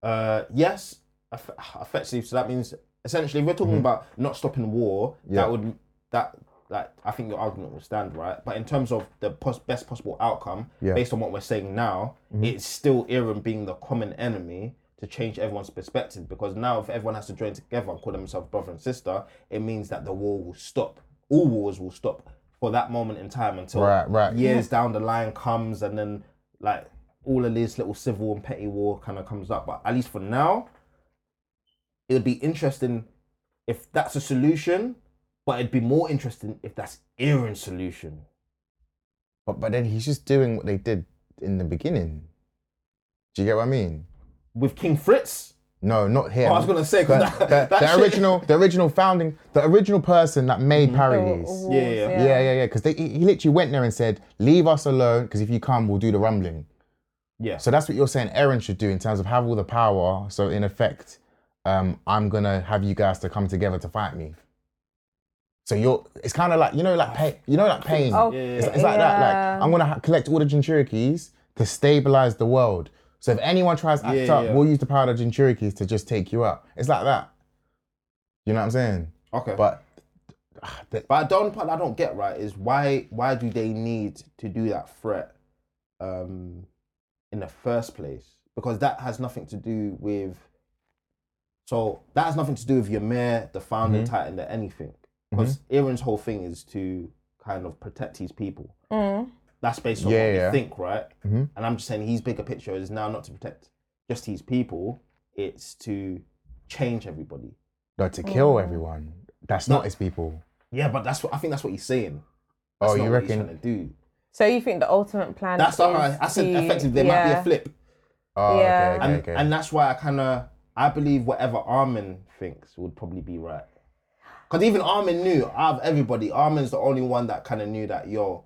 B: Uh, yes, eff- effectively. So that means essentially, if we're talking about not stopping war,
A: Mm-hmm. Yeah.
B: that would that like I think your argument will stand, right? But in terms of the pos- best possible outcome,
A: Yeah. Mm-hmm.
B: based on what we're saying now, it's still Iran being the common enemy to change everyone's perspective because now if everyone has to join together and call themselves brother and sister, it means that the war will stop. All wars will stop for that moment in time until
A: Right, right.
B: years down the line comes and then like all of this little civil and petty war kind of comes up. But at least for now, it'd be interesting if that's a solution, but it'd be more interesting if that's Aaron's solution.
A: But but then he's just doing what they did in the beginning. Do you get what I mean?
B: With King Fritz,
A: No, not him.
B: Oh, I was gonna say, 'cause
A: The-
B: that-
A: the,
B: that
A: the
B: shit-
A: original, the original founding, the original person that made
C: Mm-hmm.
A: parodies.
C: Wars,
B: Yeah, yeah.
A: Yeah, yeah, yeah. Because he, he literally went there and said, "Leave us alone, because if you come, we'll do the rumbling."
B: yeah.
A: So that's what you're saying. Aaron should do in terms of have all the power. So in effect, um, I'm gonna have you guys to come together to fight me. So you're. It's kind of like you know, like pain. You know, like pain.
C: Oh,
A: It's, it's like that. Like
C: yeah.
A: I'm gonna ha- collect all the Jinchurikis to stabilize the world. So if anyone tries to act
B: Yeah,
A: up,
B: yeah.
A: we'll use the power of the Jinchurikis to just take you out. It's like that. You know what I'm saying?
B: okay. But
A: But
B: but the only part I don't get right is why why do they need to do that threat um in the first place? Because that has nothing to do with so that has nothing to do with your mayor, the founding
A: Mm-hmm.
B: titan, or anything. Because Aaron's whole thing is to kind of protect his people. That's based on
A: Yeah,
B: what
A: yeah. Mm-hmm.
B: we think, right? And I'm just saying his bigger picture is now not to protect just his people, it's to change everybody.
A: no, to
C: Oh.
A: kill everyone. That's not his people.
B: Yeah, but that's what I think. That's what he's saying. That's
A: Oh,
B: not
A: you
B: what he's
A: reckon-
B: trying to do?
C: So you think the ultimate plan?
B: That's
C: is
B: not. I, I said
C: to-
B: effectively there might be a
C: yeah.
B: flip,
A: Oh,
C: Yeah.
A: okay,
B: and,
A: okay, okay.
B: and that's why I kind of I believe whatever Armin thinks would probably be right. Because even Armin knew out of everybody, Armin's the only one that kind of knew that yo,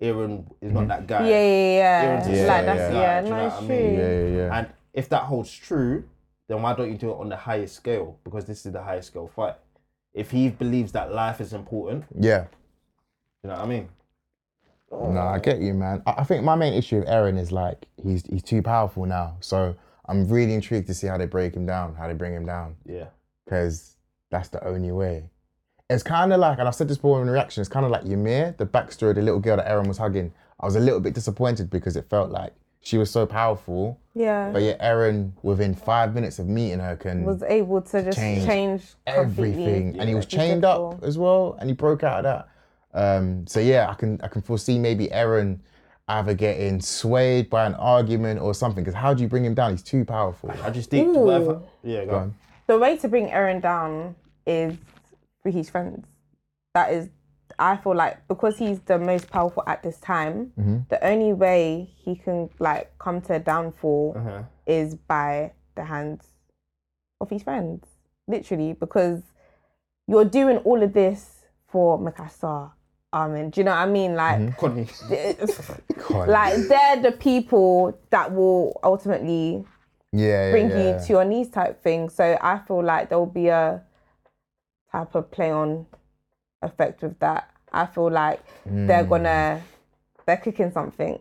B: Aaron is
A: Mm-hmm.
B: not that guy.
C: Yeah, yeah,
B: Aaron's
C: yeah.
A: Yeah,
B: a
C: like
B: certain
A: yeah.
C: that's
B: guy,
C: yeah,
B: do you know
C: no,
B: what I
C: it's
B: mean?
C: true.
A: yeah, yeah, yeah.
B: And if that holds true, then why don't you do it on the highest scale? Because this is the highest scale fight. If he believes that life is important,
A: yeah.
B: you know what I mean.
A: No, I get you, man. I, I think my main issue with Aaron is like he's he's too powerful now. So I'm really intrigued to see how they break him down, how they bring him down,
B: Yeah.
A: because that's the only way. It's kind of like, and I've said this before in reaction. It's kind of like Ymir, the backstory of the little girl that Aaron was hugging. I was a little bit disappointed because it felt like she was so powerful,
C: Yeah.
A: but yet Aaron, within five minutes of meeting her, can
C: was able to just
A: Change
C: change, completely.
A: everything. And he was
C: Which is
A: chained
C: cool.
A: up as well, and he broke out of that. Um, so yeah, I can I can foresee maybe Aaron either getting swayed by an argument or something. Because how do you bring him down? He's too powerful.
B: I just think. What if I, yeah, go,
A: Go
B: on.
A: on.
C: The way to bring Aaron down is through his friends. That is, I feel like because he's the most powerful at this time, the only way he can like come to a downfall
B: Uh-huh.
C: is by the hands of his friends, literally, because you're doing all of this for Makassar. Um, and do you know what I mean? Like,
B: Connie.
A: God.
C: like they're the people that will ultimately
A: yeah, yeah,
C: bring
A: yeah.
C: you to your knees type thing. So I feel like there will be a type of play on effect with that. I feel like they're
A: Hmm.
C: gonna they're cooking something.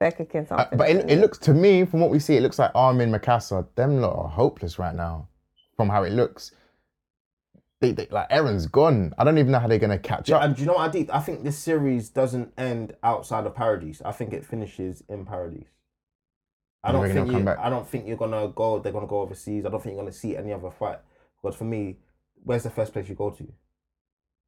C: They're cooking something.
A: Uh, But it, it looks to me, from what we see, it looks like Armin Makassar. Them lot are hopeless right now, from how it looks. They, they, like Aaron's gone. I don't even know how they're gonna catch
B: Yeah,
A: up.
B: and do you know what I did? I think this series doesn't end outside of parodies. I think it finishes in parodies. I
A: And
B: don't
A: we're gonna
B: think
A: come
B: you,
A: back.
B: I don't think you're gonna go. They're gonna go overseas. I don't think you're gonna see any other fight. Because for me, where's the first place you go to?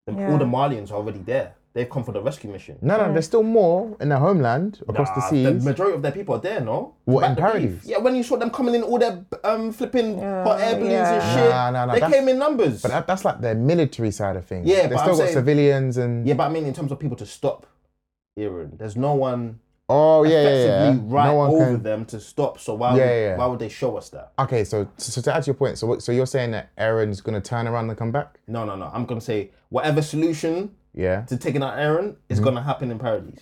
B: The-
C: Yeah.
B: All the Malians are already there. They've come for the rescue mission.
A: No, no, there's still more in their homeland across the
B: Nah,
A: seas.
B: majority of their people are there, no?
A: What,
B: Back
A: in
B: the beef.
A: parodies?
B: Yeah, when you saw them coming in, all their um, flipping
C: Yeah,
B: hot air balloons
C: yeah.
B: and shit.
A: Nah, nah, nah,
B: they
A: that's-
B: came in numbers.
A: but that, that's like their military side of things.
B: Yeah,
A: they
B: but
A: still
B: I'm
A: got
B: saying-
A: civilians and
B: yeah, but I mean, in terms of people to stop Iran, there's no one
A: oh yeah, yeah, yeah.
B: effectively right
A: no one
B: over
A: can.
B: them to stop. So why
A: Yeah,
B: would,
A: yeah, yeah.
B: why would they show us that?
A: Okay, so so to add to your point, so what, so you're saying that Aaron's gonna turn around and come back?
B: No, no, no. I'm gonna say whatever solution
A: Yeah.
B: to taking out Aaron is
A: Mm-hmm.
B: gonna happen in parodies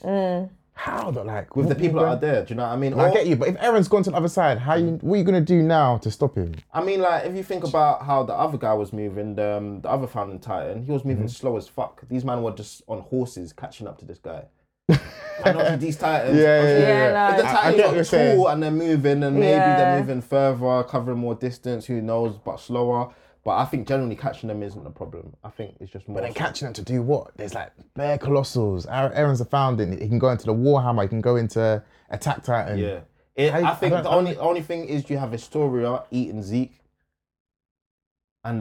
A: How though? Like
B: with the people that are there. Do you know what I mean?
A: I
B: Or-
A: get you, but if Aaron's gone to the other side, how you what are you gonna do now to stop him?
B: I mean, like if you think about how the other guy was moving, the, um, the other founding titan, he was
A: Mm-hmm.
B: moving slow as fuck. These men were just on horses catching up to this guy. and obviously these titans,
A: Yeah,
B: obviously,
A: yeah, yeah.
C: Yeah,
B: if the
C: I-
A: I
B: titans
A: get what
B: are
A: you're
B: tall
A: saying.
B: and they're moving, and maybe
C: Yeah.
B: they're moving further, covering more distance. Who knows? But slower. But I think generally catching them isn't a problem. I think it's just more.
A: But then catching them to do what? There's like bare colossals. Aaron- Aaron's a founding. He can go into the Warhammer. He can go into Attack Titan.
B: Yeah. It,
A: I-
B: I,
A: I
B: think
A: don't-
B: the
A: I
B: only only thing is you have Historia eating Zeke and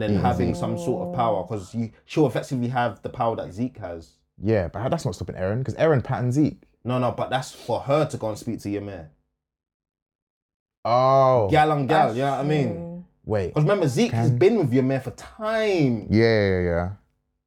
A: Mm.
B: then having some sort of power because you she'll effectively have the power that Zeke has.
A: Yeah, but that's not stopping Aaron because Aaron patterns Zeke.
B: No, no, but that's for her to go and speak to your man.
A: Oh.
B: Gal on gal, you know what I mean?
A: Wait.
B: Because remember, Zeke has
A: Can-
B: been with your man for time.
A: Yeah, yeah, yeah.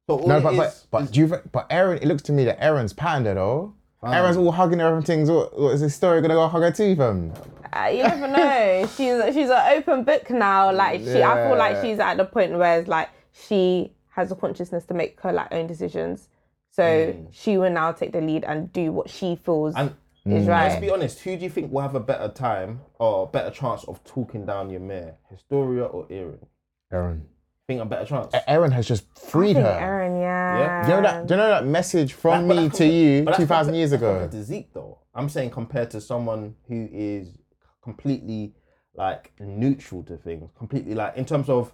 B: So all
A: No,
B: it
A: but
B: is-
A: but, but
B: is-
A: do you re- but Aaron? It looks to me that Aaron's patterned her though.
B: Fine.
A: Aaron's all hugging her and things. What, what is this story gonna go hug her too fam?
C: Uh, you never know. she's she's an open book now. Like she, I feel like
A: Yeah.
C: she's at the point where it's like she has a consciousness to make her like own decisions. So
A: Hmm.
C: she will now take the lead and do what she feels
B: And-
A: Mm.
C: is
B: Let's be
C: right.
B: honest, who do you think will have a better time or better chance of talking down your mayor? Historia or Erin?
A: Aaron.
B: Think a better chance.
A: Aaron has just freed her.
C: Aaron, yeah.
B: Yeah.
A: Do you know that? Do you know that message from
B: But
A: me
B: that's
A: to
B: compa-
A: you
B: but that's
A: two thousand
B: compa-
A: years
B: that's
A: ago?
B: Compared to Zeke, though, I'm saying compared to someone who is completely like neutral to things, completely like in terms of,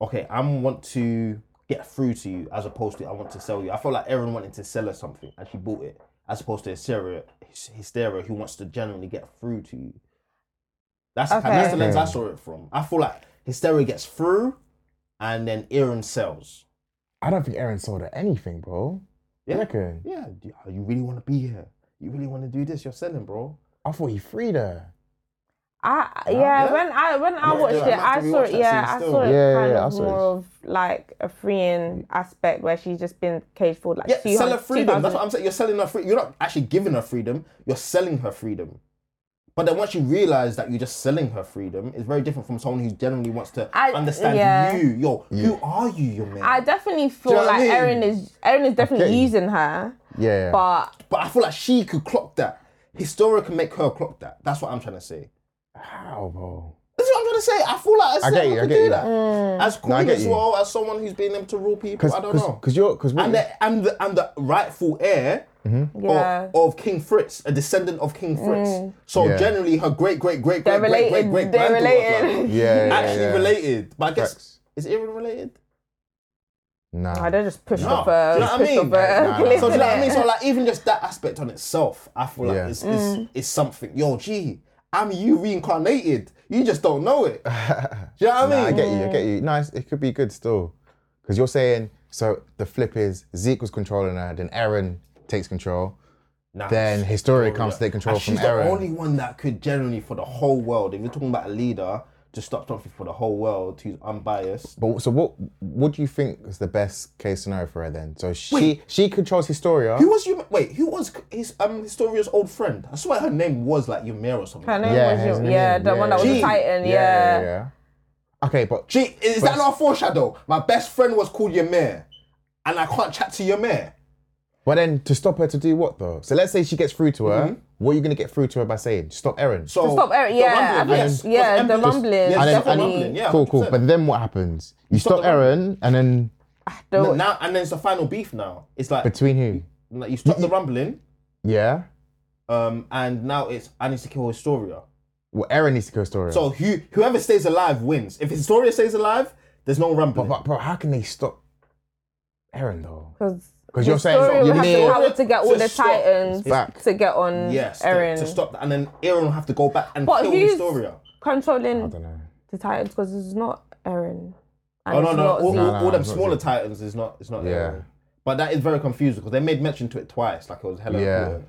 B: okay, I want to get through to you as opposed to I want to sell you. I feel like Erin wanted to sell her something and she bought it, as opposed to hysteria, hys- hysteria who wants to generally get through to you. That's
C: Okay.
B: that's the lens I
A: Okay.
B: saw it from. I feel like hysteria gets through, and then Erin sells.
A: I don't think Aaron sold her anything, bro. You
B: Yeah.
A: reckon?
B: Yeah, do you- you really want to be here. You really want to do this. You're selling, bro.
A: I thought he freed her.
C: I yeah,
B: yeah.
C: when I when I
B: might do
C: watched
B: that. I might have
C: it, I
B: to
C: saw
B: rewatch
C: it.
B: that
C: Yeah,
B: scene
C: I
B: still.
C: saw it
A: Yeah,
C: kind
A: yeah, I
C: of
A: saw it.
C: more of like a freeing aspect where she's just been caged for like
B: Yeah,
C: 200
B: sell her freedom. That's
C: 2000
B: what I'm saying. You're selling her freedom. You're not actually giving her freedom. You're selling her freedom. But then once you realize that you're just selling her freedom, it's very different from someone who generally wants to
C: I-
B: understand
C: yeah.
B: you. Yo, who are you, your man?
C: I definitely feel
B: you know what I
C: like
B: mean?
C: Erin is Erin is definitely
A: Okay.
C: using her,
A: Yeah.
C: but
B: but I feel like she could clock that. Historia can make her clock that. That's what I'm trying to say.
A: How, bro?
B: That's what I'm trying to say. I feel like
A: I
B: I
A: get you, I
B: could
A: get
B: do
A: you.
B: that.
C: Mm.
B: As queen
A: get
B: as
A: you.
B: well, as someone who's been able to rule people. I don't know.
A: Because you're because
B: and the and the and the rightful heir of,
C: Yeah. Mm.
B: of King Fritz, a descendant of King Fritz. So
A: Yeah.
B: generally, her great great great
C: They're
B: great great great
C: related.
B: great
C: They're
B: granddaughter
C: related.
B: like,
A: yeah, yeah,
B: actually
A: yeah.
B: related. But I guess
A: Facts.
B: is Aaron related?
A: Nah.
C: I don't Oh, just push
B: No.
C: off her.
B: Do you know what I
C: push
B: mean?
C: off her.
A: Nah, nah, nah.
B: So do you know what I mean?
C: Listen
B: So
C: it.
B: like even just that aspect on itself, I feel like
A: Yeah.
B: is, is
C: Mm.
B: is something. Yo, gee, I'm you reincarnated. You just don't know it. do you know what I mean?
A: Nah, I get you. I get you. Nice. It could be good still, because you're saying So the flip is Zeke was controlling her, then Aaron takes control.
B: Nah,
A: Then
B: she's
A: Historia
B: the
A: comes to
B: leader.
A: take control
B: And
A: from
B: she's
A: Aaron.
B: the only one that could generally, for the whole world, if you're talking about a leader, to stop something for the whole world who's unbiased.
A: But so what? What do you think is the best case scenario for her then? So she she controls Historia.
B: Who was you? Wait, who was his um Historia's old friend? I swear her name was like Ymir or something.
C: Her name
A: Yeah,
C: was
A: his
C: Yo-
A: name,
C: yeah, the
A: yeah.
C: one that was
B: Jean.
C: a Titan. Yeah.
A: yeah, yeah. Okay, but
B: Gee, is that not foreshadow? My best friend was called Ymir, and I can't chat to Ymir.
A: but then to stop her to do what though? So let's say she gets through to her.
C: Mm-hmm.
A: What are you gonna get through to her by saying stop Aaron?
B: So
C: To stop Aaron- yeah, I think- yeah, the rumblings,
B: yeah,
A: and then,
B: definitely.
A: and-
B: rumbling, yeah,
A: cool, cool.
B: 100%.
A: But then what happens? You
B: stop
A: stop
B: the rumble.
A: Aaron, and then
C: The-
B: N- now and then it's the final beef. Now it's like,
A: between who?
B: like you stop the rumbling,
A: Yeah.
B: um, and now it's I need to kill Historia.
A: Well, Aaron needs to kill Historia.
B: So who whoever stays alive wins. If Historia stays alive, there's no rumbling.
A: but bro, how can they stop Aaron though?
C: Because
A: 'Cause you're saying
C: Story would have
A: Ymir-
C: the power to get all
B: To
C: the
B: stop-
C: Titans
A: Back.
C: to get on
B: yes,
C: Aaron.
B: To, to stop that, and then Aaron will have to go back and
C: But
B: kill
C: who's-
B: Historia.
A: I
C: Controlling
A: don't know.
C: the Titans because it's not Aaron. And
B: Oh no
C: it's
B: no,
C: not
B: all,
C: Zeke.
B: all,
A: no,
B: all them
A: it's not
B: smaller
A: Zeke.
B: titans is not it's not
A: Yeah.
B: Aaron. But that is very confusing because they made mention to it twice, like it was hella
A: Yeah.
B: important.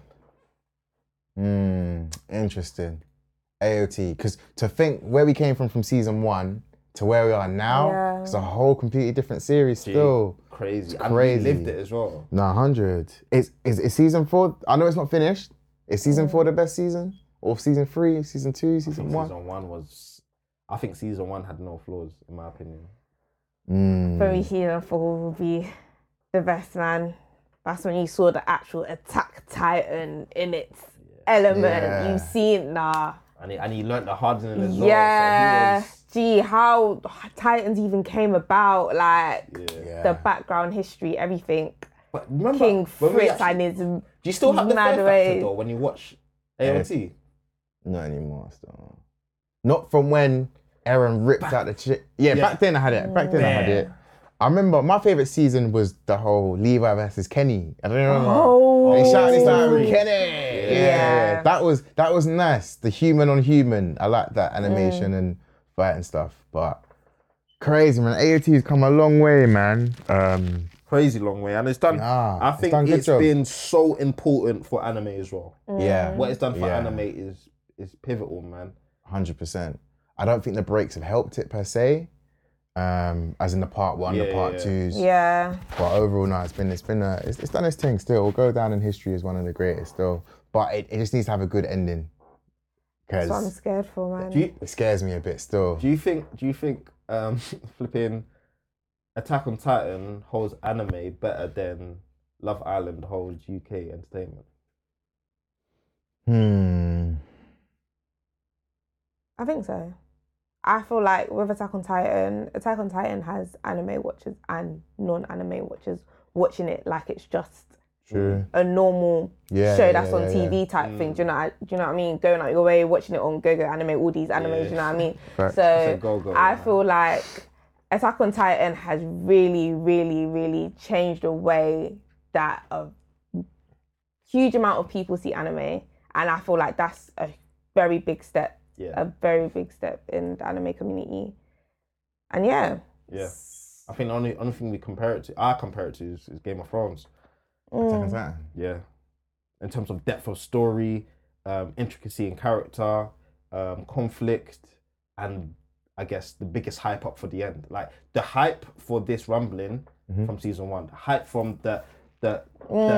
A: Mm, interesting. AOT, because to think where we came from from season one to where we are now,
C: Yeah.
A: it's a whole completely different series still.
B: Crazy.
A: It's
B: And we
A: crazy.
B: lived it as well.
A: Nah, hundred. Is, is is season four? I know it's not finished. Is season
C: Mm.
A: four the best season, or season three, season two,
B: I think
A: season one?
B: season one was I think season one had no flaws, in my opinion.
A: Mm.
C: For me, season four will be the best man. That's when you saw the actual attack Titan in its element.
A: Yeah.
C: You've seen nah.
B: And he, and he learned the hard in as
C: yeah.
B: well. So
C: Gee, how Titans even came about, like
B: he was, yeah.
C: the background history, everything.
B: But remember
C: King
B: when we
C: Fritz
B: actually-
C: and his
B: Do you still have the
C: mad
B: fear
C: way.
B: factor though when you watch AOT?
A: Not anymore. Still. Not from when Aaron ripped out the chick. Yeah,
B: Yeah.
A: back then I had it. Back then I had
B: Yeah.
A: it. I remember my favorite season was the whole Levi versus Kenny. I don't remember.
C: Oh.
A: They shouted this out
B: Season three.
A: Kenny. Yeah.
C: Yeah.
A: That was that was nice. The human on human. I like that animation and fight and stuff. But crazy man. AOT's come a long way, man. Um
B: Crazy long way. And it's done
A: Nah,
B: I
A: it's
B: think
A: done good
B: it's
A: job.
B: been so important for anime as well.
C: Mm.
A: yeah.
B: What it's done for
A: Yeah.
B: anime is is pivotal, man.
A: Hundred percent. I don't think the breaks have helped it per se. Um, as in the part one, the
B: Yeah,
A: part
B: yeah.
A: twos.
C: Yeah.
A: But overall, no, it's been it's been a, it's, it's done its thing still. It'll go down in history as one of the greatest still. But it, it just needs to have a good ending
C: That's what I'm
A: because
C: scared for, man.
B: Do you
A: it scares me a bit still.
B: do you think do you think um flipping Attack on Titan holds anime better than Love Island holds UK entertainment?
A: Hmm.
C: I think so. I feel like with Attack on Titan, Attack on Titan has anime watchers and non-anime watchers watching it like it's just
A: True.
C: a normal
A: Yeah,
C: show
A: yeah,
C: that's
A: yeah,
C: on
A: yeah,
C: TV type
B: Mm.
C: thing. Do you know? I- Do you know what I mean? Going out your way, watching it on GoGo Anime, all these animes. Do you know what I mean?
A: Facts.
C: So
B: It's a GoGo,
C: I
B: man.
C: feel like Attack on Titan has really, really, really changed the way that a huge amount of people see anime, and I feel like that's a very big step
B: Yeah.
C: a very big step in the anime community. And yeah,
B: yeah. I think the only only thing we compare it to I compare it to is, is Game of Thrones.
A: Attack on
C: Mm.
A: Titan.
B: Yeah. In terms of depth of story, um, intricacy in character, um, conflict, and I guess the biggest hype up for the end. Like the hype for this rumbling from season one, the hype from the the, the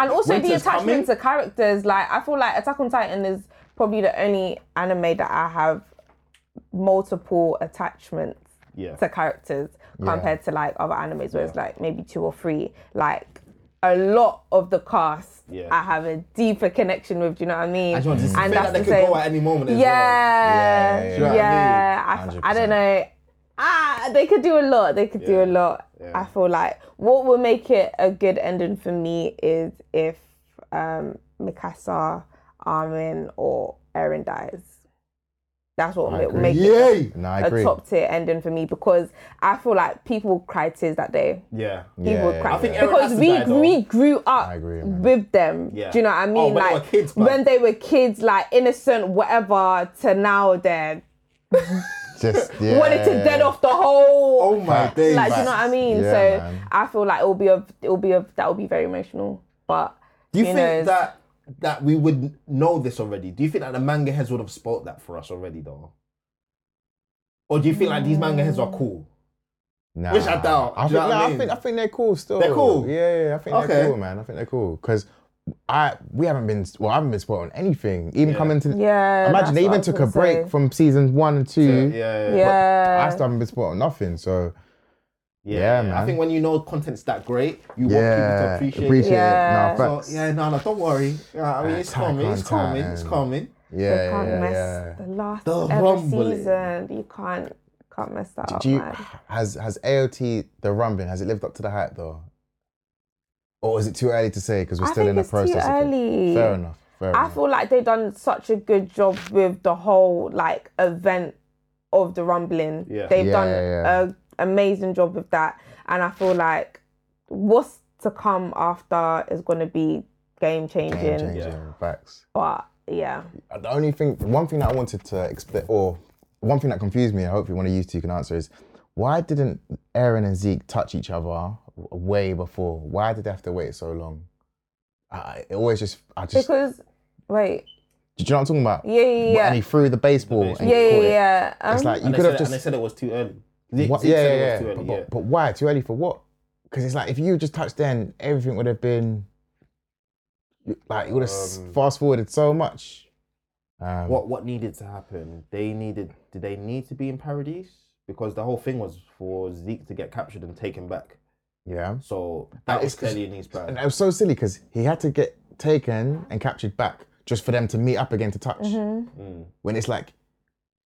C: and also the
B: Winter's coming.
C: attachment to characters. Like I feel like Attack on Titan is probably the only anime that I have multiple attachments
B: yeah.
C: to characters compared to like other animes where it's like maybe two or three. Like a lot of the cast,
B: Yeah.
C: I have a deeper connection with. Do you know what I mean?
B: I just want to feel like they
C: the
B: could
C: same-
B: go at any moment as
C: Yeah,
A: Yeah,
C: yeah.
A: yeah, yeah.
C: I, I don't know. Ah, they could do a lot. They could do a
B: Yeah,
C: lot. I feel like what will make it a good ending for me is if um, Mikasa, Armin, or Aaron dies. That's what will
A: agree.
C: make
B: well.
C: it
B: Yay!
A: No, I
C: a
A: agree.
C: top tier ending for me because I feel like people cried tears that day.
B: Yeah.
A: Yeah,
C: People
A: yeah,
C: cried
A: yeah.
B: I think Aaron
C: because
B: has to
C: we
B: die, though.
C: we grew up
A: I agree, man.
C: with them.
B: Yeah.
C: Do you know what I
B: Oh, when
C: mean?
B: they
C: like
B: were kids, man.
C: when they were kids, like innocent, whatever, to now they're
A: just yeah,
C: wanted to
A: yeah,
C: dead
A: yeah.
C: off the whole.
B: Oh my
A: Facts.
B: days.
C: like do you know what I mean?
A: Yeah,
C: so
A: man.
C: I feel like it'll be of it'll be of that will be very emotional. But
B: Do you
C: Who
B: think
C: knows?
B: that that we would know this already? Do you think that the manga heads would have spoilt that for us already though? Or do you feel like these manga heads are cool?
A: Nah.
B: Which I doubt,
A: I think,
B: do you know what I
A: nah, I
B: mean?
A: think I think they're cool still.
B: They're cool?
A: Yeah, yeah I think
B: Okay.
A: they're cool, man. I think they're cool because I we haven't been well, I haven't been spoiled on anything. Even
B: Yeah.
A: coming to
C: yeah, that's
A: imagine they
C: what I
A: even
C: was
A: took a
C: gonna
A: break
C: say.
A: from seasons one and
B: Yeah,
A: two.
B: yeah, yeah.
C: yeah,
A: I still haven't been spoiled on nothing. So
B: Yeah,
A: Yeah,
B: I think
A: man.
B: when you know content's that great, you
A: yeah,
B: want people to appreciate,
A: appreciate
B: it.
A: it.
C: Yeah.
A: Nah,
B: So,
A: facts.
B: yeah, no, no, don't worry. Yeah, I mean, it's
A: Attack
B: coming, it's
A: on
B: coming, it's
A: Titan.
B: coming.
A: yeah,
C: You can't
A: yeah,
C: mess
A: yeah.
C: the last
B: The
C: ever
B: rumbling.
C: season. You can't can't mess that up.
A: Do you,
C: man.
A: has has AOT the rumbling has it lived up to the hype though? Or is it too early to say because we're
C: I
A: still
C: think
A: in the
C: it's too
A: process? of it?
C: early.
A: Fair enough. Fair
C: I
A: enough.
C: feel like they've done such a good job with the whole like event of the rumbling.
B: Yeah.
C: They've
A: Yeah,
C: done
A: yeah, yeah.
C: an amazing job with that. And I feel like what's to come after is gonna be game changing.
A: Game changing
B: Yeah.
A: facts. Uh,
C: But yeah.
A: the only thing, one thing that I wanted to explain, or one thing that confused me, and hopefully one of you two can answer, is why didn't Aaron and Zeke touch each other w- way before? Why did they have to wait so long? I, it always just, I just,
C: Because wait,
A: do you know what I'm talking about?
C: yeah, yeah, yeah.
A: And he threw the baseball.
B: baseball.
A: And
C: yeah, yeah,
A: caught it.
C: yeah. Um,
A: It's like you
B: And they
A: could
B: said
A: have
B: it- and they
A: just,
B: said it was too early. Zeke-
A: what,
B: Zeke
A: yeah,
B: said it
A: yeah,
B: was
A: yeah.
B: too early,
A: but, but, but why? Too early for what? Because it's like if you just touched then, everything would have been, like, it would have
B: Um,
A: fast forwarded so much. Um,
B: what what needed to happen? They needed. Did they need to be in paradise? Because the whole thing was for Zeke to get captured and taken back.
A: Yeah.
B: So that
A: it's
B: was
A: 'cause-
B: clearly in his plan.
A: And it was so silly because he had to get taken and captured back just for them to meet up again to touch.
C: Mm-hmm.
B: Mm.
A: When it's like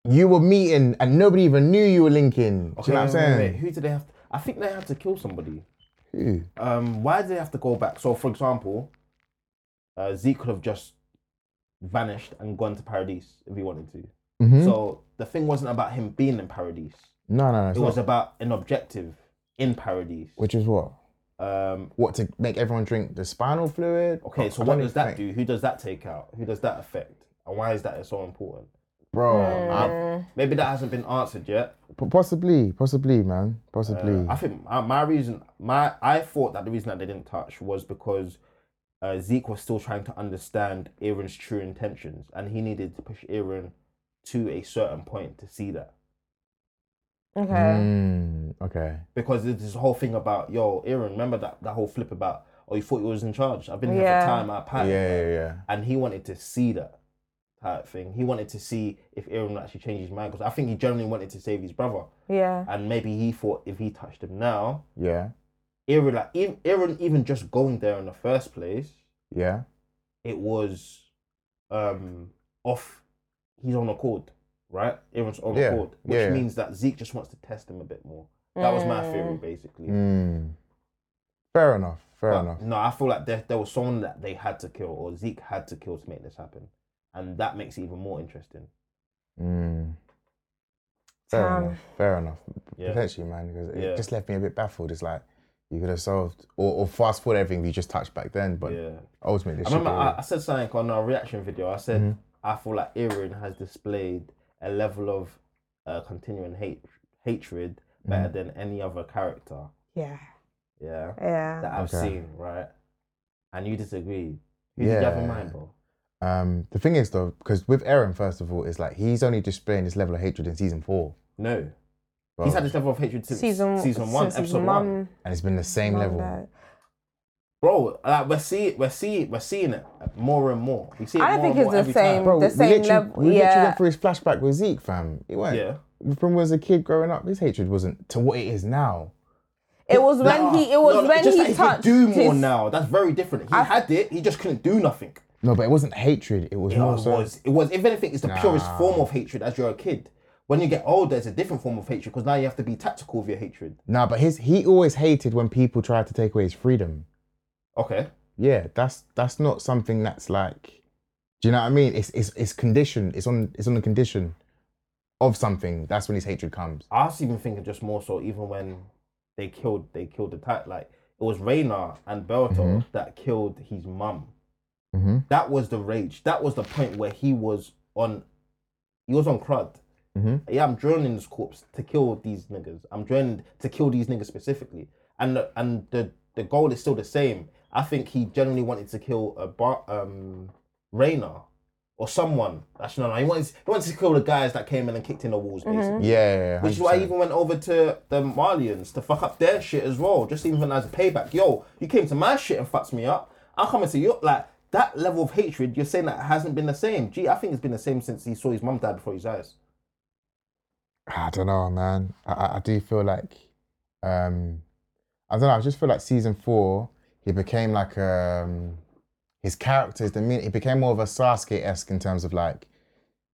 A: you were meeting and nobody even knew you were linking. Do you know what I'm
B: wait, wait, wait,
A: saying?
B: Who did they have? To, I think they had to kill somebody.
A: Who?
B: Um, why did they have to go back? So, for example, uh, Zeke could have just vanished and gone to paradise if he wanted to.
A: Mhm.
B: So the thing wasn't about him being in paradise.
A: No, no, no. It's
B: It was
A: not.
B: about an objective in paradise.
A: Which is what?
B: Um,
A: What to make everyone drink the spinal fluid?
B: Okay, so
A: I
B: what
A: don't
B: does
A: think-
B: that do? Who does that take out? Who does that affect? And why is that so important?
A: bro?
B: Um,
A: I-
B: maybe that hasn't been answered yet.
A: p- possibly, possibly, man, possibly.
B: Uh, I think my, my reason, my I thought that the reason that they didn't touch was because uh, Zeke was still trying to understand Aaron's true intentions, and he needed to push Aaron to a certain point to see that.
C: okay.
A: Mm, okay.
B: Because there's this whole thing about yo, Aaron, remember that that whole flip about oh, you thought you was in charge. I've been here
C: Yeah.
B: for time. I
A: Yeah,
B: patterned.
A: yeah, yeah.
B: and he wanted to see that type thing. He wanted to see if Aaron would actually changed his mind because I think he generally wanted to save his brother,
C: Yeah.
B: and maybe he thought if he touched him now,
A: Yeah,
B: Aaron like even, Aaron even just going there in the first place,
A: yeah.
B: it was um off his own accord, right? Aaron's own
A: Yeah,
B: accord, which
A: yeah.
B: means that Zeke just wants to test him a bit more. That was my theory basically.
A: Mm. Fair enough, fair
B: But
A: enough.
B: No, I feel like there, there was someone that they had to kill, or Zeke had to kill to make this happen, and that makes it even more interesting.
A: Mm. Fair
C: Damn.
A: enough. Fair enough.
B: Yeah.
A: Potentially, man, because it
B: Yeah.
A: just left me a bit baffled. It's like you could have solved or, or fast forward everything you just touched back then, but
B: yeah.
A: ultimately,
B: I
A: this
B: remember I, I said something on our reaction video. I said
A: Mhm.
B: I feel like Aaron has displayed a level of uh, continuing hate hatred
A: Mm-hmm.
B: better than any other character.
C: Yeah.
B: Yeah,
C: Yeah.
B: that I've
A: Okay.
B: seen. Right, and you disagreed. Who did you have
A: Yeah.
B: in mind, bro?
A: um, the thing is though, because with Aaron, first of all, it's like he's only displaying this level of hatred in season four,
B: No,
A: bro.
B: he's had this level of hatred since
C: season
B: one,
C: since his
B: episode one.
C: mum-
A: and it's been the same
C: mum
A: level.
C: died.
B: Bro, like we're seeing, we're seeing, we're seeing it more and more. You see it
C: I don't
B: more
C: think
B: and
C: it's
B: more
C: the
B: every time.
C: same.
A: Bro,
C: The
A: we literally,
C: level-
A: we literally
C: yeah.
A: went through his flashback with Zeke, fam. It went
B: Yeah.
A: from when he was a kid growing up. His hatred wasn't to what it is now.
C: It was when
B: Nah.
C: he. It was
B: No, no,
C: when
B: just
C: he
B: that
C: touched.
B: He could do more
C: his-
B: now. That's very different. He had it. He just couldn't do nothing.
A: No, but it wasn't hatred. It was
B: Yeah,
A: more
B: it
A: so.
B: was. It was. If anything, it's the purest form of hatred as you're a kid. When you get older, it's a different form of hatred because now you have to be tactical with your hatred.
A: Nah, but his he always hated when people tried to take away his freedom.
B: Okay.
A: yeah, that's that's not something that's like, do you know what I mean? It's it's it's condition. It's on it's on the condition of something. That's when his hatred comes.
B: I was even thinking just more so even when they killed they killed the type like it was Rayna and Belto that killed his mum.
A: Mhm.
B: That was the rage. That was the point where he was on he was on crud. Yeah, I'm joining this corpse to kill these niggas. I'm joining to kill these niggas specifically, and the, and the the goal is still the same. I think he generally wanted to kill a bar, um Rayna or someone. That's not. He wants he wants to kill the guys that came in and kicked in the walls, basically.
C: Mm-hmm.
A: Yeah, yeah, yeah,
B: Which is why I
A: 100%.
B: even went over to the Malians to fuck up their shit as well, just even as a payback. Yo, you came to my shit and fucked me up. I'm coming to you like that level of hatred. You're saying that hasn't been the same. Gee, I think it's been the same since he saw his mum die before his eyes.
A: Ah, I don't know, man. I, I, I do feel like, um, I don't know. I just feel like season four, he became like um, his character is the mean. He became more of a Sasuke esque in terms of like,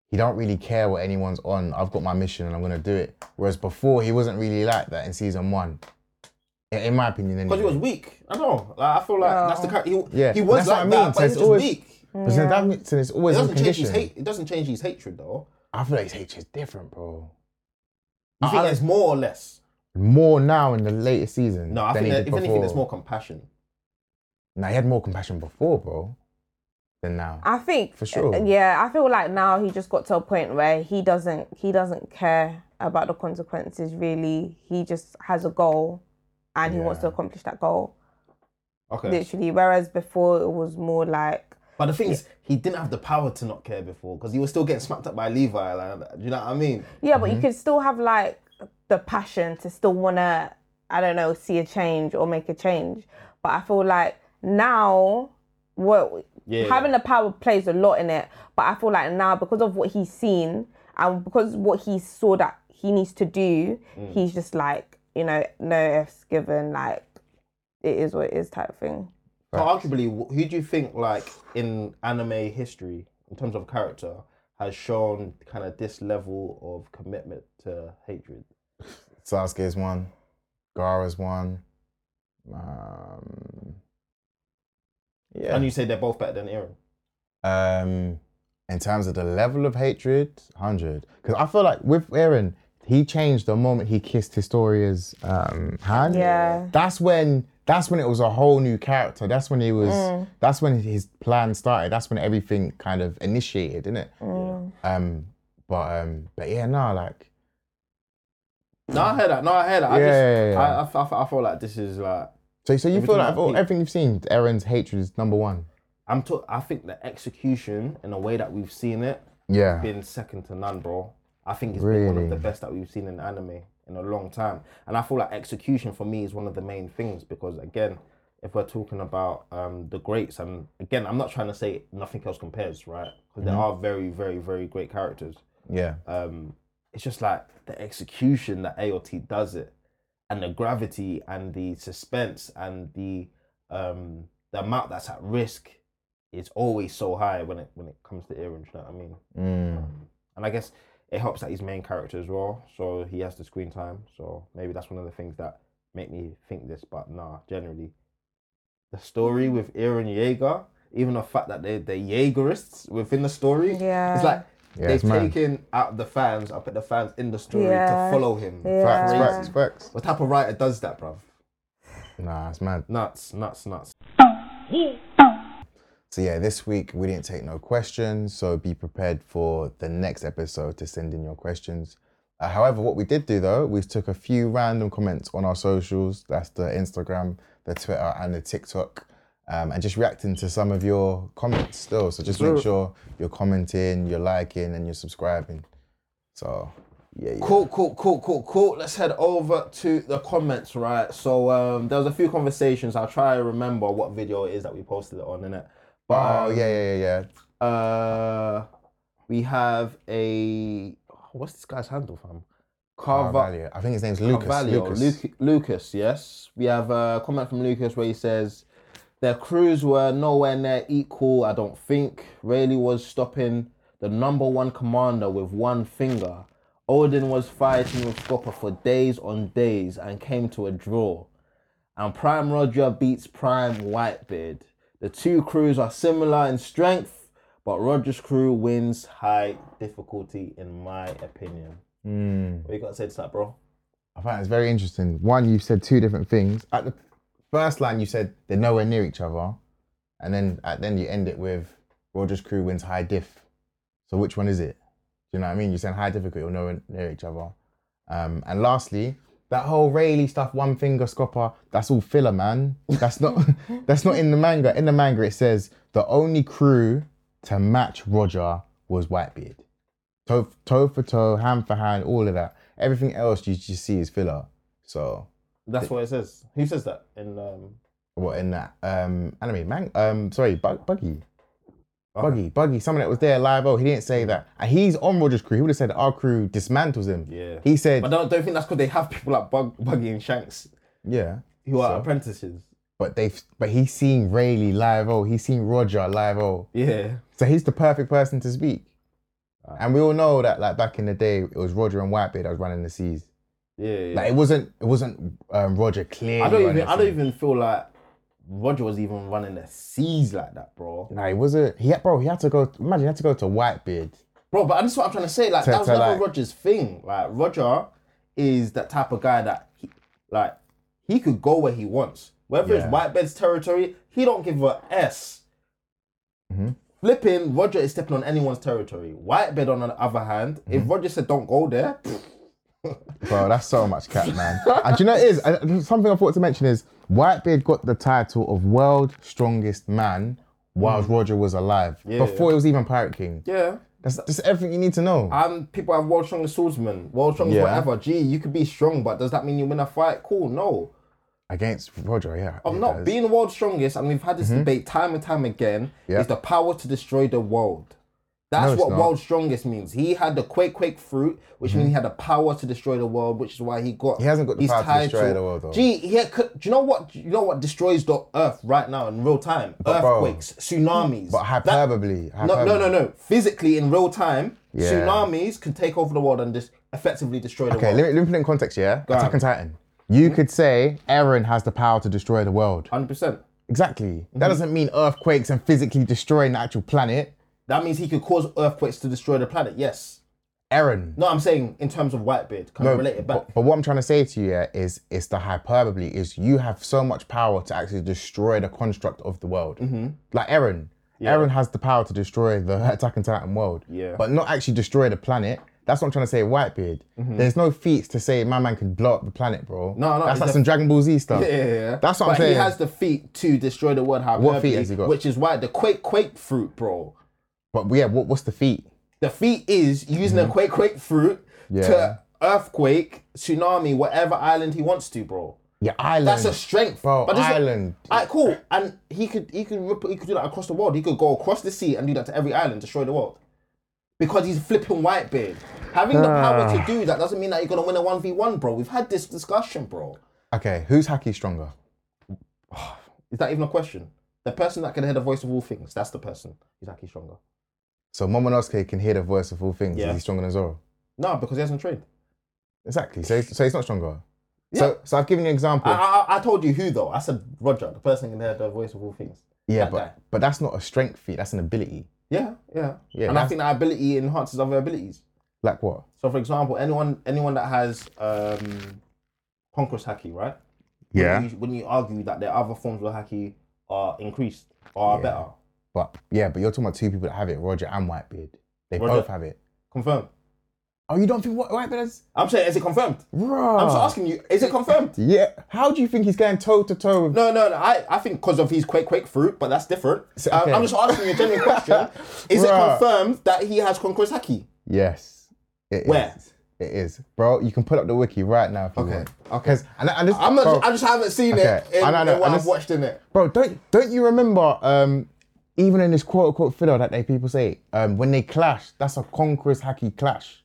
A: he don't really care what anyone's on. I've got my mission and I'm gonna do it. Whereas before, he wasn't really like that in season one. In, in my opinion, anyway.
B: Because he was weak. I know. Like I feel like that's the character. He,
A: Yeah,
B: he was
A: that's what
B: like
A: I mean. So
B: that, but he was
A: it's
B: just
A: always-
B: weak.
A: But since that means- since it's
B: It
A: always in
B: doesn't change his
A: condition.
B: hate. It doesn't change his hatred though.
A: I feel like his hatred's different, bro.
B: You
A: I-
B: think
A: I-
B: there's more or less?
A: More now in the later season.
B: No, I
A: than
B: think
A: he
B: that,
A: did
B: if anything, there's
A: before.
B: more compassion.
A: Nah, he had more compassion before, bro, than now.
C: I think
A: For sure.
C: uh, Yeah, I feel like now he just got to a point where he doesn't he doesn't care about the consequences really. He just has a goal and he wants to
A: Yeah.
C: accomplish that goal.
B: Okay.
C: Literally. Whereas before it was more like
B: But the thing is, he didn't have the power to not care before because he was still getting smacked up by Levi. Like, do you know what I mean?
C: Yeah, but you could still have like the passion to still wanna, I don't know, see a change or make a change. But I feel like now what
B: Yeah,
C: having the power plays a lot in it. But I feel like now because of what he's seen and because what he saw that he needs to do,
B: Mm.
C: he's just like, you know, no F's given, like it is what it is type thing.
B: So arguably, wh- who do you think, like in anime history, in terms of character, has shown kind of this level of commitment to hatred?
A: Sasuke's one, Gaara's one. Um, yeah.
B: And you say they're both better than Eren.
A: Um, in terms of the level of hatred, hundred. Because I feel like with Aaron, he changed the moment he kissed Historia's um, hand.
C: Yeah.
A: That's when. That's when it was a whole new character. That's when he was.
C: Mm.
A: That's when his plan started. That's when everything kind of initiated, didn't it?
C: Mm.
A: Um, but um, but yeah, no, like
B: No, I heard that. No, I heard that. I
A: Yeah,
B: just,
A: yeah, yeah.
B: I, I, f- I, f- I feel like this is like
A: so. So you
B: Every
A: feel
B: time
A: like
B: I
A: of all-
B: peep-
A: everything you've seen, Aaron's hatred is number one.
B: I'm. To, I think the execution in the way that we've seen it
A: Yeah.
B: been second to none, bro. I think it's been one of the
A: Really?
B: best that we've seen in anime in a long time. And I feel like execution for me is one of the main things because again, if we're talking about um, the greats, and again, I'm not trying to say nothing else compares, right?
A: Mm-hmm.
B: Because there are very, very, very great characters.
A: Yeah.
B: Um, it's just like the execution that AOT does it, and the gravity and the suspense and the um, the amount that's at risk is always so high when it when it comes to Aaron. Do you know what I mean?
A: Mm.
B: And I guess it helps that he's main character as well, so he has the screen time. So maybe that's one of the things that make me think this. But nah, generally, the story with Aaron Jaeger, even the fact that they they're Jaegerists within the story,
C: Yeah.
B: it's like
A: Yeah,
B: they've
A: it's mad.
B: taken out the fans, I put the fans in the story
C: Yeah.
B: to follow him.
A: Facts,
C: Yeah.
A: facts, facts.
B: What type of writer does that, bruv?
A: Nah, it's mad.
B: Nuts, nuts, nuts.
A: So yeah, this week we didn't take no questions, so be prepared for the next episode to send in your questions. Uh, however, what we did do though, we took a few random comments on our socials. That's the Instagram, the Twitter, and the TikTok, um, and just reacting to some of your comments still. So just make sure you're commenting, you're liking, and you're subscribing. So yeah, yeah.
B: Cool, cool, cool, cool, cool. Let's head over to the comments, right? So um, there was a few conversations. I'll try to remember what video it is that we posted it on, innit? But
A: Oh
B: um,
A: yeah, yeah, yeah, yeah.
B: uh, we have a what's this guy's handle, fam? Carva-
A: Carvalho. I think his name's Lucas.
B: Carvalho,
A: Lucas.
B: Lucas. Lucas, yes. We have a comment from Lucas where he says, Their crews were nowhere near equal, I don't think. Rayleigh was stopping the number one commander with one finger. Odin was fighting with Scopper for days on days and came to a draw. And Prime Roger beats Prime Whitebeard. The two crews are similar in strength, but Roger's crew wins high difficulty, in my opinion.
A: Hmm.
B: What you got to say to that, bro?
A: I find it's very interesting. One, you said two different things. At the first line, you said they're nowhere near each other, and then at, then you end it with Rogers' crew wins high diff. So which one is it? Do you know what I mean? You sound high difficulty or know, know each other. Um, and lastly, that whole Rayleigh stuff, one finger scopper, that's all filler, man. That's not that's not in the manga. In the manga it says the only crew to match Roger was Whitebeard. Toe, toe for toe, hand for hand, all of that. Everything else you just see is filler. So
B: That's what it says. Who says that? In um,
A: what in that um anime man um sorry bug, buggy buggy buggy someone that was there live oh he didn't
B: Hmm.
A: say that and he's on roger's crew he would have said our crew dismantles him
B: Yeah.
A: he said
B: but I don't, don't think that's because they have people like Bug, Buggy and Shanks
A: yeah
B: who are apprentices.
A: but they've but he's seen rayleigh live oh he's seen roger live oh
B: Yeah.
A: so he's the perfect person to speak
B: Ah.
A: and we all know that like back in the day it was roger and whitebeard that was running the seas
B: Yeah. yeah.
A: like it wasn't it wasn't um, roger clearly
B: I don't even.
A: running the
B: I don't
A: seas.
B: even feel like Roger was even running the seas like that, bro.
A: Nah, he wasn't he had, bro he had to go imagine he had to go to whitebeard
B: Bro, but that's what I'm trying to say. Like
A: To-
B: that was
A: to,
B: never
A: like-
B: Roger's thing. Like Roger is that type of guy that, he, like, he could go where he wants. Whether it's
A: Yeah.
B: White Bed's territory, he don't give a S.
A: Mm-hmm.
B: Flipping Roger is stepping on anyone's territory. White Bed on the other hand,
A: Mm-hmm.
B: if Roger said don't go there,
A: Bro, that's so much cap, man. and do you know what it is? I- something I thought to mention is Whitebeard got the title of World Strongest Man whilst
B: Hmm.
A: Roger was alive, before he was even Pirate King.
B: yeah.
A: That's, that's everything you need to know.
B: And people have world strongest swordsman, world strongest
A: Yeah.
B: whatever. Gee, you could be strong, but does that mean you win a fight? Cool, no.
A: Against Roger, yeah.
B: I'm not being the world's strongest, and we've had this debate time and time again.
A: Mm-hmm. Yeah.
B: Is the power to destroy the world? That's
A: it's
B: what
A: not. Mm-hmm.
B: world's strongest means. He had the quake quake fruit, which means he had the power to destroy the world, which is why he got.
A: He hasn't got the
B: his
A: power to destroy
B: title.
A: the world, though.
B: Gee, he had, do you know what? You know what destroys the earth right now in real time?
A: bro-
B: Earthquakes, tsunamis.
A: But hyperbole.
B: no,
A: hyperbole.
B: no, no, no. Physically, in real time,
A: Yeah.
B: tsunamis can take over the world and just effectively destroy the
A: Okay,
B: world.
A: let me, let me put it in context, yeah? Attack
B: on.
A: on Titan. You
B: Hmm?
A: could say Aaron has the power to destroy the world.
B: Hundred percent.
A: Exactly.
B: Hmm?
A: That doesn't mean earthquakes and physically destroying the actual planet.
B: That means he could cause earthquakes to destroy the planet. Yes.
A: Aaron.
B: No, I'm saying in terms of Whitebeard. Can I
A: No,
B: relate it back?
A: But, but what I'm trying to say to you yeah, is, it's the hyperbole. Is you have so much power to actually destroy the construct of the world.
B: Mm-hmm.
A: Like Aaron, Aaron has the power to destroy the Attack on Titan world.
B: Yeah.
A: But not actually destroy the planet. That's what I'm trying to say. Whitebeard. There's no feats to say my man can blow up the planet, bro.
B: Mm-hmm. No, no,
A: That's
B: he's
A: like
B: a-
A: some Dragon Ball Z stuff.
B: Yeah, yeah, yeah.
A: That's what
B: but
A: I'm saying.
B: He has the feet to destroy the world. Hyperbole,
A: feet has he got?
B: Which is why the quake quake fruit, bro.
A: But yeah, what, what's the feat?
B: The feet is using the quake quake fruit
A: Mm-hmm. Yeah.
B: to earthquake, tsunami, whatever island he wants to, bro.
A: Yeah, island.
B: That's a strength,
A: Mm. Bro,
B: But this is-
A: island.
B: Alright, cool. And he could he could rip, he could do that across the world. He could go across the sea and do that to every island, destroy the world. Because he's flipping Whitebeard. Having the power
A: Ah.
B: to do that doesn't mean that you're gonna win a one v one, bro. We've had this discussion, bro.
A: Okay, who's hacky stronger?
B: Is that even a question? The person that can hear the voice of all things, that's the person. He's actually stronger.
A: So Momonosuke can hear the voice of all things.
B: Yeah.
A: Is he stronger than Zoro?
B: No, because he hasn't trained.
A: Exactly. So, he's- so he's not stronger. So, so I've given you an example.
B: I, I, I told you who though. I said Roger, the person that can hear the voice of all things.
A: Yeah,
B: that
A: but
B: guy.
A: but that's not a strength feat. That's an ability.
B: Yeah, yeah,
A: Yeah,
B: And I
A: that's-
B: think that ability enhances other abilities.
A: Like what?
B: So, for example, anyone anyone that has um, Conqueror's Haki, right? Wouldn't you, wouldn't you argue that their other forms of Haki are increased or are better?
A: But yeah, but you're talking about two people that have it, Roger and Whitebeard. They
B: Roger-
A: both have it.
B: Confirmed.
A: Oh, you don't think Wh- Whitebeard has?
B: I'm saying, is it confirmed?
A: Bro.
B: I'm just asking you, is it confirmed?
A: Yeah. How do you think he's going toe to toe with?
B: No, no, no. I, I think because of his quake quake fruit, but that's different.
A: So,
B: Um,
A: okay.
B: I'm just asking you a genuine question. Is it
A: Bruh.
B: confirmed that he has Conqueror's Haki?
A: Yes. It is.
B: Where?
A: It is, bro. You can pull up the wiki right now if you
B: Okay,
A: want.
B: okay.
A: 'Cause- And, and this,
B: I'm not,
A: bro,
B: I just haven't seen it
A: Okay.
B: in,
A: I know, I know.
B: in what
A: And
B: I've
A: this-
B: watched in it.
A: bro, don't don't you remember? Um, even in this quote unquote filler that they people say, um, when they clash, that's a conqueror's hacky clash.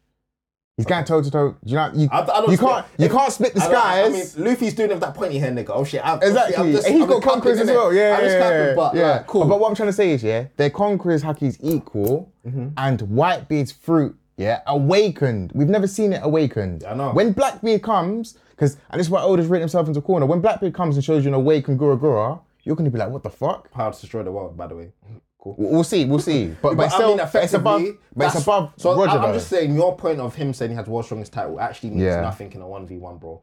A: He's going toe to toe. You know, you,
B: I- I don't
A: you
B: split-
A: can't you
B: if-
A: can't split the
B: I don't-
A: skies.
B: I mean, Luffy's doing it with that pointy hair nigga. Oh shit! I'm,
A: Exactly.
B: I'm just,
A: and he's
B: I'm
A: got
B: just capping,
A: conquerors as
B: innit?
A: well. Yeah, yeah,
B: I'm just
A: yeah,
B: capping,
A: yeah.
B: but
A: yeah.
B: like, cool.
A: But what I'm trying to say is, yeah, their conquerors haki's equal,
B: Mm-hmm.
A: and Whitebeard's fruit, yeah, awakened. We've never seen it awakened.
B: I know.
A: When Blackbeard comes, because and this is why Oda's written himself into a corner. When Blackbeard comes and shows you an awakened Gura Gura, you're gonna be like, what the fuck?
B: Power to destroy the world, by the way. Cool.
A: We'll we'll see, we'll see. But, but, it's still, but it's above,
B: effectively,
A: but it's
B: that's-
A: above
B: So
A: Roger.
B: I, am
A: though.
B: just saying, your point of him saying he has world's strongest title actually means
A: Yeah.
B: nothing in a one v one, bro.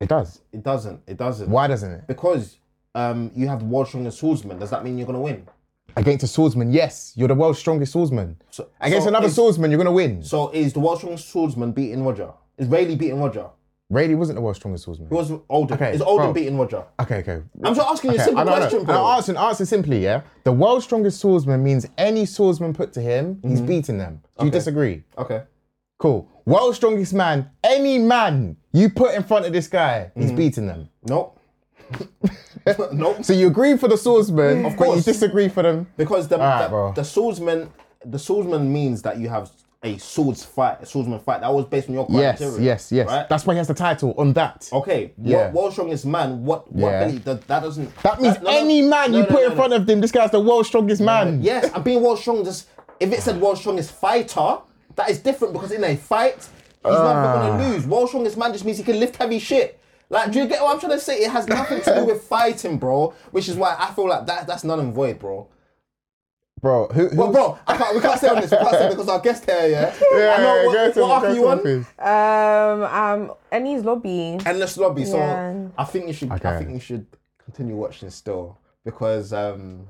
A: it does.
B: It doesn't. It doesn't.
A: Why doesn't it?
B: Because um, you have world's strongest swordsman. Does that mean you're gonna win?
A: Against a swordsman, yes, you're the world's strongest swordsman.
B: So-
A: Against
B: so
A: another
B: is-
A: swordsman, you're gonna win.
B: So is the world's strongest swordsman beating Roger? Is Rayleigh beating Roger?
A: Rayleigh wasn't the world's strongest swordsman.
B: Who was Olden?
A: Okay,
B: is Olden
A: bro.
B: beating Roger?
A: Okay, okay.
B: I'm just asking you a simple
A: I know, I know.
B: question, bro.
A: Now, answer, answer simply, yeah? The world's strongest swordsman means any swordsman put to him, he's beating them. Do you disagree?
B: Mm-hmm. okay.
A: Cool. World's strongest man, any man you put in front of this guy, he's
B: Mm-hmm.
A: beating them.
B: Nope. nope.
A: So you agree for the swordsman, of but you
B: course.
A: disagree for them.
B: Because the,
A: Alright,
B: the-
A: bro.
B: the, swordsman the swordsman means that you have a swords fight, a swordsman fight. That was based on your
A: Yes,
B: criteria.
A: yes, yes.
B: right?
A: That's why he has the title on that.
B: okay.
A: Yeah.
B: What world's strongest man? What what
A: Yeah.
B: ability that, that doesn't
A: That means
B: no, no,
A: any man
B: no,
A: you
B: no,
A: put
B: no,
A: in
B: no.
A: front of them, this guy's the world's strongest man.
B: Yes, and being world's strongest if it said world's strongest fighter, that is different because in a fight, he's not gonna lose. World's strongest man just means he can lift heavy shit. Like, do you get what I'm trying to say? It has nothing to do with fighting, bro. Which is why I feel like that that's none and void, bro.
A: Bro, who, who
B: But bro, I can't, we can't say on this. We can't say because our guest here, yeah. I know,
A: yeah,
B: what,
A: go to
B: what
A: him,
B: arc
A: go
B: you
A: to him,
B: want?
A: please.
C: Um, um, and he's lobby.
B: Endless lobby. So
C: Yeah.
B: I think you should.
A: Okay.
B: I think you should continue watching still because um,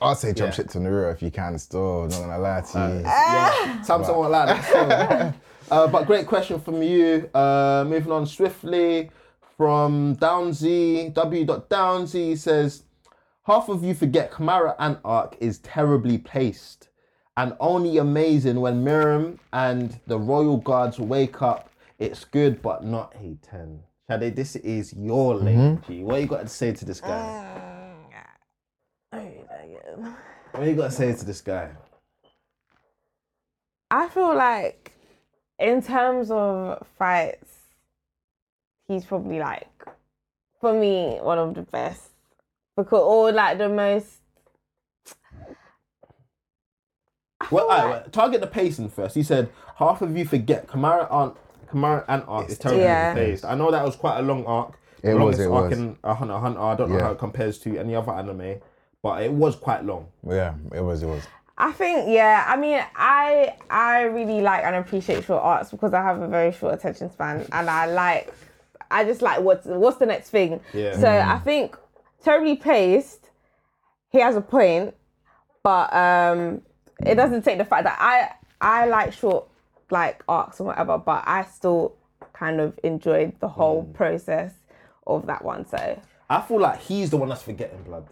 A: I'll say jump
B: Yeah.
A: shit to Naruto if you can still, not gonna lie to you.
B: yeah, Samsung won't like that. So. uh, but great question from you. Uh, moving on swiftly from Downsy W. Downsy says, half of you forget Kamara and Ark is terribly placed and only amazing when Miriam and the royal guards wake up. It's good, but not a ten. Shade, this is your lane. G. What you got to say to this
C: Ah.
B: guy?
C: Mm, Oh,
B: What you got to say to this guy?
C: I feel like in terms of fights, he's probably like for me one of the best because or like the most.
B: Well, all right, well, target the pacing first. He said half of you forget Kamara aren't Kamara and Ark is terribly
C: Yeah.
B: paced. I know that was quite a long arc.
A: It
B: The
A: was,
B: longest
A: it
B: arc
A: was.
B: in uh, Hunter x Hunter. I don't know
A: Yeah.
B: how it compares to any other anime, but it was quite long.
A: Yeah, it was, it was.
C: I think yeah. I mean, I I really like and appreciate short arts because I have a very short attention span, and I like I just like what's what's the next thing.
B: Yeah. Mm.
C: So I think terribly paced. He has a point, but um, it doesn't take the fact that I I like short like arcs and whatever, but I still kind of enjoyed the whole
B: Mm.
C: process of that one. So
B: I feel like he's the one that's forgetting blood.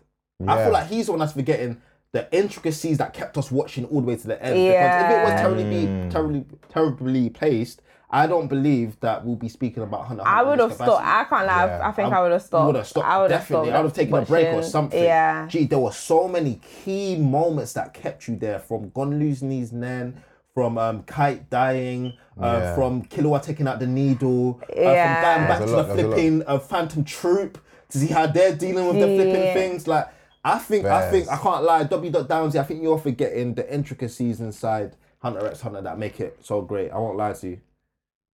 B: I
A: Yeah.
B: feel like he's the one that's forgetting the intricacies that kept us watching all the way to the end. Because if it
C: Yeah.
B: was terribly,
A: Mm.
B: terribly, terribly placed, I don't believe that we'll be speaking about Hunter. x
C: I
B: Hunter in
C: would
B: this
C: have stopped.
B: capacity.
C: I can't lie. I think I would have stopped.
B: You would have stopped.
C: I would have
B: definitely.
C: stopped
B: I would have taken a break or
C: watching.
B: something.
C: Yeah.
B: Gee, there were so many key moments that kept you there from Gon losing his nan, from um, Kite dying, uh,
A: Yeah.
B: from Killua taking out the needle, uh,
C: Yeah.
B: from
A: There's a
B: going back
A: lot,
B: to the
A: there's a lot.
B: flipping uh, Phantom Troop to see how they're dealing with the flipping
C: Yeah.
B: things. Like, I think, I think, I
A: Bears.
B: can't lie, W. Downsy, I think you're forgetting the intricacies inside Hunter x Hunter that make it so great. I won't lie to you.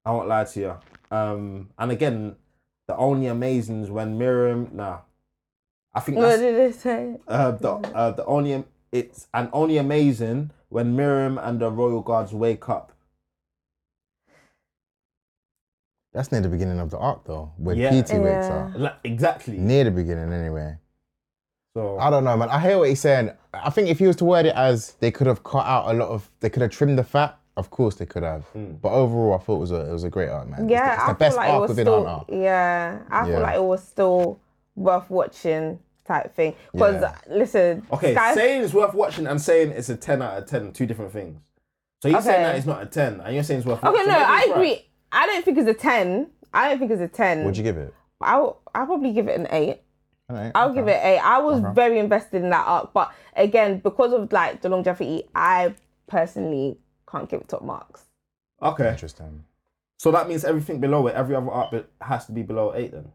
B: I won't lie to you. Um, and again, the only amazings when Miriam, nah. I think
C: What
B: that's
C: did it say?
B: uh, the uh, the only am- it's and only amazing when Miriam and the royal guards wake up.
A: That's near the beginning of the arc, though, where
B: Yeah.
A: P2 wakes
C: Yeah.
A: up.
B: Like, exactly.
A: uh, Near the beginning, anyway.
B: So
A: I don't know, man. I hear what he's saying. I think if he was to word it as they could have cut out a lot of, they could have trimmed the fat. Of course, they could have.
B: Hmm.
A: But overall, I thought it was a, it was a great arc, man. It's the-
C: Yeah,
A: it's
C: I
A: the,
C: feel
A: best
C: like it
A: arc
C: was
A: within
C: still.
A: Hunter.
C: Yeah, I
A: Yeah.
C: feel like it was still worth watching type thing. Because
A: Yeah.
C: listen,
B: okay,
C: Sky-
B: saying it's worth watching and saying it's a ten out of ten, two different things. So you're saying
C: Okay.
B: that it's not a ten, and you're saying it's worth.
C: okay,
B: watching.
C: no,
B: Maybe
C: I
B: it's right.
C: agree. I don't think it's a ten. I don't think it's a ten.
A: Would you give it?
C: I'll I'll probably give it an eight.
A: Alright,
C: I'll
A: okay.
C: give it an eight. I was very invested in that arc, but again, because of like the longevity, I personally can't give it top marks.
B: Okay,
A: Interesting.
B: so that means everything below it, every other arc, it has to be below eight then.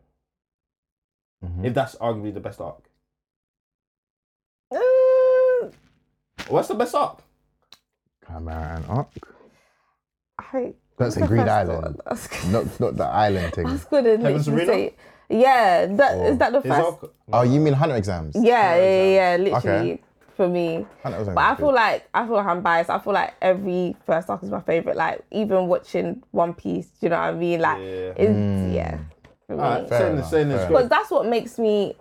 A: Mm-hmm.
B: If that's arguably the best arc,
C: Mm,
B: what's the best arc?
A: Come on, arc.
C: I
A: That's a
C: the
A: Green
C: first
A: Island.
C: one. That's good.
A: Not, not the island thing.
C: That's good. Isn't
B: Kevin
C: it? You
B: Serena?
C: say- Yeah, that
A: Or
C: is that the
B: His
C: first.
B: arc?
A: Oh, you mean Hunter exams?
C: Yeah, yeah, yeah, literally
A: Okay.
C: for me.
A: Hunter exams.
C: But I
A: is
C: feel
A: good.
C: like I feel like I'm biased. I feel like every first arc is my favorite. Like even watching One Piece, do you know what I mean? Like
B: Yeah.
A: Mm.
C: it's yeah. For me.
B: Alright, saying
A: enough,
B: this, saying this.
A: fair
B: good.
C: Because that's what makes me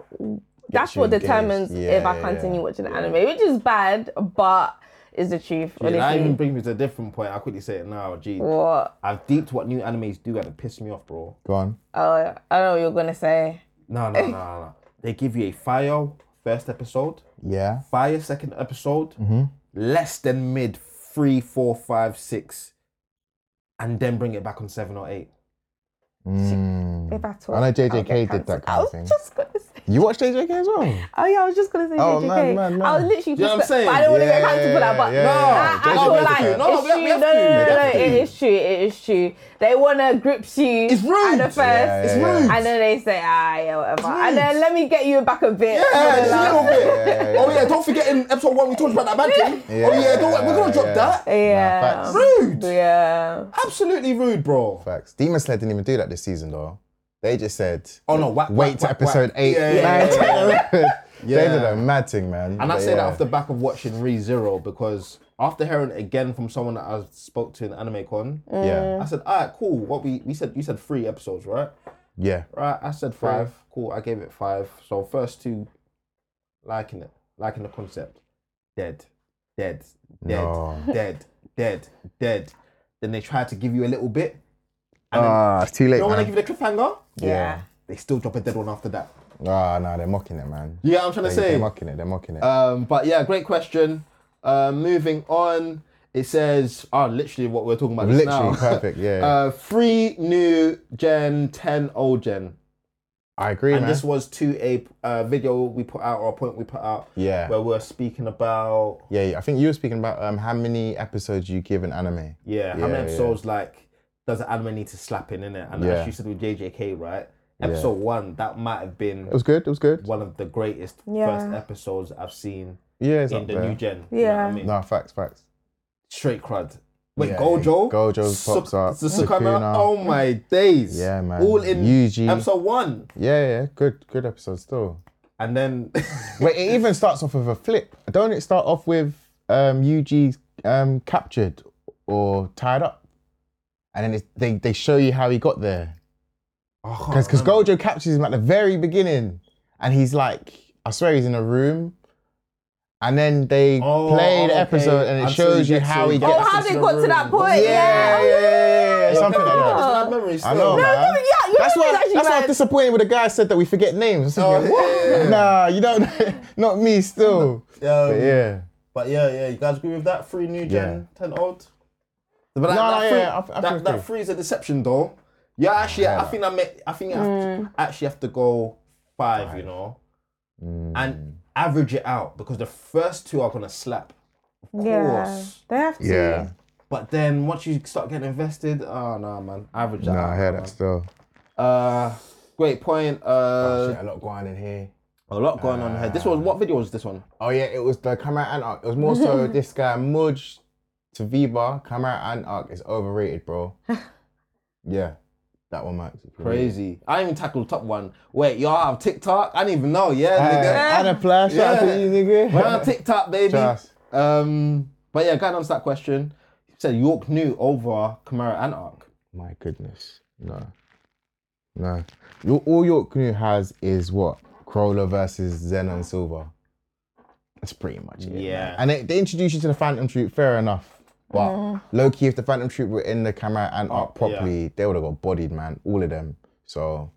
C: that's
A: you
C: what
A: engaged.
C: determines
A: Yeah,
C: if I
A: yeah, yeah.
C: continue watching anime, which is bad, but is the truth.
B: Yeah, that even
C: honestly.
B: brings me to a different point. I'll quickly say it now. Gee,
C: What?
B: I've deeped what new animes do and it pissed me off, bro.
A: Go on.
C: Oh, I know what you're gonna say.
B: No, no, no, no, no. They give you a fire first episode,
A: Yeah.
B: fire second episode, less than mid three, four, five, six, and then bring it back on seven or eight.
C: They battle.
A: I know JJK
C: I'll
A: did
C: get cancelled.
A: that kind
C: I
A: of
C: was
A: thing.
C: just gonna say.
A: Hmm. You watch JJK as well?
C: Oh yeah, I was just gonna say
A: Oh,
C: JJK.
A: man, man,
C: I was
A: man.
C: literally.
B: You know what I'm
C: just-
B: saying?
C: But I don't want to
A: Yeah,
C: get cancelled for that. But
A: yeah,
C: I, I
A: yeah.
C: feel
A: JJK
C: like
A: is
C: it's
A: good.
B: No, we have-
C: true.
B: we
C: No,
B: have
C: no,
B: to. We
C: no, no,
B: have to.
C: It is true. It is true. They wanna group shoot
B: It's rude.
C: at the first.
A: Yeah, yeah, It's yeah. rude.
C: And then they say, ah, yeah, whatever. And then let me get you back a bit.
B: Yeah, just a little bit.
A: Yeah, yeah, yeah.
B: Oh yeah, don't forget in episode one we talked about that bad thing. oh yeah, don't, we're gonna drop
A: yeah.
B: that.
C: Yeah.
A: facts.
B: Rude.
C: Yeah.
B: Absolutely rude, bro.
A: Facts. Demon Slayer didn't even do that this season though. They just said,
B: Oh no, whack,
A: wait
B: whack,
A: to
B: whack,
A: episode
B: whack.
A: eight.
B: Yeah, yeah,
A: nine,
B: yeah, yeah.
A: 10. They did
B: Yeah.
A: a mad thing, man.
B: And I
A: But
B: say
A: yeah.
B: that off the back of watching Re Zero because after hearing it again from someone that I spoke to in Anime Con,
A: Yeah.
B: I said, all right, cool. What we we said you said three episodes, right?
A: Yeah.
B: Right, I said five. Cool, I gave it five. So first two, liking it, liking the concept. Dead, dead, dead,
A: No.
B: dead, dead, dead. Then they try to give you a little bit. And then,
A: Ah, it's too late.
B: you know when they
A: man.
B: give you the cliffhanger?
A: Yeah.
B: They still drop a dead one after that.
A: Ah, no, they're mocking it, man.
B: You get what I'm trying to
A: They,
B: say?
A: they're mocking it. They're mocking it.
B: Um, but yeah, great question. Uh, moving on, it says, oh, literally what we're talking about. just
A: Literally,
B: now.
A: perfect, yeah, yeah.
B: uh, three new gen, ten old gen,
A: I agree,
B: and
A: man.
B: this was to a uh, video we put out or a point we put out.
A: Yeah.
B: Where we're speaking about
A: Yeah, yeah, I think you were speaking about um, how many episodes you give an anime.
B: yeah, how
A: Yeah,
B: many
A: yeah.
B: episodes like does the anime need to slap in in it? And
A: Yeah.
B: as you said with JJK, right? Episode one that might have been
A: It was good. It was good.
B: one of the greatest first
C: Yeah.
B: episodes I've seen
A: Yeah, it's
B: in
A: not
B: the
A: bad.
B: new gen. you know what I
C: Yeah.
B: mean?
A: No, facts, facts.
B: straight crud. Wait,
A: Yeah,
B: Gojo?
A: Gojo pops up, Sukuna.
B: Susukana, oh my days.
A: Yeah, man.
B: All in
A: Yuji.
B: episode one.
A: Yeah, yeah, good, good episode still.
B: And then,
A: Wait, it even starts off with a flip. Don't it start off with um, UG um, captured or tied up, and then it's, they they show you how he got there. Because because Gojo captures him at the very beginning, and he's like, I swear he's in a room, and then they
B: Oh,
A: play the
B: okay.
A: episode, and it
B: Until he
A: shows you
B: gets
A: how
B: to-
A: he
B: yeah.
A: gets.
C: Oh, how
B: It's
C: they
B: the
C: got to that
B: room.
A: yeah,
C: point?
A: yeah,
C: Yeah.
A: yeah, yeah, yeah, something like that.
B: Bad memories.
A: I know,
B: still.
A: man.
C: Yeah, your
A: That's why.
C: memory's actually
A: That's why I'm
C: bad.
A: disappointed when the guy said that we forget names. I was thinking,
B: Oh,
A: "What?
B: yeah.
A: Nah, you don't. not me. Still.
B: Um,
A: But yeah.
B: But yeah, yeah, you guys agree with that? Three new gen, 10 old? But that,
A: No,
B: that,
A: no,
B: three,
A: yeah, I- I
B: that,
A: think
B: that
A: agree.
B: three is a deception, though. Yeah, actually, I think I met, I think I have to, actually have to go five, you know,
A: Mm.
B: and average it out because the first two are gonna slap, of
C: Yeah.
B: course.
C: They have to.
A: Yeah.
B: But then once you start getting invested, oh no, man, average that.
A: Nah,
B: out,
A: I hear
B: man.
A: that still.
B: Uh, great point. Uh,
A: a lot going on in here.
B: a lot going on here. This was what video was this one?
A: Oh yeah, it was the Kamara Anarch. It was more so this guy Mudge to Viva. Kamara Anarch is overrated, bro. yeah, that one, Max.
B: Crazy. I didn't even tackle the top one. Wait, y'all have TikTok? I didn't even know. Yeah, nigga.
A: Hey, Anna Plash, shout out to
B: Yeah.
A: you, nigga.
B: We're on TikTok, baby.
A: Trust.
B: Um, but yeah, going on to that question, he said York knew over Kamara Anarch.
A: My goodness, no, no. Your, all York New has is what Crowler versus Zenon Silver. That's pretty much it. man.
B: Yeah.
A: and they, they introduce you to the Phantom Troop. Fair enough. But low key, if the Phantom Troop were in the camera and up
B: Oh, yeah.
A: properly, they would have got bodied, man. All of them. So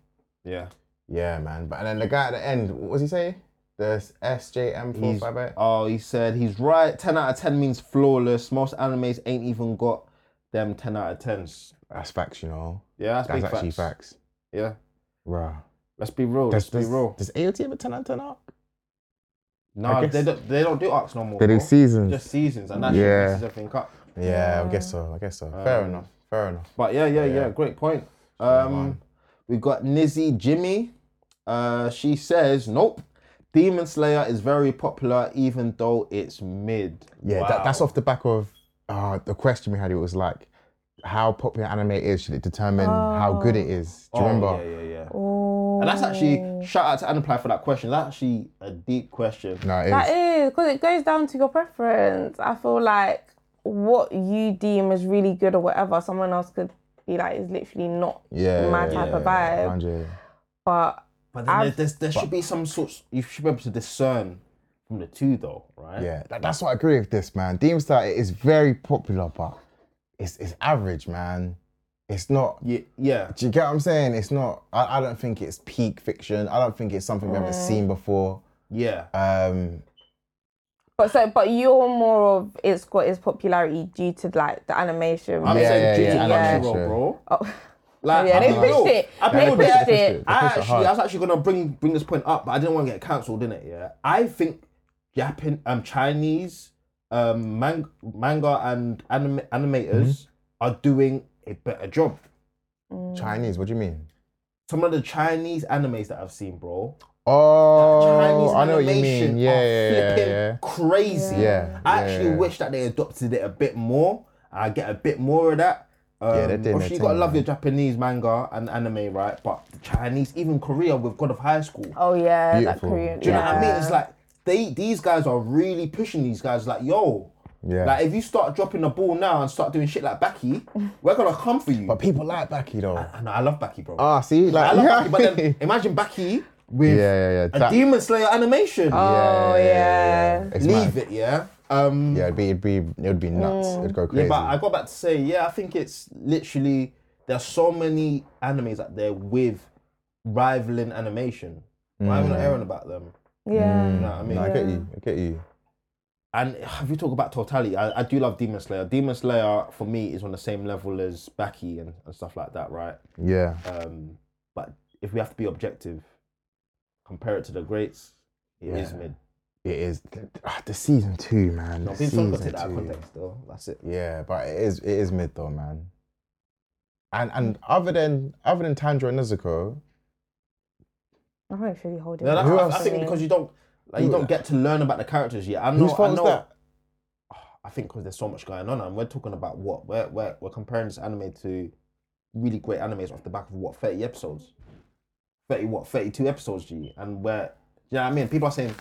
B: Yeah.
A: yeah, man. But and then the guy at the end, what was he say? The SJM four
B: He's-
A: five eight.
B: oh, he said he's right. Ten out of ten means flawless. Most animes ain't even got them ten out of tens.
A: Oh, That's facts, you know.
B: Yeah, that's,
A: That's
B: big
A: actually
B: facts.
A: facts.
B: Yeah,
A: Bruh.
B: let's be real.
A: Does,
B: Let's be
A: does,
B: real.
A: does AOT have a 10 out of 10 arc?
B: No,
A: guess-
B: they don't. They don't do arcs no more.
A: They do
B: bro.
A: seasons.
B: Just seasons, and that
A: Yeah.
B: yeah. everything up.
A: Yeah, I guess so. I guess
B: Um,
A: so. Fair enough. Fair enough.
B: But yeah, yeah, yeah, Great point. Um, we've got Nizzy Jimmy. Uh, she says, "Nope, Demon Slayer is very popular, even though it's mid."
A: Yeah, that, that's off the back of uh, the question we had. It was like, how popular anime is should it determine how good it is? Do you remember?
B: Oh, Yeah, yeah, yeah. And that's
C: Oh.
B: actually shout out to Aniply for that question. That's actually a deep question.
A: No, it
C: That
A: is.
C: is because it goes down to your preference. I feel like what you deem as really good or whatever, someone else could be like, is literally not
A: Yeah,
C: my
A: yeah,
C: type of
A: yeah,
C: vibe.
A: 100.
C: But
B: But then there,
C: I've-
B: there's, there should be some sorts. You should be able to discern from the two, though, right?
A: Yeah, that, that's what I agree with this man. Deemstar is very popular, but it's it's average, man. It's not.
B: Yeah. Yeah.
A: Do you get what I'm saying? It's not. I, I don't think it's peak fiction. I don't think it's something we haven't seen before.
B: Yeah.
A: Um,
C: But so, but you're more of it's got its popularity due to like the animation.
B: I'm
A: Yeah,
B: saying
A: yeah,
B: due to
A: yeah, I
B: Crunchyroll,
A: know, sure.
B: bro.
C: Oh.
B: Like,
C: yeah, they
B: I'm real.
C: pushed it.
B: I'm
C: They
B: real.
C: pushed
B: They pushed
C: it.
A: it.
B: I
A: pushed it
B: actually,
A: hard.
B: I was actually gonna bring bring this point up, but I didn't want to get cancelled, didn't it? Yeah, I think Japan, um, Chinese, um, man- manga and anime
A: Mm-hmm.
B: animators are doing a better job.
A: Mm. Chinese. What do you mean?
B: Some of the Chinese animes that I've seen, bro.
A: Oh,
B: Chinese
A: I know what you
B: animation
A: mean.
B: are
A: Yeah, yeah, yeah,
B: flipping
A: yeah.
B: crazy.
A: Yeah,
B: I
A: yeah,
B: actually
A: yeah.
B: wish that they adopted it a bit more. I get a bit more of that. Um,
A: they're doing their
B: obviously you gotta
A: thing,
B: love your
A: man.
B: Japanese manga and anime, right? But the Chinese, even Korea with God of High School.
C: Oh yeah, that
A: Beautiful.
C: Korean.
B: Do you know what I mean?
C: yeah.
B: It's like they these guys are really pushing these guys. Like yo,
A: Yeah.
B: Like if you start dropping the ball now and start doing shit like Becky, we're gonna come for you.
A: But people like Becky though.
B: I know I love Becky, bro.
A: Ah, see, like
B: I love
A: yeah.
B: Becky, but then imagine Becky
A: yeah,
B: with
A: yeah, yeah.
B: a
A: That-
B: Demon Slayer animation.
C: Oh yeah.
A: It's
B: Leave
A: mad.
B: it, yeah. Um,
A: Yeah, it'd be, it'd be, it'd be nuts. It'd go crazy.
B: Oh. Yeah, but I got back to say, yeah, I think it's literally there's so many animes out there with rivaling animation.
A: Mm.
B: Why am I not hearing about them?
C: Yeah.
B: You know what I mean?
A: No, I get you. I get you.
B: And if you talk about totality, I, I do love Demon Slayer. Demon Slayer for me is on the same level as Baki and, and stuff like that, right?
A: Yeah.
B: Um, but if we have to be objective, compare it to the greats, it is mid.
A: It is the, ah, the season two, man.
B: No,
A: the
B: people
A: season
B: don't take that out of
A: two.
B: context though. That's it.
A: Yeah, but it is it is mid though, man. And and other than other than Tanjiro and Nezuko,
C: I think it's really holding.
B: No,
C: back
B: that's,
A: Who
B: I,
A: else?
B: I think because you don't like, you
A: Who-
B: don't get to learn about the characters yet. I know.
A: whose fault
B: I
A: is
B: know,
A: that?
B: I think because there's so much going on, and we're talking about what we're, we're we're comparing this anime to really great animes off the back of what 30 episodes, 30 what 32 episodes, G, and where you know what I mean. People are saying,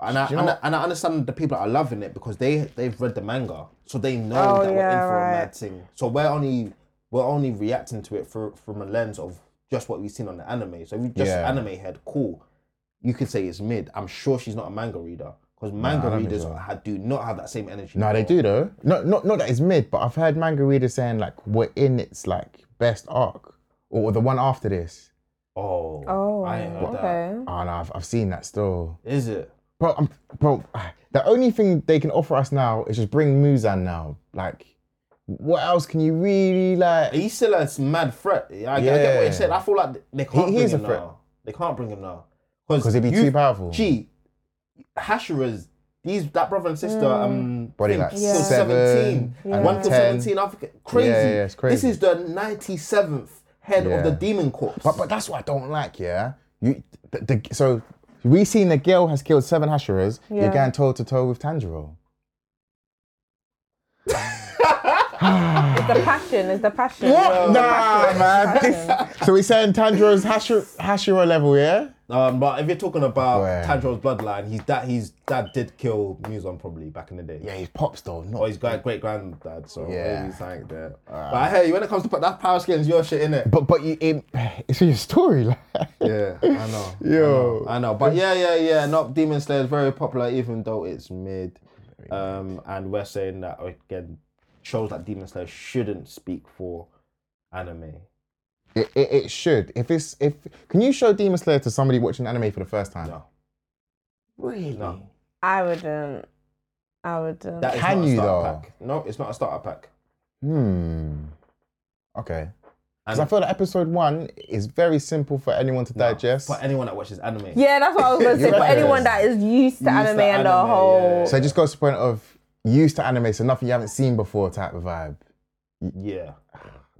B: and I,
A: Do you know
B: and, I
A: what-
B: and I understand the people are loving it because they they've read the manga, so they know
C: Oh,
B: that we're in
C: yeah,
B: for a
C: right.
B: mad thing. So we're only we're only reacting to it for, from a lens of just what we've seen on the anime. So if you just
A: Yeah.
B: anime head, cool you could say it's mid. I'm sure she's not a manga reader because manga
A: I don't think
B: readers
A: so.
B: ha- do not have that same energy.
A: No, they
B: bro.
A: do though. No, not not that it's mid, but I've heard manga readers saying like we're in its like best arc or the one after this.
B: Oh,
C: Oh.
B: I ain't heard
C: okay.
A: Oh no, I've, I've seen that still.
B: that. Is it?
A: Bro, I'm, bro, ah, the only thing they can offer us now is just bring Muzan now. Like, what else can you really like?
B: He's still a s- mad threat. I, I get what
A: Yeah.
B: you said. I feel like th- they can't
A: he
B: bring
A: is a
B: him
A: threat.
B: now. They can't bring him now
A: 'Cause he'd be
B: you-
A: too powerful.
B: Gee, Hashira's these that brother and sister.
C: Mm.
B: Um,
A: Body
B: thing,
A: like
B: still
A: seven
B: seventeen,
A: and
B: one to
A: 10.
B: seventeen. I forget. Crazy.
A: Yeah, yeah, it's crazy.
B: This is the ninety seventh head
A: Yeah.
B: of the demon corpse.
A: But but that's what I don't like, yeah. You the, the, so we seen the girl has killed seven Hashiras. You're
C: Yeah.
A: going toe to toe with Tanjiro.
C: It's the passion. It's the passion.
A: What? Nah, man. so we saying Tanjiro's Hashira, Hashira level, yeah?
B: Um, but if you're talking about
A: Where?
B: Tanjiro's bloodline, his dad, his dad did kill Muzan probably back in the day.
A: Yeah, he's pops though. Not
B: Or his great great granddad, so
A: Yeah.
B: yeah. he's like there. but I hear you when it comes to put that power skin's your shit in it.
A: but but you, it, it's your story, like.
B: Yeah, I know.
A: Yo.
B: I know. I know. But yeah, yeah, yeah. Not Demon Slayer is very popular, even though it's mid. Um, and we're saying that again, shows that Demon Slayer shouldn't speak for anime.
A: It, it, it should. If it's if can you show Demon Slayer to somebody watching anime for the first time?
B: No.
A: Really?
B: No.
C: I wouldn't. I wouldn't.
B: That is
A: Can
B: not a
A: you,
B: starter
A: though?
B: Pack. No, it's not a starter pack.
A: Hmm. Okay. Because
B: And-
A: I feel that episode one is very simple for anyone to digest.
B: For anyone that watches anime.
C: yeah, that's what I was gonna say.
A: You're
C: For
A: right.
C: anyone that is used to
B: Used to
C: anime and the
B: anime,
C: whole,
B: yeah.
A: So it just goes to the point of used to anime, so nothing you haven't seen before type of vibe.
B: Yeah.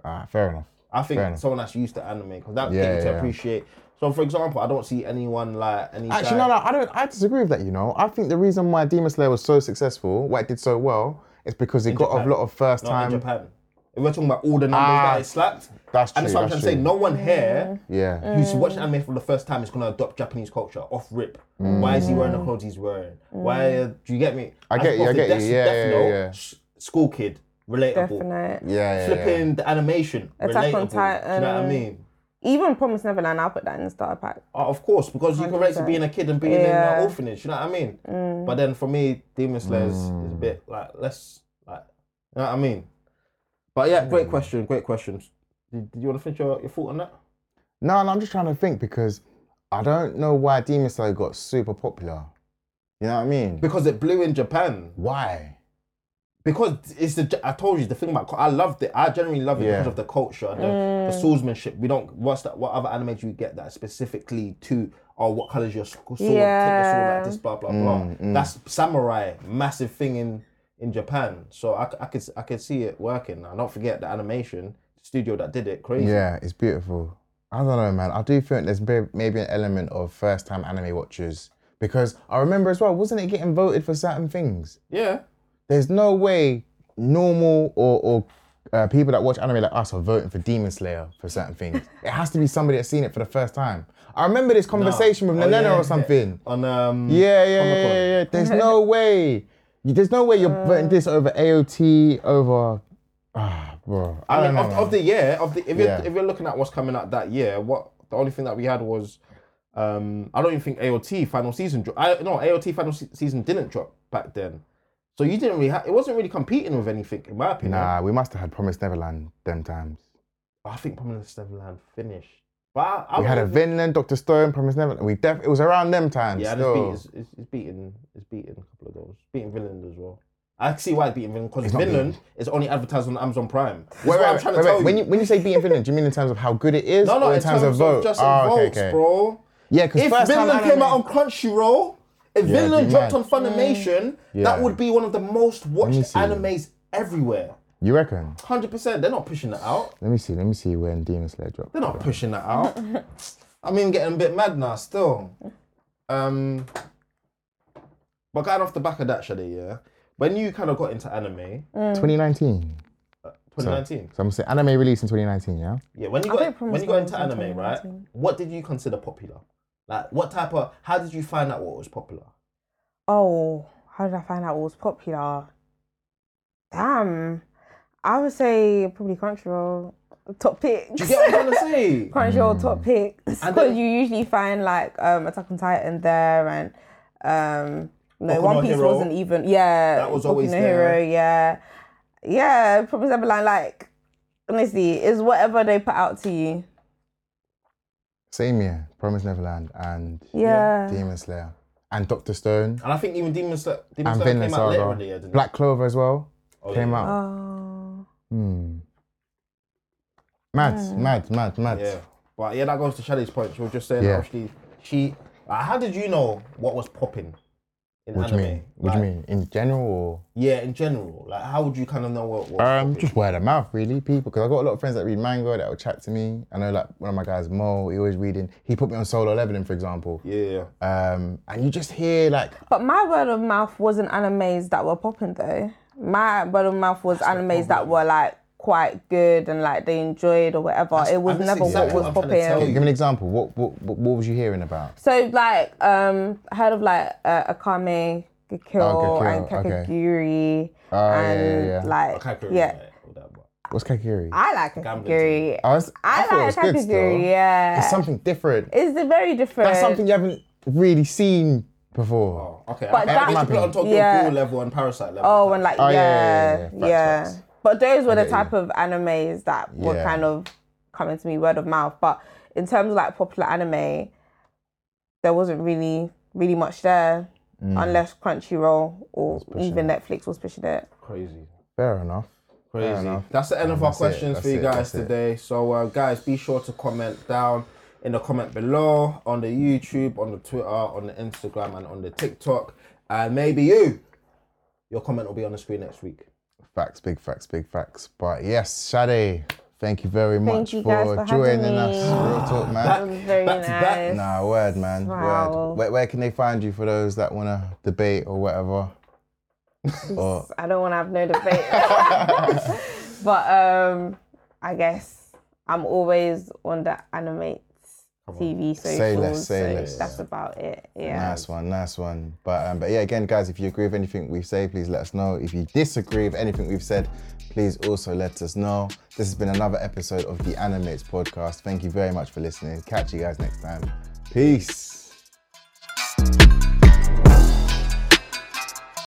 A: Ah, fair enough.
B: I think
A: Fair enough.
B: someone that's used to anime because that
A: Yeah,
B: thing to
A: yeah.
B: appreciate. So, for example, I don't see anyone like any.
A: Actually,
B: guy-
A: no, no, I don't. I disagree with that. You know, I think the reason why Demon Slayer was so successful, why it did so well, is because it got
B: Japan.
A: a lot of first
B: Not in
A: time.
B: Japan. If we're talking about all the numbers
A: Ah,
B: that it slapped,
A: that's
B: And that's
A: true,
B: what I'm trying
A: that's
B: to say.
A: true.
B: No one here
A: Yeah,
B: who's
C: Mm.
B: watched anime for the first time is gonna adopt Japanese culture off rip. Why is he wearing the clothes he's wearing? Why uh,
C: Mm.
B: do you get me?
A: Mm. I
B: As
A: get you, I
B: opposed to
A: get you. Yeah, yeah,
B: Note,
A: yeah.
B: s- school kid, relatable.
C: definite.
A: yeah, yeah. yeah.
B: Flipping the animation,
C: Attack on
B: relatable. Do you know what I
C: Titan.
B: mean?
C: Even Promise Neverland, I'll put that in the starter pack.
B: Oh, of course, because you can relate to
C: 100%.
B: being a kid and being in
C: Yeah.
B: an orphanage. You know what I mean? But then for me, Demon Slayer is- is a bit like less like. You know what I mean? But yeah, great question. Great questions. Did, did you want to finish your, your thought on that?
A: No, no, I'm just trying to think because I don't know why Demon Slayer got super popular. You know what I mean?
B: Because it blew in Japan.
A: Why?
B: Because it's the I told you the thing about I loved it. I generally love it because
A: Yeah.
B: of the culture and the, the swordsmanship. We don't what's that? What other anime do you get that specifically to? Or what colors your sw- sword? Take the sword
C: Yeah.
B: like this. Blah blah blah.
A: Mm,
B: That's samurai massive thing in in Japan. So I, c- I could s- I could see it working. And don't forget the animation studio that did it. Crazy.
A: Yeah, it's beautiful. I don't know, man. I do think there's may- maybe an element of first time anime watchers because I remember as well, wasn't it getting voted for certain things?
B: Yeah.
A: There's no way normal or, or uh, people that watch anime like us are voting for Demon Slayer for certain things. it has to be somebody that's seen it for the first time. I remember this conversation with
B: Oh,
A: Nanena
B: yeah, yeah.
A: or something.
B: On um.
A: Yeah, yeah, yeah,
B: Comic-Con.
A: yeah, yeah. There's no way. You- There's no way
B: Uh.
A: you're putting this over AOT over. Ah, bro. I,
B: I,
A: don't
B: mean,
A: know.
B: of,
A: man.
B: of the year, of the if you're
A: Yeah.
B: if you're looking at what's coming out that year, what the only thing that we had was, um, I don't even think AOT final season dropped. I no AOT final se- season didn't drop back then, so you didn't really ha- it wasn't really competing with anything in my opinion.
A: Nah, we must have had Promised Neverland them times.
B: I think Promised Neverland finished, but I, I
A: We had a
B: wouldn't-
A: Vinland, Doctor Stone, Promised Neverland. We def- it was around them times.
B: Yeah, and it's, beat,
A: still.
B: it's, it's, it's beaten it's beaten a couple of those, beating Vinland as well. I see why it's beating Vinland because
A: It's not
B: Vinland is only advertised on Amazon Prime. That's
A: Wait,
B: what
A: wait,
B: I'm
A: wait,
B: trying
A: wait,
B: to
A: wait.
B: tell
A: When
B: you.
A: you when you say beating Finland, do you mean in terms of how good it is,
B: No, no,
A: or
B: in, terms, of vote, just in
A: Ah, okay,
B: votes,
A: okay.
B: bro.
A: Yeah, 'cause
B: if
A: first time
B: Vinland came
A: anime-
B: out on Crunchyroll, if
A: Yeah,
B: Vinland
A: be
B: dropped on
A: mad.
B: Funimation, that
A: Yeah.
B: would be one of the most
A: me
B: watched
A: see.
B: animes everywhere.
A: You reckon?
B: Hundred percent. They're not pushing that out.
A: Let me see. Let me see when Demon Slayer dropped.
B: They're not pushing that out. I'm even getting a bit mad now. Still, um, but going off the back of that, Shadi, yeah. When you kind of got into anime,
A: 2019.
B: 2019.
A: Eh. So I'm saying anime release in 2019. Yeah.
B: Yeah, when you
C: think
B: got
C: Promised
B: when you got
C: Neverland
B: into
C: was in
B: anime, right?
C: 2019.
B: What did you consider popular? Like, what type of? How did you find out what was popular?
C: Oh, how did I find out what was popular? Damn. I would say probably Crunchyroll top picks.
B: Do you get what I'm trying to say?
C: Crunchyroll top picks
B: And
C: because
B: then-
C: you usually find like um, Attack on Titan there and um,
B: Boku
C: no
B: no
C: One Piece
B: Hero.
C: wasn't even yeah
B: That was
C: Boku
B: always
C: no
B: there.
C: Hero yeah yeah Promise Neverland like honestly is whatever they put out to you
A: Same year. Promised Neverland and
C: yeah
A: Demon Slayer and Doctor Stone
B: And I think even Demon Slayer, Demon
A: and
B: Slayer came
A: Vinland
B: out later in
A: Saga.
B: the year, didn't
A: Black Clover as well
B: Oh,
A: came
B: yeah.
A: out.
C: oh
A: Hmm. Mad, mad, mad, mad.
B: it? Yeah. But yeah, that goes to Shadi's point. She was just saying,
A: Yeah.
B: actually, she. Like, how did you know what was popping in
A: What do
B: anime?
A: you mean? What do
B: Like,
A: you mean? In general or?
B: Yeah, in general. Like, how would you kind of know what? what
A: Um, just word of mouth, really. People, because I've got a lot of friends that read manga that will chat to me. I know, like one of my guys, Mo, he always reading. He put me on Solo Leveling, for example.
B: yeah, yeah.
A: Um, and you just hear like,
C: but my word of mouth wasn't animes that were popping though my word of mouth was animes that were like quite good and like they enjoyed or whatever it was
B: and that's
C: never
B: exactly
C: what
B: what
C: was
B: I'm trying to tell
C: popping
B: you.
A: give me an example. What what what, what was you hearing about?
C: So like um I heard of like uh, Akame Gakure
A: Oh, Gakure,
C: and
A: okay.
C: Kakaguri
A: Oh yeah, yeah,
C: and
A: yeah.
C: like
B: I can't
C: yeah.
B: remember all that, but-
A: What's Kakiri?
C: I like
B: Gambling
C: Kakaguri.
A: I, was,
C: I,
A: thought it was
C: like
A: good still.
C: Kakaguri, yeah.
A: It's something different.
C: It's a very different
A: That's something you haven't really seen before.
B: Oh, okay.
C: But
B: I,
C: that-
B: I need to put it on Tokyo
C: Yeah.
B: Ghoul level and Parasite level.
C: Oh
B: type.
C: and like
A: Oh,
C: yeah,
A: yeah, yeah, yeah,
C: yeah.
A: yeah. Facts, facts.
C: But those were the
A: get you.
C: type of animes that were
A: Yeah.
C: kind of coming to me word of mouth. But in terms of like popular anime, there wasn't really really much there.
A: Mm.
C: Unless Crunchyroll or even Netflix was pushing it.
B: crazy.
A: Fair enough.
B: Crazy.
A: enough.
B: That's the end of our
A: That's it,
B: questions for
A: that's
B: you
A: it,
B: guys
A: that's it.
B: today. So, uh, guys, be sure to comment down in the comment below on the YouTube, on the Twitter, on the Instagram, and on the TikTok. And maybe you, your comment will be on the screen next week.
A: Facts, big facts, big facts. But yes, Shade, thank you very much
C: you guys
A: for,
C: for having
A: joining us.
C: me.
A: Real talk, man.
C: That was very
B: back to back.
C: nice.
A: Nah, word, man.
C: Wow.
A: Word. Where, where can they find you for those that want to debate or whatever? or,
C: I don't want to have no debate. but um, I guess I'm always on the animate TV, socials.
A: Say less, say
C: so
A: less.
C: That's about it. Yeah.
A: Nice one, nice one. But um, but yeah, again, guys, if you agree with anything we've said, please let us know. If you disagree with anything we've said, please also let us know. This has been another episode of the Animates Podcast. Thank you very much for listening. Catch you guys next time. Peace.